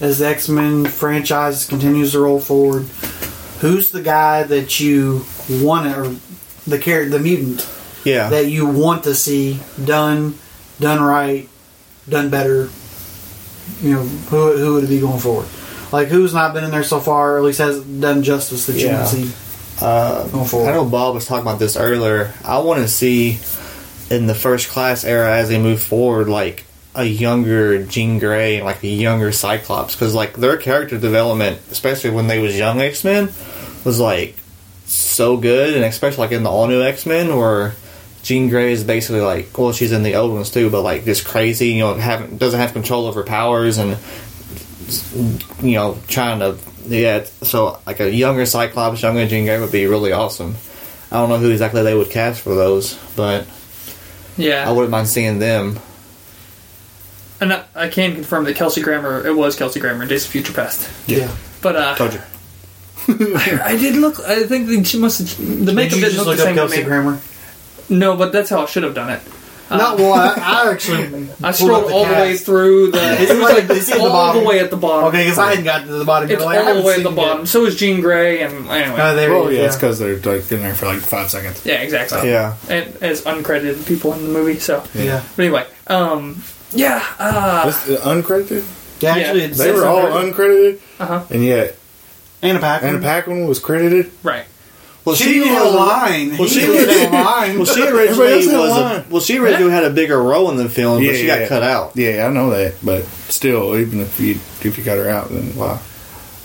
[SPEAKER 2] As the X Men franchise continues to roll forward, who's the guy that you want to, or the character, the mutant
[SPEAKER 5] Yeah.
[SPEAKER 2] that you want to see done, done right, done better. You know, who, who would it be going forward? Like, who's not been in there so far, or at least has done justice that you
[SPEAKER 5] Yeah.
[SPEAKER 2] want to see going
[SPEAKER 5] I
[SPEAKER 2] forward?
[SPEAKER 5] know Bob was talking about this earlier. I want to see in the first class era as they move forward, like a younger Jean Grey and like a younger Cyclops, because like their character development, especially when they was young X Men, was like so good, and especially like in the all new X Men where Jean Grey is basically like, well, she's in the old ones too, but like just crazy, you know, haven't doesn't have control of her powers and you know trying to yeah. So like a younger Cyclops, younger Jean Grey would be really awesome. I don't know who exactly they would cast for those, but I
[SPEAKER 1] Yeah,
[SPEAKER 5] wouldn't mind seeing them.
[SPEAKER 1] and I, I can confirm that Kelsey Grammer. It was Kelsey Grammer in Days of Future Past.
[SPEAKER 2] Yeah.
[SPEAKER 1] But uh,
[SPEAKER 6] Told you.
[SPEAKER 1] I, I did look. I think they, she must. Have, the
[SPEAKER 2] Did
[SPEAKER 1] makeup
[SPEAKER 2] you
[SPEAKER 1] didn't
[SPEAKER 2] just
[SPEAKER 1] look
[SPEAKER 2] look
[SPEAKER 1] the
[SPEAKER 2] up
[SPEAKER 1] same. to
[SPEAKER 2] Kelsey
[SPEAKER 1] me.
[SPEAKER 2] Grammer?
[SPEAKER 1] No, but that's how I should have done it.
[SPEAKER 2] Not well, I, I
[SPEAKER 1] I
[SPEAKER 2] actually. pulled up
[SPEAKER 1] scrolled all the way
[SPEAKER 2] cast.
[SPEAKER 1] through the.
[SPEAKER 2] Is
[SPEAKER 1] It
[SPEAKER 2] it
[SPEAKER 1] was
[SPEAKER 2] like-
[SPEAKER 1] like
[SPEAKER 2] is it at the
[SPEAKER 1] all the
[SPEAKER 2] bottom?
[SPEAKER 1] way at the bottom.
[SPEAKER 2] Okay, because I hadn't gotten to the bottom.
[SPEAKER 1] It's
[SPEAKER 2] You're
[SPEAKER 1] all
[SPEAKER 2] like, I
[SPEAKER 1] the
[SPEAKER 2] haven't
[SPEAKER 1] way at
[SPEAKER 2] seen
[SPEAKER 1] the
[SPEAKER 2] it
[SPEAKER 1] bottom.
[SPEAKER 2] yet.
[SPEAKER 1] So is Jean Grey, and anyway.
[SPEAKER 2] Oh, there
[SPEAKER 6] Oh
[SPEAKER 2] you
[SPEAKER 6] yeah, it's
[SPEAKER 2] go.
[SPEAKER 6] because they're like in there for like five seconds.
[SPEAKER 1] yeah, exactly.
[SPEAKER 5] Yeah,
[SPEAKER 1] And as uncredited people in the movie. So,
[SPEAKER 2] Yeah.
[SPEAKER 1] but anyway, um, yeah, uh,
[SPEAKER 6] That's, uh, uncredited.
[SPEAKER 2] Yeah, actually, it's
[SPEAKER 6] They were all uncredited,
[SPEAKER 1] Uh-huh.
[SPEAKER 6] and yet
[SPEAKER 2] Anna Paquin.
[SPEAKER 6] Anna Paquin was credited.
[SPEAKER 1] right.
[SPEAKER 5] well,
[SPEAKER 2] She didn't have a line. He
[SPEAKER 5] Well, she
[SPEAKER 2] didn't
[SPEAKER 5] was-
[SPEAKER 2] have a line.
[SPEAKER 5] Well, she
[SPEAKER 6] Everybody else
[SPEAKER 5] originally
[SPEAKER 6] had a
[SPEAKER 5] was
[SPEAKER 6] line.
[SPEAKER 5] a, well, she originally had a bigger role in the film, but she got cut out.
[SPEAKER 6] Yeah, I know that, but still, even if you if you cut her out, then why?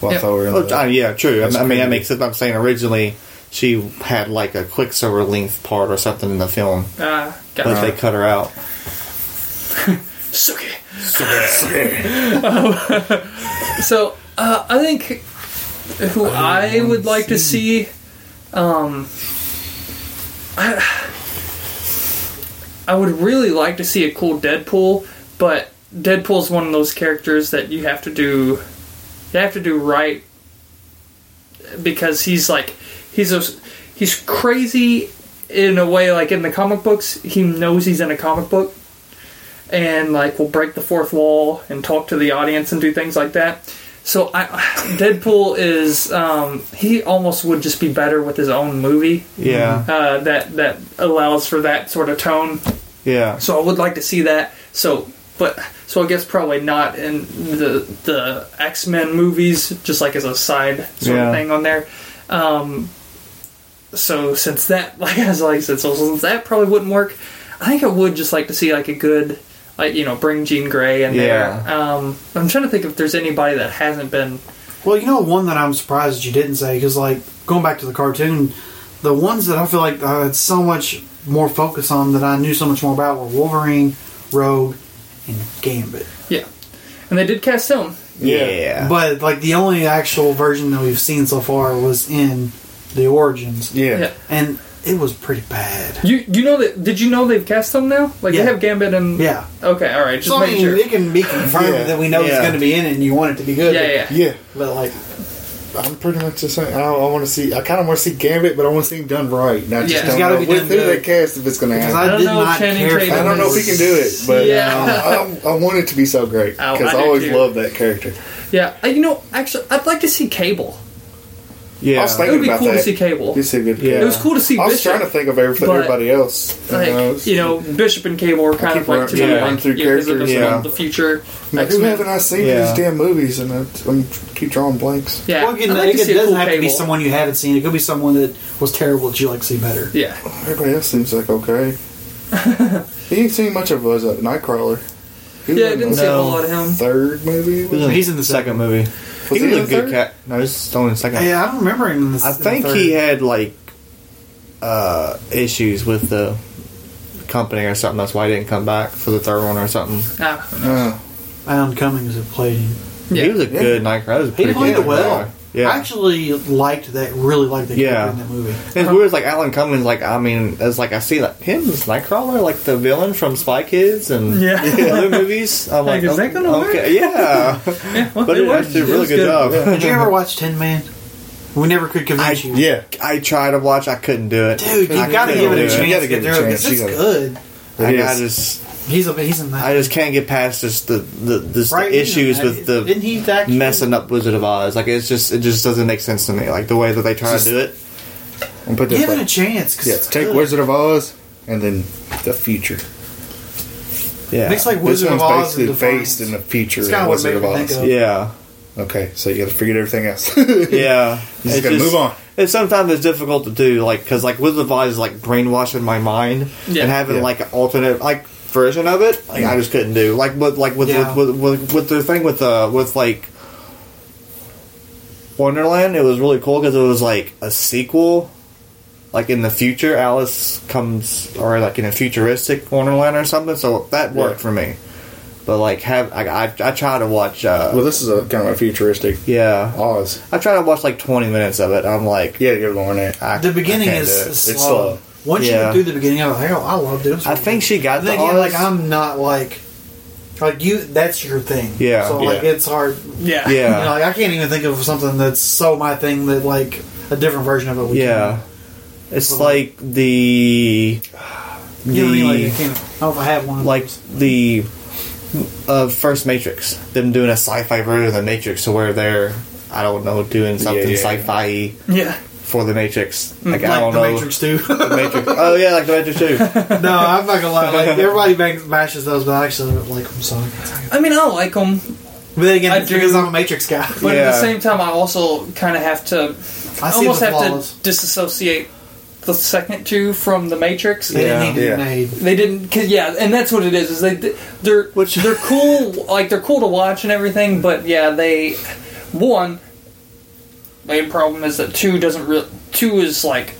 [SPEAKER 6] Why
[SPEAKER 1] Yeah.
[SPEAKER 6] throw her in?
[SPEAKER 5] Oh,
[SPEAKER 6] the-
[SPEAKER 5] uh, yeah, true. I,
[SPEAKER 6] That's
[SPEAKER 5] I mean, that
[SPEAKER 6] crazy.
[SPEAKER 5] makes sense. I'm saying originally she had like a Quicksilver length part or something in the film,
[SPEAKER 1] Uh, got
[SPEAKER 5] but they
[SPEAKER 6] Uh-huh.
[SPEAKER 5] cut her out.
[SPEAKER 1] Suki. Um, so uh, I think who I would like to see, um, I, I would really like to see a cool Deadpool, but Deadpool's one of those characters that you have to do, you have to do right because he's like he's a, he's crazy in a way like in the comic books he knows he's in a comic book and like will break the fourth wall and talk to the audience and do things like that. So I, Deadpool is um, he almost would just be better with his own movie
[SPEAKER 5] Yeah,
[SPEAKER 1] uh, that that allows for that sort of tone.
[SPEAKER 5] yeah.
[SPEAKER 1] So I would like to see that. So but so I guess probably not in the the X Men movies, just like as a side sort
[SPEAKER 5] Yeah.
[SPEAKER 1] of thing on there. Um, so since that, like as like I said, so since that probably wouldn't work, I think I would just like to see like a good, like you know, bring Jean Grey in there. Um, I'm trying to think if there's anybody that hasn't been.
[SPEAKER 2] Well, you know, one that I'm surprised that you didn't say because, like, going back to the cartoon, the ones that I feel like I had so much more focus on that I knew so much more about were Wolverine, Rogue, and Gambit.
[SPEAKER 1] Yeah, and they did cast him.
[SPEAKER 6] Yeah.
[SPEAKER 5] Yeah.
[SPEAKER 2] But like the only actual version that we've seen so far was in the Origins,
[SPEAKER 6] yeah,
[SPEAKER 1] Yeah.
[SPEAKER 2] and it was pretty bad.
[SPEAKER 1] You you know that? Did you know they've cast him now? Like
[SPEAKER 2] Yeah.
[SPEAKER 1] they have Gambit and
[SPEAKER 2] Yeah.
[SPEAKER 1] Okay, all right. Just
[SPEAKER 2] So I
[SPEAKER 1] making
[SPEAKER 2] mean,
[SPEAKER 1] sure.
[SPEAKER 2] it can be confirmed
[SPEAKER 6] Yeah.
[SPEAKER 2] that we know
[SPEAKER 5] Yeah.
[SPEAKER 2] it's going to be in it, and you want it to be good.
[SPEAKER 1] Yeah, yeah.
[SPEAKER 6] yeah.
[SPEAKER 2] But like,
[SPEAKER 6] I'm pretty much the same. I, I want to see. I kind of want to see Gambit, but I want to see him done right.
[SPEAKER 1] Yeah.
[SPEAKER 6] Not just
[SPEAKER 1] It's
[SPEAKER 6] don't
[SPEAKER 2] gotta
[SPEAKER 6] know
[SPEAKER 2] be
[SPEAKER 6] with
[SPEAKER 2] done
[SPEAKER 6] who they
[SPEAKER 2] good.
[SPEAKER 6] cast if it's going to
[SPEAKER 2] because
[SPEAKER 6] happen.
[SPEAKER 2] I,
[SPEAKER 1] don't
[SPEAKER 2] did
[SPEAKER 1] know if
[SPEAKER 2] not
[SPEAKER 1] Channing
[SPEAKER 2] care.
[SPEAKER 1] Tatum
[SPEAKER 2] for
[SPEAKER 6] I don't know if he can do it, but
[SPEAKER 1] Yeah.
[SPEAKER 6] uh, I, I want it to be so great
[SPEAKER 1] Oh,
[SPEAKER 6] because
[SPEAKER 1] I
[SPEAKER 6] I,
[SPEAKER 1] do
[SPEAKER 6] always
[SPEAKER 1] too.
[SPEAKER 6] loved that character.
[SPEAKER 1] Yeah, uh, you know, actually, I'd like to see Cable.
[SPEAKER 5] yeah.
[SPEAKER 6] I was
[SPEAKER 1] It
[SPEAKER 6] thinking
[SPEAKER 1] would be
[SPEAKER 6] about
[SPEAKER 1] cool
[SPEAKER 6] that.
[SPEAKER 1] to see Cable.
[SPEAKER 6] You see, good.
[SPEAKER 5] Yeah.
[SPEAKER 1] It was cool to see
[SPEAKER 6] I was
[SPEAKER 1] Bishop.
[SPEAKER 6] trying to think of everything,
[SPEAKER 1] but,
[SPEAKER 6] everybody else.
[SPEAKER 1] like, you know, Bishop and Cable are kind
[SPEAKER 6] keep
[SPEAKER 1] of like
[SPEAKER 6] run-
[SPEAKER 1] to
[SPEAKER 6] uh, yeah,
[SPEAKER 1] me,
[SPEAKER 6] run
[SPEAKER 1] like,
[SPEAKER 6] through
[SPEAKER 1] yeah, they're
[SPEAKER 6] characters,
[SPEAKER 1] just
[SPEAKER 5] yeah.
[SPEAKER 1] from the future.
[SPEAKER 6] Like, who
[SPEAKER 1] X-Men.
[SPEAKER 6] haven't I seen
[SPEAKER 5] Yeah.
[SPEAKER 6] in these damn movies? And I, I'm keep drawing blanks.
[SPEAKER 1] Yeah,
[SPEAKER 2] Well, again,
[SPEAKER 1] I'd like to
[SPEAKER 2] it
[SPEAKER 1] see a
[SPEAKER 2] doesn't
[SPEAKER 1] cool
[SPEAKER 2] have to be
[SPEAKER 1] Cable.
[SPEAKER 2] someone you haven't seen. It could be someone that was terrible that you like to see better.
[SPEAKER 1] Yeah,
[SPEAKER 6] Everybody else seems like okay. he ain't seen much of us. Uh, Nightcrawler. He was
[SPEAKER 1] yeah, I
[SPEAKER 6] in
[SPEAKER 1] didn't
[SPEAKER 6] the
[SPEAKER 1] see a whole
[SPEAKER 5] No.
[SPEAKER 1] lot of him.
[SPEAKER 6] Third
[SPEAKER 5] He
[SPEAKER 6] movie.
[SPEAKER 5] was
[SPEAKER 2] He's in the
[SPEAKER 5] second movie.
[SPEAKER 6] Was
[SPEAKER 5] he was
[SPEAKER 6] in
[SPEAKER 5] a
[SPEAKER 6] the
[SPEAKER 5] good
[SPEAKER 6] third?
[SPEAKER 5] cat. No, this is only the second.
[SPEAKER 2] Yeah, I don't remember him. In the,
[SPEAKER 5] I
[SPEAKER 2] in the
[SPEAKER 5] think
[SPEAKER 2] third.
[SPEAKER 5] he had like uh, issues with the company or something. That's why he didn't come back for the third one or something.
[SPEAKER 1] Ah,
[SPEAKER 6] Uh,
[SPEAKER 2] Alan Cummings had played him.
[SPEAKER 5] He
[SPEAKER 1] yeah,
[SPEAKER 5] was a good night. That was a
[SPEAKER 2] He
[SPEAKER 5] pretty
[SPEAKER 2] played
[SPEAKER 5] good
[SPEAKER 2] it well.
[SPEAKER 5] guy. Yeah.
[SPEAKER 2] I actually liked that. Really liked that. character
[SPEAKER 5] Yeah.
[SPEAKER 2] in that movie.
[SPEAKER 5] It's weird. It's like Alan Cummings. Like I mean, it's like I see like him as Nightcrawler, like the villain from Spy Kids and
[SPEAKER 1] Yeah.
[SPEAKER 5] other movies. I'm
[SPEAKER 1] Like,
[SPEAKER 5] like,
[SPEAKER 1] is that gonna work?
[SPEAKER 5] okay, yeah.
[SPEAKER 1] yeah well,
[SPEAKER 5] but
[SPEAKER 1] it
[SPEAKER 5] it
[SPEAKER 1] was-
[SPEAKER 5] actually did a
[SPEAKER 1] it
[SPEAKER 5] really
[SPEAKER 1] was
[SPEAKER 5] good, job.
[SPEAKER 2] Did you ever watch Tin Man? We never could convince
[SPEAKER 5] I-
[SPEAKER 2] you.
[SPEAKER 6] yeah.
[SPEAKER 5] I tried to watch. I couldn't do it.
[SPEAKER 2] Dude, you
[SPEAKER 5] I
[SPEAKER 2] gotta
[SPEAKER 5] couldn't
[SPEAKER 2] give it
[SPEAKER 5] do
[SPEAKER 2] a chance.
[SPEAKER 6] You gotta
[SPEAKER 2] to
[SPEAKER 6] give
[SPEAKER 2] get
[SPEAKER 6] it a
[SPEAKER 2] through
[SPEAKER 6] chance.
[SPEAKER 2] It's
[SPEAKER 6] You gotta-
[SPEAKER 2] good.
[SPEAKER 5] I,
[SPEAKER 6] It
[SPEAKER 5] I
[SPEAKER 6] is.
[SPEAKER 5] just,
[SPEAKER 2] He's a he's a
[SPEAKER 5] I just can't get past just the the, this,
[SPEAKER 2] Right,
[SPEAKER 5] the issues with the
[SPEAKER 2] didn't he actually,
[SPEAKER 5] messing up Wizard of Oz. Like it's just it just doesn't make sense to me. Like the way that they try
[SPEAKER 6] Just-
[SPEAKER 5] to do it.
[SPEAKER 6] And put this
[SPEAKER 2] Give it
[SPEAKER 6] way.
[SPEAKER 2] a chance. 'cause
[SPEAKER 6] Yeah,
[SPEAKER 2] it's
[SPEAKER 6] take
[SPEAKER 2] good.
[SPEAKER 6] Wizard of Oz and then the future.
[SPEAKER 5] Yeah.
[SPEAKER 2] It's like
[SPEAKER 6] This
[SPEAKER 2] Wizard of
[SPEAKER 6] one's
[SPEAKER 2] Oz
[SPEAKER 6] basically
[SPEAKER 2] and
[SPEAKER 6] based in
[SPEAKER 2] Defiance.
[SPEAKER 6] the future
[SPEAKER 2] It's kinda
[SPEAKER 6] of
[SPEAKER 2] what
[SPEAKER 6] Wizard
[SPEAKER 2] made
[SPEAKER 6] of
[SPEAKER 2] me think
[SPEAKER 6] Oz.
[SPEAKER 2] of-
[SPEAKER 5] yeah.
[SPEAKER 6] Okay, so you got to forget everything else. yeah,
[SPEAKER 5] Yeah,
[SPEAKER 6] Just
[SPEAKER 5] It's
[SPEAKER 6] gotta move on.
[SPEAKER 5] It's sometimes it's difficult to do, like because like Wizard of Oz is like brainwashing my mind
[SPEAKER 1] Yeah.
[SPEAKER 5] and having
[SPEAKER 6] Yeah.
[SPEAKER 5] like an alternate like version of it. Like I just couldn't do like with like with
[SPEAKER 2] Yeah.
[SPEAKER 5] with, with, with with the thing with uh with like Wonderland. It was really cool because it was like a sequel like in the future, Alice comes or like in a futuristic Wonderland or something. So that worked
[SPEAKER 6] Yeah.
[SPEAKER 5] for me. But like, have I, I, I try to watch. Uh,
[SPEAKER 6] Well, this is a kind of a futuristic
[SPEAKER 5] yeah,
[SPEAKER 6] Oz.
[SPEAKER 5] I try to watch like twenty minutes of it. I'm like,
[SPEAKER 6] Yeah, good one. eh?
[SPEAKER 5] I,
[SPEAKER 2] The beginning
[SPEAKER 5] I can't
[SPEAKER 2] is
[SPEAKER 5] do it.
[SPEAKER 2] is
[SPEAKER 6] It's
[SPEAKER 2] slow.
[SPEAKER 6] slow.
[SPEAKER 2] Once you
[SPEAKER 5] Yeah.
[SPEAKER 2] get through the beginning, I'm like, oh, I loved it. it was
[SPEAKER 5] I think she got
[SPEAKER 2] And then
[SPEAKER 5] the
[SPEAKER 2] again, like
[SPEAKER 5] Oz.
[SPEAKER 2] I'm not like like you. That's your thing.
[SPEAKER 5] Yeah.
[SPEAKER 2] So like
[SPEAKER 6] Yeah.
[SPEAKER 2] it's hard.
[SPEAKER 1] Yeah.
[SPEAKER 2] You
[SPEAKER 5] yeah,
[SPEAKER 2] know, like I can't even think of something that's so my thing that like a different version of it. We
[SPEAKER 5] yeah. It's
[SPEAKER 2] Well,
[SPEAKER 5] like the the
[SPEAKER 2] Can. You know what I mean? Like, I can't. I don't know if I have one. of
[SPEAKER 5] like
[SPEAKER 2] those.
[SPEAKER 5] the uh, first Matrix, them doing a sci-fi version of the Matrix, to where they're I don't know doing something
[SPEAKER 6] yeah, yeah.
[SPEAKER 5] sci-fi
[SPEAKER 1] Yeah.
[SPEAKER 5] for the Matrix. Like, I
[SPEAKER 2] Mm, like
[SPEAKER 5] don't
[SPEAKER 2] the
[SPEAKER 5] know
[SPEAKER 2] Matrix Two.
[SPEAKER 5] The Matrix. Oh yeah, like the Matrix too.
[SPEAKER 2] no, I'm not gonna lie. Like everybody bang- bashes those, but I actually don't like them. So,
[SPEAKER 1] I
[SPEAKER 2] but
[SPEAKER 1] mean, I like them,
[SPEAKER 2] then again,
[SPEAKER 1] I
[SPEAKER 2] it's because
[SPEAKER 1] do.
[SPEAKER 2] I'm a Matrix guy.
[SPEAKER 1] but at the
[SPEAKER 5] Yeah.
[SPEAKER 1] same time, I also kind of have to
[SPEAKER 2] I see
[SPEAKER 1] almost
[SPEAKER 2] the
[SPEAKER 1] have
[SPEAKER 2] flaws.
[SPEAKER 1] to disassociate the second two from the Matrix.
[SPEAKER 2] They
[SPEAKER 5] Yeah.
[SPEAKER 2] didn't need to
[SPEAKER 6] Yeah.
[SPEAKER 2] be made.
[SPEAKER 1] They didn't, cause yeah, and that's what it is. Is they they're
[SPEAKER 5] Which-
[SPEAKER 1] they're cool, like they're cool to watch and everything, but yeah, they one main problem is that two doesn't real two is like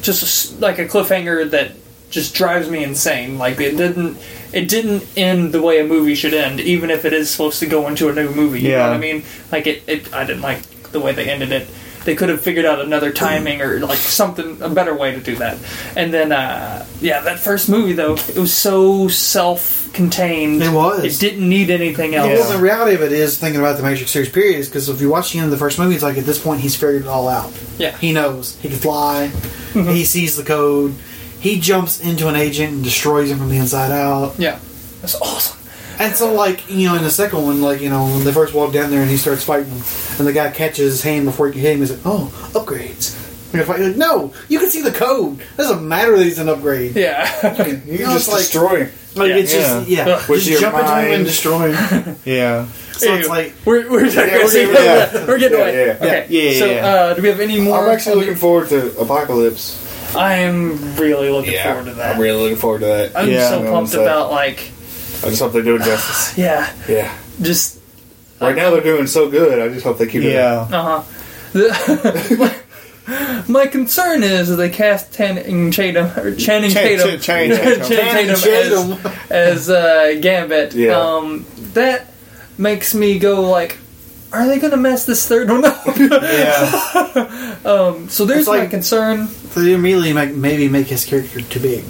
[SPEAKER 1] just a s like a cliffhanger that just drives me insane. Like it didn't it didn't end the way a movie should end, even if it is supposed to go into a new movie. You know
[SPEAKER 5] Yeah.
[SPEAKER 1] what I mean? Like it, it I didn't like the way they ended it. They could have figured out another timing or like something a better way to do that. And then uh yeah, that first movie though, it was so self contained.
[SPEAKER 2] It was.
[SPEAKER 1] It didn't need anything else.
[SPEAKER 2] Well, the reality of it is thinking about the Matrix series period is because if you watch the end of the first movie, it's like at this point he's figured it all out.
[SPEAKER 1] Yeah.
[SPEAKER 2] he knows he can fly. He sees the code. He jumps into an agent and destroys him from the inside out.
[SPEAKER 1] Yeah. That's awesome.
[SPEAKER 2] And so, like you know, in the second one, like you know, when they first walk down there and he starts fighting, him, and the guy catches his hand before he can hit him, he's like, "Oh, upgrades." You're gonna fight- you're like, no, you can see the code. Doesn't matter that he's an upgrade.
[SPEAKER 1] Yeah.
[SPEAKER 2] You
[SPEAKER 6] You're
[SPEAKER 2] know, it's
[SPEAKER 6] just
[SPEAKER 2] like,
[SPEAKER 6] destroying.
[SPEAKER 2] like, it's
[SPEAKER 5] Yeah.
[SPEAKER 2] just yeah,
[SPEAKER 1] Ugh.
[SPEAKER 6] With
[SPEAKER 2] just
[SPEAKER 6] your
[SPEAKER 2] jump into him
[SPEAKER 6] mind.
[SPEAKER 2] and destroy him.
[SPEAKER 5] Yeah,
[SPEAKER 2] So it's
[SPEAKER 1] Ew.
[SPEAKER 2] like
[SPEAKER 1] We're, we're,
[SPEAKER 6] we're getting- yeah.
[SPEAKER 1] we're getting
[SPEAKER 6] Yeah,
[SPEAKER 1] away.
[SPEAKER 6] yeah.
[SPEAKER 1] Okay.
[SPEAKER 5] Yeah, yeah,
[SPEAKER 1] so,
[SPEAKER 5] yeah.
[SPEAKER 1] Uh, do we have any more?
[SPEAKER 6] I'm actually
[SPEAKER 1] on
[SPEAKER 6] looking
[SPEAKER 1] the-
[SPEAKER 6] forward to Apocalypse.
[SPEAKER 1] I'm really looking forward to that.
[SPEAKER 6] I'm really looking forward to that.
[SPEAKER 1] I'm
[SPEAKER 5] Yeah,
[SPEAKER 1] so
[SPEAKER 5] I'm
[SPEAKER 1] pumped
[SPEAKER 6] excited.
[SPEAKER 1] about like,
[SPEAKER 6] I just hope they do it justice.
[SPEAKER 1] yeah,
[SPEAKER 6] yeah.
[SPEAKER 1] just
[SPEAKER 6] Right now they're doing so good. I just hope they keep it. up.
[SPEAKER 5] yeah.
[SPEAKER 1] uh huh. my, my concern is that they cast Channing Tatum or Channing
[SPEAKER 5] Channing-
[SPEAKER 1] Tatum,
[SPEAKER 5] Channing Tatum.
[SPEAKER 1] Channing Tatum as, as uh, Gambit.
[SPEAKER 6] Yeah.
[SPEAKER 1] Um, that makes me go like, are they gonna mess this third one up? Um,
[SPEAKER 5] Yeah,
[SPEAKER 1] so there's
[SPEAKER 2] It's like-
[SPEAKER 1] my concern.
[SPEAKER 2] So they immediately make, maybe make his character too big.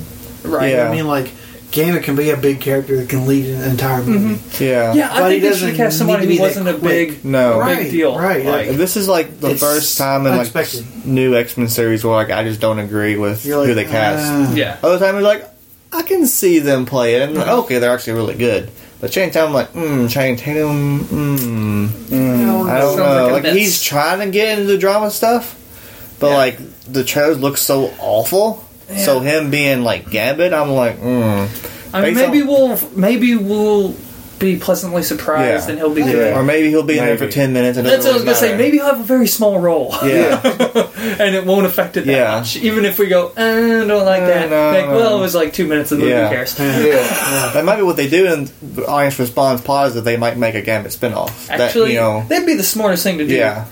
[SPEAKER 1] Right.
[SPEAKER 2] You know what
[SPEAKER 5] Yeah.
[SPEAKER 2] I mean, like Gambit can be a big character that can lead an entire movie.
[SPEAKER 5] yeah,
[SPEAKER 1] Yeah, I
[SPEAKER 2] But he
[SPEAKER 1] think they should
[SPEAKER 2] doesn't
[SPEAKER 1] cast somebody
[SPEAKER 2] need to be
[SPEAKER 1] who wasn't a
[SPEAKER 2] that
[SPEAKER 1] big.
[SPEAKER 2] quick.
[SPEAKER 5] No,
[SPEAKER 1] Right. Big deal.
[SPEAKER 2] Right.
[SPEAKER 1] Like-
[SPEAKER 2] like,
[SPEAKER 5] this is like the
[SPEAKER 2] It's
[SPEAKER 5] first time in like
[SPEAKER 2] unexpected.
[SPEAKER 5] this new X Men series where like I just don't agree with
[SPEAKER 2] you're like,
[SPEAKER 5] who they cast.
[SPEAKER 2] ah.
[SPEAKER 1] Yeah.
[SPEAKER 5] Other time it's like I can see them play it, and okay, they're actually really good. But Channing Tatum, I'm like, mm, Channing Tatum, mm, I don't
[SPEAKER 1] Sounds like
[SPEAKER 5] know.
[SPEAKER 1] a
[SPEAKER 5] Like,
[SPEAKER 1] mess.
[SPEAKER 5] he's trying to get into the drama stuff, but
[SPEAKER 1] Yeah.
[SPEAKER 5] like the trailers look so awful. So him being like Gambit, I'm like, mm.
[SPEAKER 1] I mean,
[SPEAKER 5] Based
[SPEAKER 1] maybe
[SPEAKER 5] on-
[SPEAKER 1] we'll maybe we'll be pleasantly surprised,
[SPEAKER 5] Yeah.
[SPEAKER 1] and he'll be
[SPEAKER 6] Yeah.
[SPEAKER 1] good.
[SPEAKER 5] or maybe he'll be in there for
[SPEAKER 6] Maybe.
[SPEAKER 5] ten minutes. And it
[SPEAKER 1] That's what I was
[SPEAKER 5] doesn't
[SPEAKER 1] gonna say.
[SPEAKER 5] really
[SPEAKER 1] Maybe he'll have a very small role,
[SPEAKER 5] matter. yeah,
[SPEAKER 1] and it won't affect it that
[SPEAKER 5] Yeah.
[SPEAKER 1] much. Even if we go, eh, don't like
[SPEAKER 5] Eh,
[SPEAKER 1] that.
[SPEAKER 5] no,
[SPEAKER 1] like,
[SPEAKER 5] no.
[SPEAKER 1] well, it was like two minutes of the movie.
[SPEAKER 5] Yeah.
[SPEAKER 1] Who cares?
[SPEAKER 6] Yeah.
[SPEAKER 5] that might be what they do. And the audience responds positive. They might make a Gambit spinoff.
[SPEAKER 1] Actually,
[SPEAKER 5] that, you know,
[SPEAKER 1] that'd be the smartest thing to do.
[SPEAKER 5] yeah,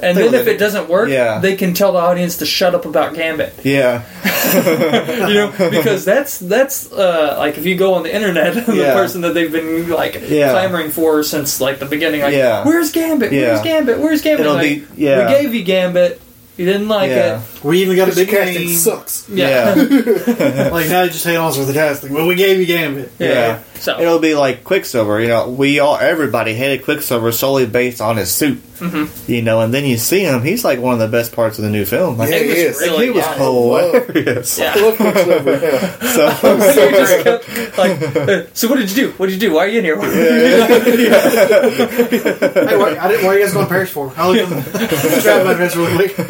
[SPEAKER 1] And
[SPEAKER 5] They
[SPEAKER 1] then
[SPEAKER 5] would.
[SPEAKER 1] if it doesn't work,
[SPEAKER 5] Yeah.
[SPEAKER 1] they can tell the audience to shut up about Gambit.
[SPEAKER 5] yeah,
[SPEAKER 1] you know because that's that's uh, like if you go on the internet the
[SPEAKER 5] Yeah.
[SPEAKER 1] person that they've been like
[SPEAKER 5] Yeah.
[SPEAKER 1] clamoring for since like the beginning like
[SPEAKER 5] Yeah.
[SPEAKER 1] where's gambit where's
[SPEAKER 5] Yeah.
[SPEAKER 1] gambit where's gambit
[SPEAKER 5] It'll
[SPEAKER 1] like,
[SPEAKER 5] be- yeah.
[SPEAKER 1] we gave you gambit you didn't like
[SPEAKER 5] Yeah.
[SPEAKER 1] it
[SPEAKER 2] We even got a big
[SPEAKER 6] casting
[SPEAKER 2] name.
[SPEAKER 6] sucks.
[SPEAKER 1] yeah
[SPEAKER 5] yeah, yeah.
[SPEAKER 2] like now you just hate on us for the casting. Well, we gave you Gambit.
[SPEAKER 1] so
[SPEAKER 5] It'll be like Quicksilver. You know, we all everybody hated Quicksilver solely based on his suit.
[SPEAKER 1] Mm-hmm.
[SPEAKER 5] You know, and then you see him. He's like one of the best parts of the new film. Like,
[SPEAKER 6] Yeah,
[SPEAKER 1] it
[SPEAKER 6] he
[SPEAKER 1] was
[SPEAKER 6] is.
[SPEAKER 1] really
[SPEAKER 5] he was
[SPEAKER 1] yeah.
[SPEAKER 5] hilarious.
[SPEAKER 1] Yeah.
[SPEAKER 6] Look, Quicksilver, yeah.
[SPEAKER 5] So
[SPEAKER 1] They just kept, like, uh, so what did you do what did you do why are you in here
[SPEAKER 2] hey, why, I didn't, why are you guys going to Paris for? I'll look at the travel adventure really quick.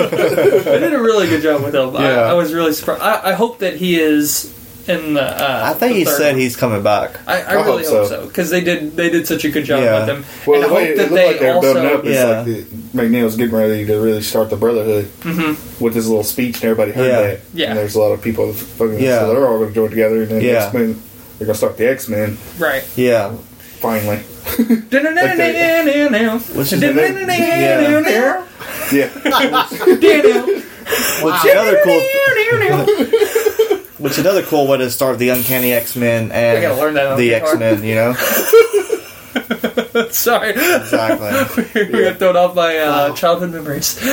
[SPEAKER 1] they did a really good job with him I,
[SPEAKER 5] Yeah.
[SPEAKER 1] I was really surprised I, I hope that he is in the uh,
[SPEAKER 5] I think
[SPEAKER 1] the
[SPEAKER 5] he
[SPEAKER 1] third
[SPEAKER 5] said
[SPEAKER 1] one.
[SPEAKER 5] he's coming back.
[SPEAKER 1] I, I
[SPEAKER 6] I hope
[SPEAKER 1] really hope
[SPEAKER 6] so.
[SPEAKER 1] so because they did they did such a good job
[SPEAKER 5] Yeah.
[SPEAKER 1] with them.
[SPEAKER 6] Well,
[SPEAKER 1] and
[SPEAKER 6] the
[SPEAKER 1] I
[SPEAKER 6] way
[SPEAKER 1] hope
[SPEAKER 6] it
[SPEAKER 1] that
[SPEAKER 6] looked like
[SPEAKER 1] they
[SPEAKER 6] they're
[SPEAKER 1] also
[SPEAKER 6] building up is
[SPEAKER 5] Yeah.
[SPEAKER 6] like the, McNeil's getting ready to really start the Brotherhood with his little speech, and everybody heard
[SPEAKER 5] Yeah.
[SPEAKER 6] that.
[SPEAKER 1] Mm-hmm. Yeah.
[SPEAKER 6] And there's a lot of people that fucking
[SPEAKER 5] Yeah.
[SPEAKER 6] so they're all going to join together, and then
[SPEAKER 5] Yeah.
[SPEAKER 6] X Men they're going to start the X Men
[SPEAKER 1] right.
[SPEAKER 5] Yeah,
[SPEAKER 6] finally.
[SPEAKER 1] Yeah.
[SPEAKER 5] which is yeah.
[SPEAKER 6] Yeah.
[SPEAKER 5] Which another cool. Which another cool way to start the Uncanny X Men and
[SPEAKER 1] We gotta learn that on
[SPEAKER 5] the
[SPEAKER 1] guitar.
[SPEAKER 5] X Men. You know
[SPEAKER 1] Sorry,
[SPEAKER 5] exactly.
[SPEAKER 1] we got thrown off by uh, childhood memories.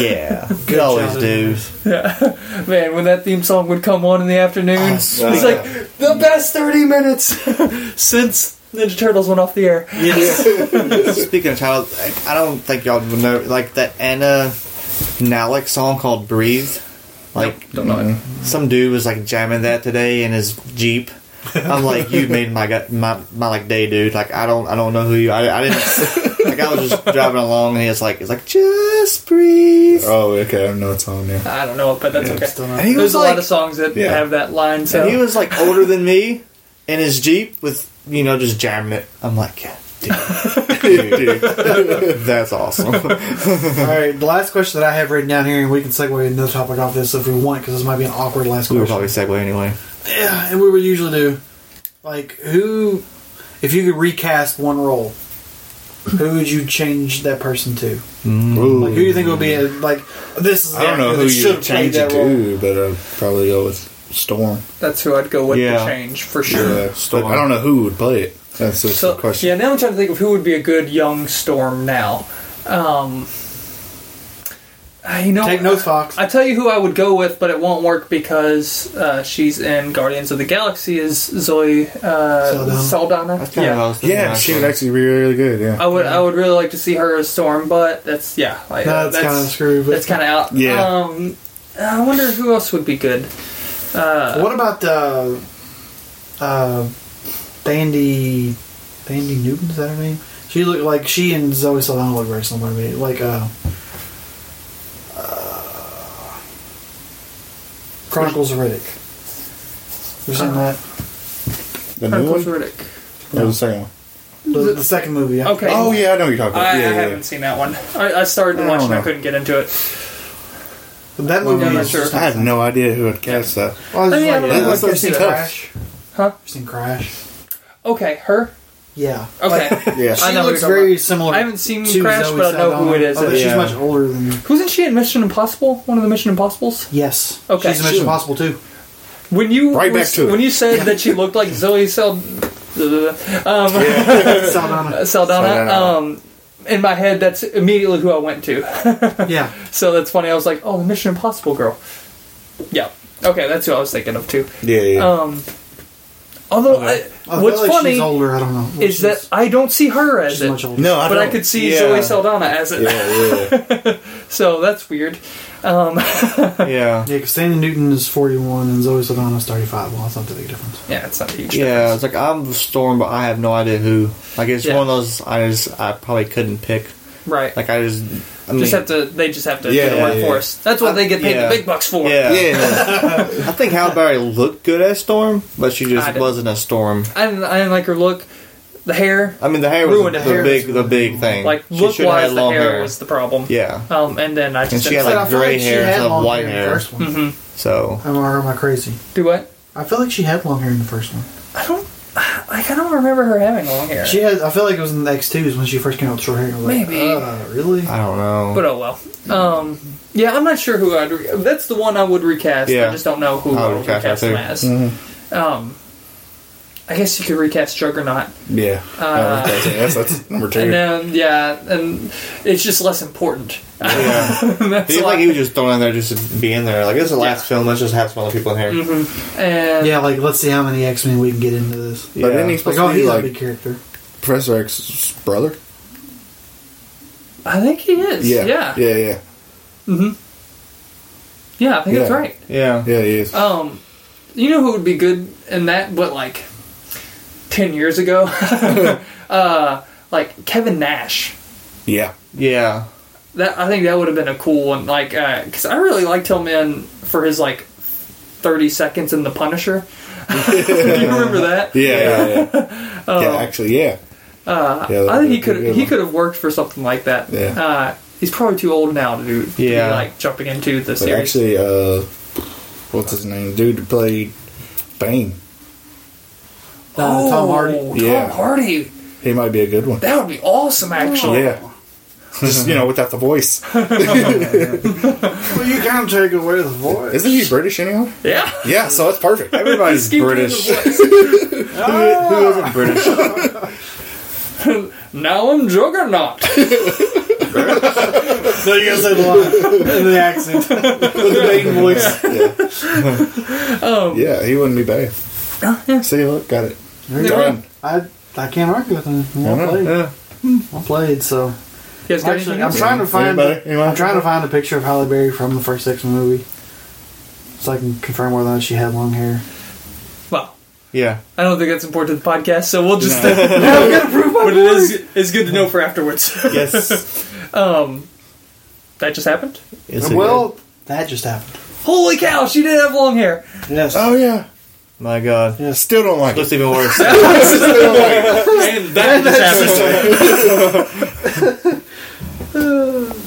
[SPEAKER 5] Yeah, we always do.
[SPEAKER 1] Man, when that theme song would come on in the afternoon, it's
[SPEAKER 5] sweet.
[SPEAKER 1] like the best thirty minutes since Ninja Turtles went off the air.
[SPEAKER 5] Speaking of child, I, I don't think y'all would know like that Anna Nalick song called "Breathe." Like mm-hmm.
[SPEAKER 1] Don't know it.
[SPEAKER 5] some dude was like jamming that today in his jeep. I'm like, you made my gut- my my like day, dude. Like I don't I don't know who you. I, I didn't. Like I was just driving along and it's like it's like just breathe.
[SPEAKER 6] Oh, okay. I don't know what's on there.
[SPEAKER 1] I don't know it, but that's okay.
[SPEAKER 5] And he
[SPEAKER 1] There's
[SPEAKER 5] was
[SPEAKER 1] a
[SPEAKER 5] like,
[SPEAKER 1] lot of songs that
[SPEAKER 6] Yeah.
[SPEAKER 1] have that line. So
[SPEAKER 5] and he was like older than me in his jeep with you know just jamming it. I'm like, dude, dude that's awesome.
[SPEAKER 2] All right, the last question that I have written down here, and we can segue into the topic off this if we want, because this might be an awkward last
[SPEAKER 5] We were
[SPEAKER 2] question.
[SPEAKER 5] probably segue anyway.
[SPEAKER 2] Yeah, and we would usually do. Like, who, if you could recast one role, who would you change that person to? Like, who do you think would be a, like? This is the
[SPEAKER 6] I don't know
[SPEAKER 2] actor
[SPEAKER 6] who
[SPEAKER 2] that
[SPEAKER 6] you
[SPEAKER 2] should've
[SPEAKER 6] would change
[SPEAKER 2] played
[SPEAKER 6] it
[SPEAKER 2] that role.
[SPEAKER 6] to, but I'd probably go with Storm.
[SPEAKER 1] that's who I'd go with
[SPEAKER 5] Yeah.
[SPEAKER 1] to change for sure.
[SPEAKER 6] Yeah, Storm. But I don't know who would play it. That's just
[SPEAKER 1] So
[SPEAKER 6] the question.
[SPEAKER 1] yeah, now I'm trying to think of who would be a good young Storm now. Um, I- you know,
[SPEAKER 2] Take notes, Fox.
[SPEAKER 1] I tell you who I would go with, but it won't work because uh, she's in Guardians of the Galaxy is Zoe uh, Saldana.
[SPEAKER 5] That's kind of what I
[SPEAKER 1] Yeah,
[SPEAKER 5] was thinking.
[SPEAKER 6] Yeah, she would actually be really, really good. Yeah.
[SPEAKER 1] I would I would really like to see her as Storm, but that's yeah, like,
[SPEAKER 2] No,
[SPEAKER 1] uh,
[SPEAKER 2] that's kind of screwed. But
[SPEAKER 1] that's kind of out.
[SPEAKER 6] Yeah.
[SPEAKER 1] Um, I wonder who else would be good. Uh,
[SPEAKER 2] what about uh, uh, Dandy? Dandy Newton is that her name? She looked like she and Zoe Saldana look very similar to me. Like uh, uh, Chronicles of Riddick. You seen that?
[SPEAKER 6] The new
[SPEAKER 1] Chronicles of
[SPEAKER 6] one?
[SPEAKER 1] Riddick.
[SPEAKER 6] Or the second one?
[SPEAKER 2] The, the second movie. Yeah.
[SPEAKER 1] Okay.
[SPEAKER 6] Oh, yeah, I know what you're talking about.
[SPEAKER 1] I,
[SPEAKER 6] yeah,
[SPEAKER 1] I
[SPEAKER 6] yeah,
[SPEAKER 1] haven't seen that one. I, I started
[SPEAKER 6] I
[SPEAKER 1] to
[SPEAKER 6] don't
[SPEAKER 1] watch and I
[SPEAKER 6] know.
[SPEAKER 1] couldn't get into it.
[SPEAKER 2] But that
[SPEAKER 1] I'm
[SPEAKER 2] movie.
[SPEAKER 1] not
[SPEAKER 2] is
[SPEAKER 1] sure.
[SPEAKER 2] just-
[SPEAKER 6] yeah. I have no idea who would cast that.
[SPEAKER 2] Well, I was
[SPEAKER 1] I
[SPEAKER 2] just
[SPEAKER 1] mean, I
[SPEAKER 2] like,
[SPEAKER 1] don't
[SPEAKER 2] yeah,
[SPEAKER 1] know.
[SPEAKER 2] like,
[SPEAKER 6] That's
[SPEAKER 2] you
[SPEAKER 6] so
[SPEAKER 2] seen
[SPEAKER 6] tough.
[SPEAKER 2] Crash?
[SPEAKER 1] Huh?
[SPEAKER 2] You seen Crash?
[SPEAKER 1] Okay, her.
[SPEAKER 2] Yeah.
[SPEAKER 1] Okay.
[SPEAKER 6] Yeah.
[SPEAKER 2] She
[SPEAKER 1] I know what
[SPEAKER 2] looks
[SPEAKER 1] you're talking
[SPEAKER 2] very
[SPEAKER 1] about.
[SPEAKER 2] similar.
[SPEAKER 1] I haven't seen
[SPEAKER 2] to
[SPEAKER 1] Crash,
[SPEAKER 2] Zoe
[SPEAKER 1] but I know who it
[SPEAKER 2] Saldana.
[SPEAKER 1] is.
[SPEAKER 2] Although
[SPEAKER 5] Yeah.
[SPEAKER 2] She's much older than.
[SPEAKER 1] Wasn't she in Mission Impossible? One of the Mission Impossibles?
[SPEAKER 2] Yes.
[SPEAKER 1] Okay.
[SPEAKER 2] She's in Mission Impossible too.
[SPEAKER 1] When you
[SPEAKER 6] Right
[SPEAKER 1] were-
[SPEAKER 6] back to it.
[SPEAKER 1] when you said that she looked like Zoe Sald- um,
[SPEAKER 2] Saldana.
[SPEAKER 1] Saldana,
[SPEAKER 6] Saldana. uh-huh.
[SPEAKER 1] um, in my head, that's immediately who I went to.
[SPEAKER 2] Yeah.
[SPEAKER 1] so that's funny. I was like, oh, the Mission Impossible girl. Yeah. Okay, that's who I was thinking of too.
[SPEAKER 6] Yeah, yeah.
[SPEAKER 1] Um, although, I,
[SPEAKER 2] I
[SPEAKER 1] what's
[SPEAKER 2] feel like
[SPEAKER 1] funny
[SPEAKER 2] Oh, She's older. I don't know. Well,
[SPEAKER 1] is that
[SPEAKER 2] she's-
[SPEAKER 1] I don't see her as
[SPEAKER 2] she's
[SPEAKER 1] it,
[SPEAKER 2] much older?
[SPEAKER 6] no, I
[SPEAKER 1] but I
[SPEAKER 6] don't-
[SPEAKER 1] could see
[SPEAKER 6] yeah.
[SPEAKER 1] Zoe Saldana as it.
[SPEAKER 6] Yeah, yeah.
[SPEAKER 1] So that's weird. Uh,
[SPEAKER 5] Yeah.
[SPEAKER 2] Yeah, because Sandy Newton is 41 and Zoe Saldana is 35. Well, that's not that big a difference.
[SPEAKER 1] Yeah, it's not a huge.
[SPEAKER 5] Yeah, it's like I'm the storm, but I have no idea who. Like it's
[SPEAKER 1] Yeah.
[SPEAKER 5] one of those I just I probably couldn't pick.
[SPEAKER 1] Right.
[SPEAKER 5] Like I just I mean,
[SPEAKER 1] just have to. They just have to
[SPEAKER 6] Yeah,
[SPEAKER 1] do the
[SPEAKER 6] yeah,
[SPEAKER 1] work
[SPEAKER 6] yeah.
[SPEAKER 1] for us. That's what
[SPEAKER 5] I-
[SPEAKER 1] they get paid
[SPEAKER 5] yeah.
[SPEAKER 1] the big bucks for.
[SPEAKER 5] Yeah,
[SPEAKER 6] yeah.
[SPEAKER 5] I think Halle Berry looked good as Storm, but she
[SPEAKER 1] I
[SPEAKER 5] just
[SPEAKER 1] didn't.
[SPEAKER 5] wasn't a Storm.
[SPEAKER 1] I didn't, I didn't like her look, the hair.
[SPEAKER 5] I mean, the hair was
[SPEAKER 1] Ruined
[SPEAKER 5] the,
[SPEAKER 1] hair.
[SPEAKER 5] big the big thing.
[SPEAKER 1] Like
[SPEAKER 5] She
[SPEAKER 1] look
[SPEAKER 5] should have
[SPEAKER 1] wise,
[SPEAKER 5] had
[SPEAKER 1] the
[SPEAKER 5] long
[SPEAKER 1] hair, was the problem.
[SPEAKER 5] yeah.
[SPEAKER 1] Um, and then I just
[SPEAKER 5] And she
[SPEAKER 1] didn't
[SPEAKER 5] had,
[SPEAKER 2] But
[SPEAKER 5] like,
[SPEAKER 2] I feel
[SPEAKER 5] gray
[SPEAKER 2] she
[SPEAKER 5] hair
[SPEAKER 2] had
[SPEAKER 5] instead of
[SPEAKER 2] long
[SPEAKER 5] white
[SPEAKER 2] in
[SPEAKER 5] hair.
[SPEAKER 2] The first one.
[SPEAKER 5] So
[SPEAKER 2] Hmm. Am, I, am I crazy?
[SPEAKER 1] do what?
[SPEAKER 2] I feel like she had long hair in the first one.
[SPEAKER 1] I don't. Like I don't remember her having long hair.
[SPEAKER 2] She had. I feel like it was in the X2s when she first came out with short hair. I was like,
[SPEAKER 1] Maybe.
[SPEAKER 2] Uh, really?
[SPEAKER 5] I don't know.
[SPEAKER 1] but oh well. Um, yeah, I'm not sure who I'd. Re- that's the one I would recast.
[SPEAKER 5] Yeah.
[SPEAKER 1] I just don't know who
[SPEAKER 5] I
[SPEAKER 1] I
[SPEAKER 5] would
[SPEAKER 1] would
[SPEAKER 5] recast
[SPEAKER 1] recast
[SPEAKER 5] that
[SPEAKER 1] him
[SPEAKER 5] too. Mm-hmm.
[SPEAKER 1] as. Um, I guess you could recast Juggernaut.
[SPEAKER 6] yeah.
[SPEAKER 1] Uh,
[SPEAKER 6] that's, that's, that's number two.
[SPEAKER 1] And then yeah, and it's just less important.
[SPEAKER 5] yeah,
[SPEAKER 1] That's
[SPEAKER 5] he's
[SPEAKER 1] a
[SPEAKER 5] like
[SPEAKER 1] lot.
[SPEAKER 5] he was just thrown in there just to be in there. Like this is the last film. Let's just have some other people in
[SPEAKER 1] Mm-hmm.
[SPEAKER 5] here.
[SPEAKER 1] and
[SPEAKER 2] Yeah, like, let's see how many X Men we can get into this.
[SPEAKER 6] But then he's
[SPEAKER 2] Like,
[SPEAKER 6] supposed
[SPEAKER 2] oh,
[SPEAKER 6] to be
[SPEAKER 2] he's a
[SPEAKER 6] like
[SPEAKER 2] big character.
[SPEAKER 6] Professor X's brother.
[SPEAKER 1] I think he is. Yeah, yeah, yeah.
[SPEAKER 6] Yeah, yeah.
[SPEAKER 1] I think that's
[SPEAKER 6] Yeah.
[SPEAKER 1] right.
[SPEAKER 5] Yeah,
[SPEAKER 6] Yeah, he is.
[SPEAKER 1] Um, you know who would be good in that? But like ten years ago, uh, like Kevin Nash.
[SPEAKER 6] yeah.
[SPEAKER 5] yeah.
[SPEAKER 1] That I think that would have been a cool one. Like, because I really liked him in for his like thirty seconds in The Punisher. Do you remember that? Um,
[SPEAKER 6] Yeah, yeah, yeah. yeah, actually, yeah. Uh, yeah
[SPEAKER 1] Oh. I think he
[SPEAKER 6] that'd be a
[SPEAKER 1] could
[SPEAKER 6] good
[SPEAKER 1] he
[SPEAKER 6] one.
[SPEAKER 1] could have worked for something like that.
[SPEAKER 6] Yeah.
[SPEAKER 1] Uh, he's probably too old now to do to be,
[SPEAKER 5] Yeah.
[SPEAKER 1] like jumping into the
[SPEAKER 6] But
[SPEAKER 1] series.
[SPEAKER 6] actually, uh, what's his name? Dude who played Bane.
[SPEAKER 2] Uh, Tom Hardy.
[SPEAKER 1] Oh, Tom
[SPEAKER 6] Yeah.
[SPEAKER 1] Hardy.
[SPEAKER 6] He might be a good one.
[SPEAKER 1] That would be awesome, actually.
[SPEAKER 6] Yeah. Just, you know, without the voice.
[SPEAKER 2] Well, you can't take away the voice.
[SPEAKER 6] Isn't he British anyhow?
[SPEAKER 1] Yeah.
[SPEAKER 6] Yeah, so that's perfect.
[SPEAKER 5] Everybody's
[SPEAKER 1] Keep doing
[SPEAKER 5] British.
[SPEAKER 1] the voice. Ah.
[SPEAKER 5] Who isn't British?
[SPEAKER 1] Now I'm Juggernaut.
[SPEAKER 2] So you gotta say the line in the accent with the Dayton voice.
[SPEAKER 1] Oh.
[SPEAKER 6] Yeah, he wouldn't be bad. See, look, got it. Done.
[SPEAKER 2] I I can't argue with him. Well
[SPEAKER 6] Yeah.
[SPEAKER 2] played.
[SPEAKER 6] Yeah.
[SPEAKER 2] Well played. So
[SPEAKER 1] You guys got
[SPEAKER 2] actually,
[SPEAKER 1] anything
[SPEAKER 2] I'm
[SPEAKER 1] else?
[SPEAKER 2] trying to find.
[SPEAKER 6] Anybody? Anyone?
[SPEAKER 2] I'm trying to find a picture of Halle Berry from the first X Men movie, so I can confirm whether or not she had long hair.
[SPEAKER 1] Well,
[SPEAKER 5] Yeah.
[SPEAKER 1] I don't think that's important to the podcast, so we'll just. but it
[SPEAKER 2] Yes.
[SPEAKER 1] is it's good to know for afterwards.
[SPEAKER 5] Yes.
[SPEAKER 1] um, that just happened.
[SPEAKER 5] yes well,
[SPEAKER 2] well, that just happened.
[SPEAKER 1] Holy cow! She did have long hair.
[SPEAKER 2] Yes.
[SPEAKER 6] Oh yeah.
[SPEAKER 5] my God.
[SPEAKER 6] I still don't like it.
[SPEAKER 5] That's even worse.
[SPEAKER 1] And that just happened.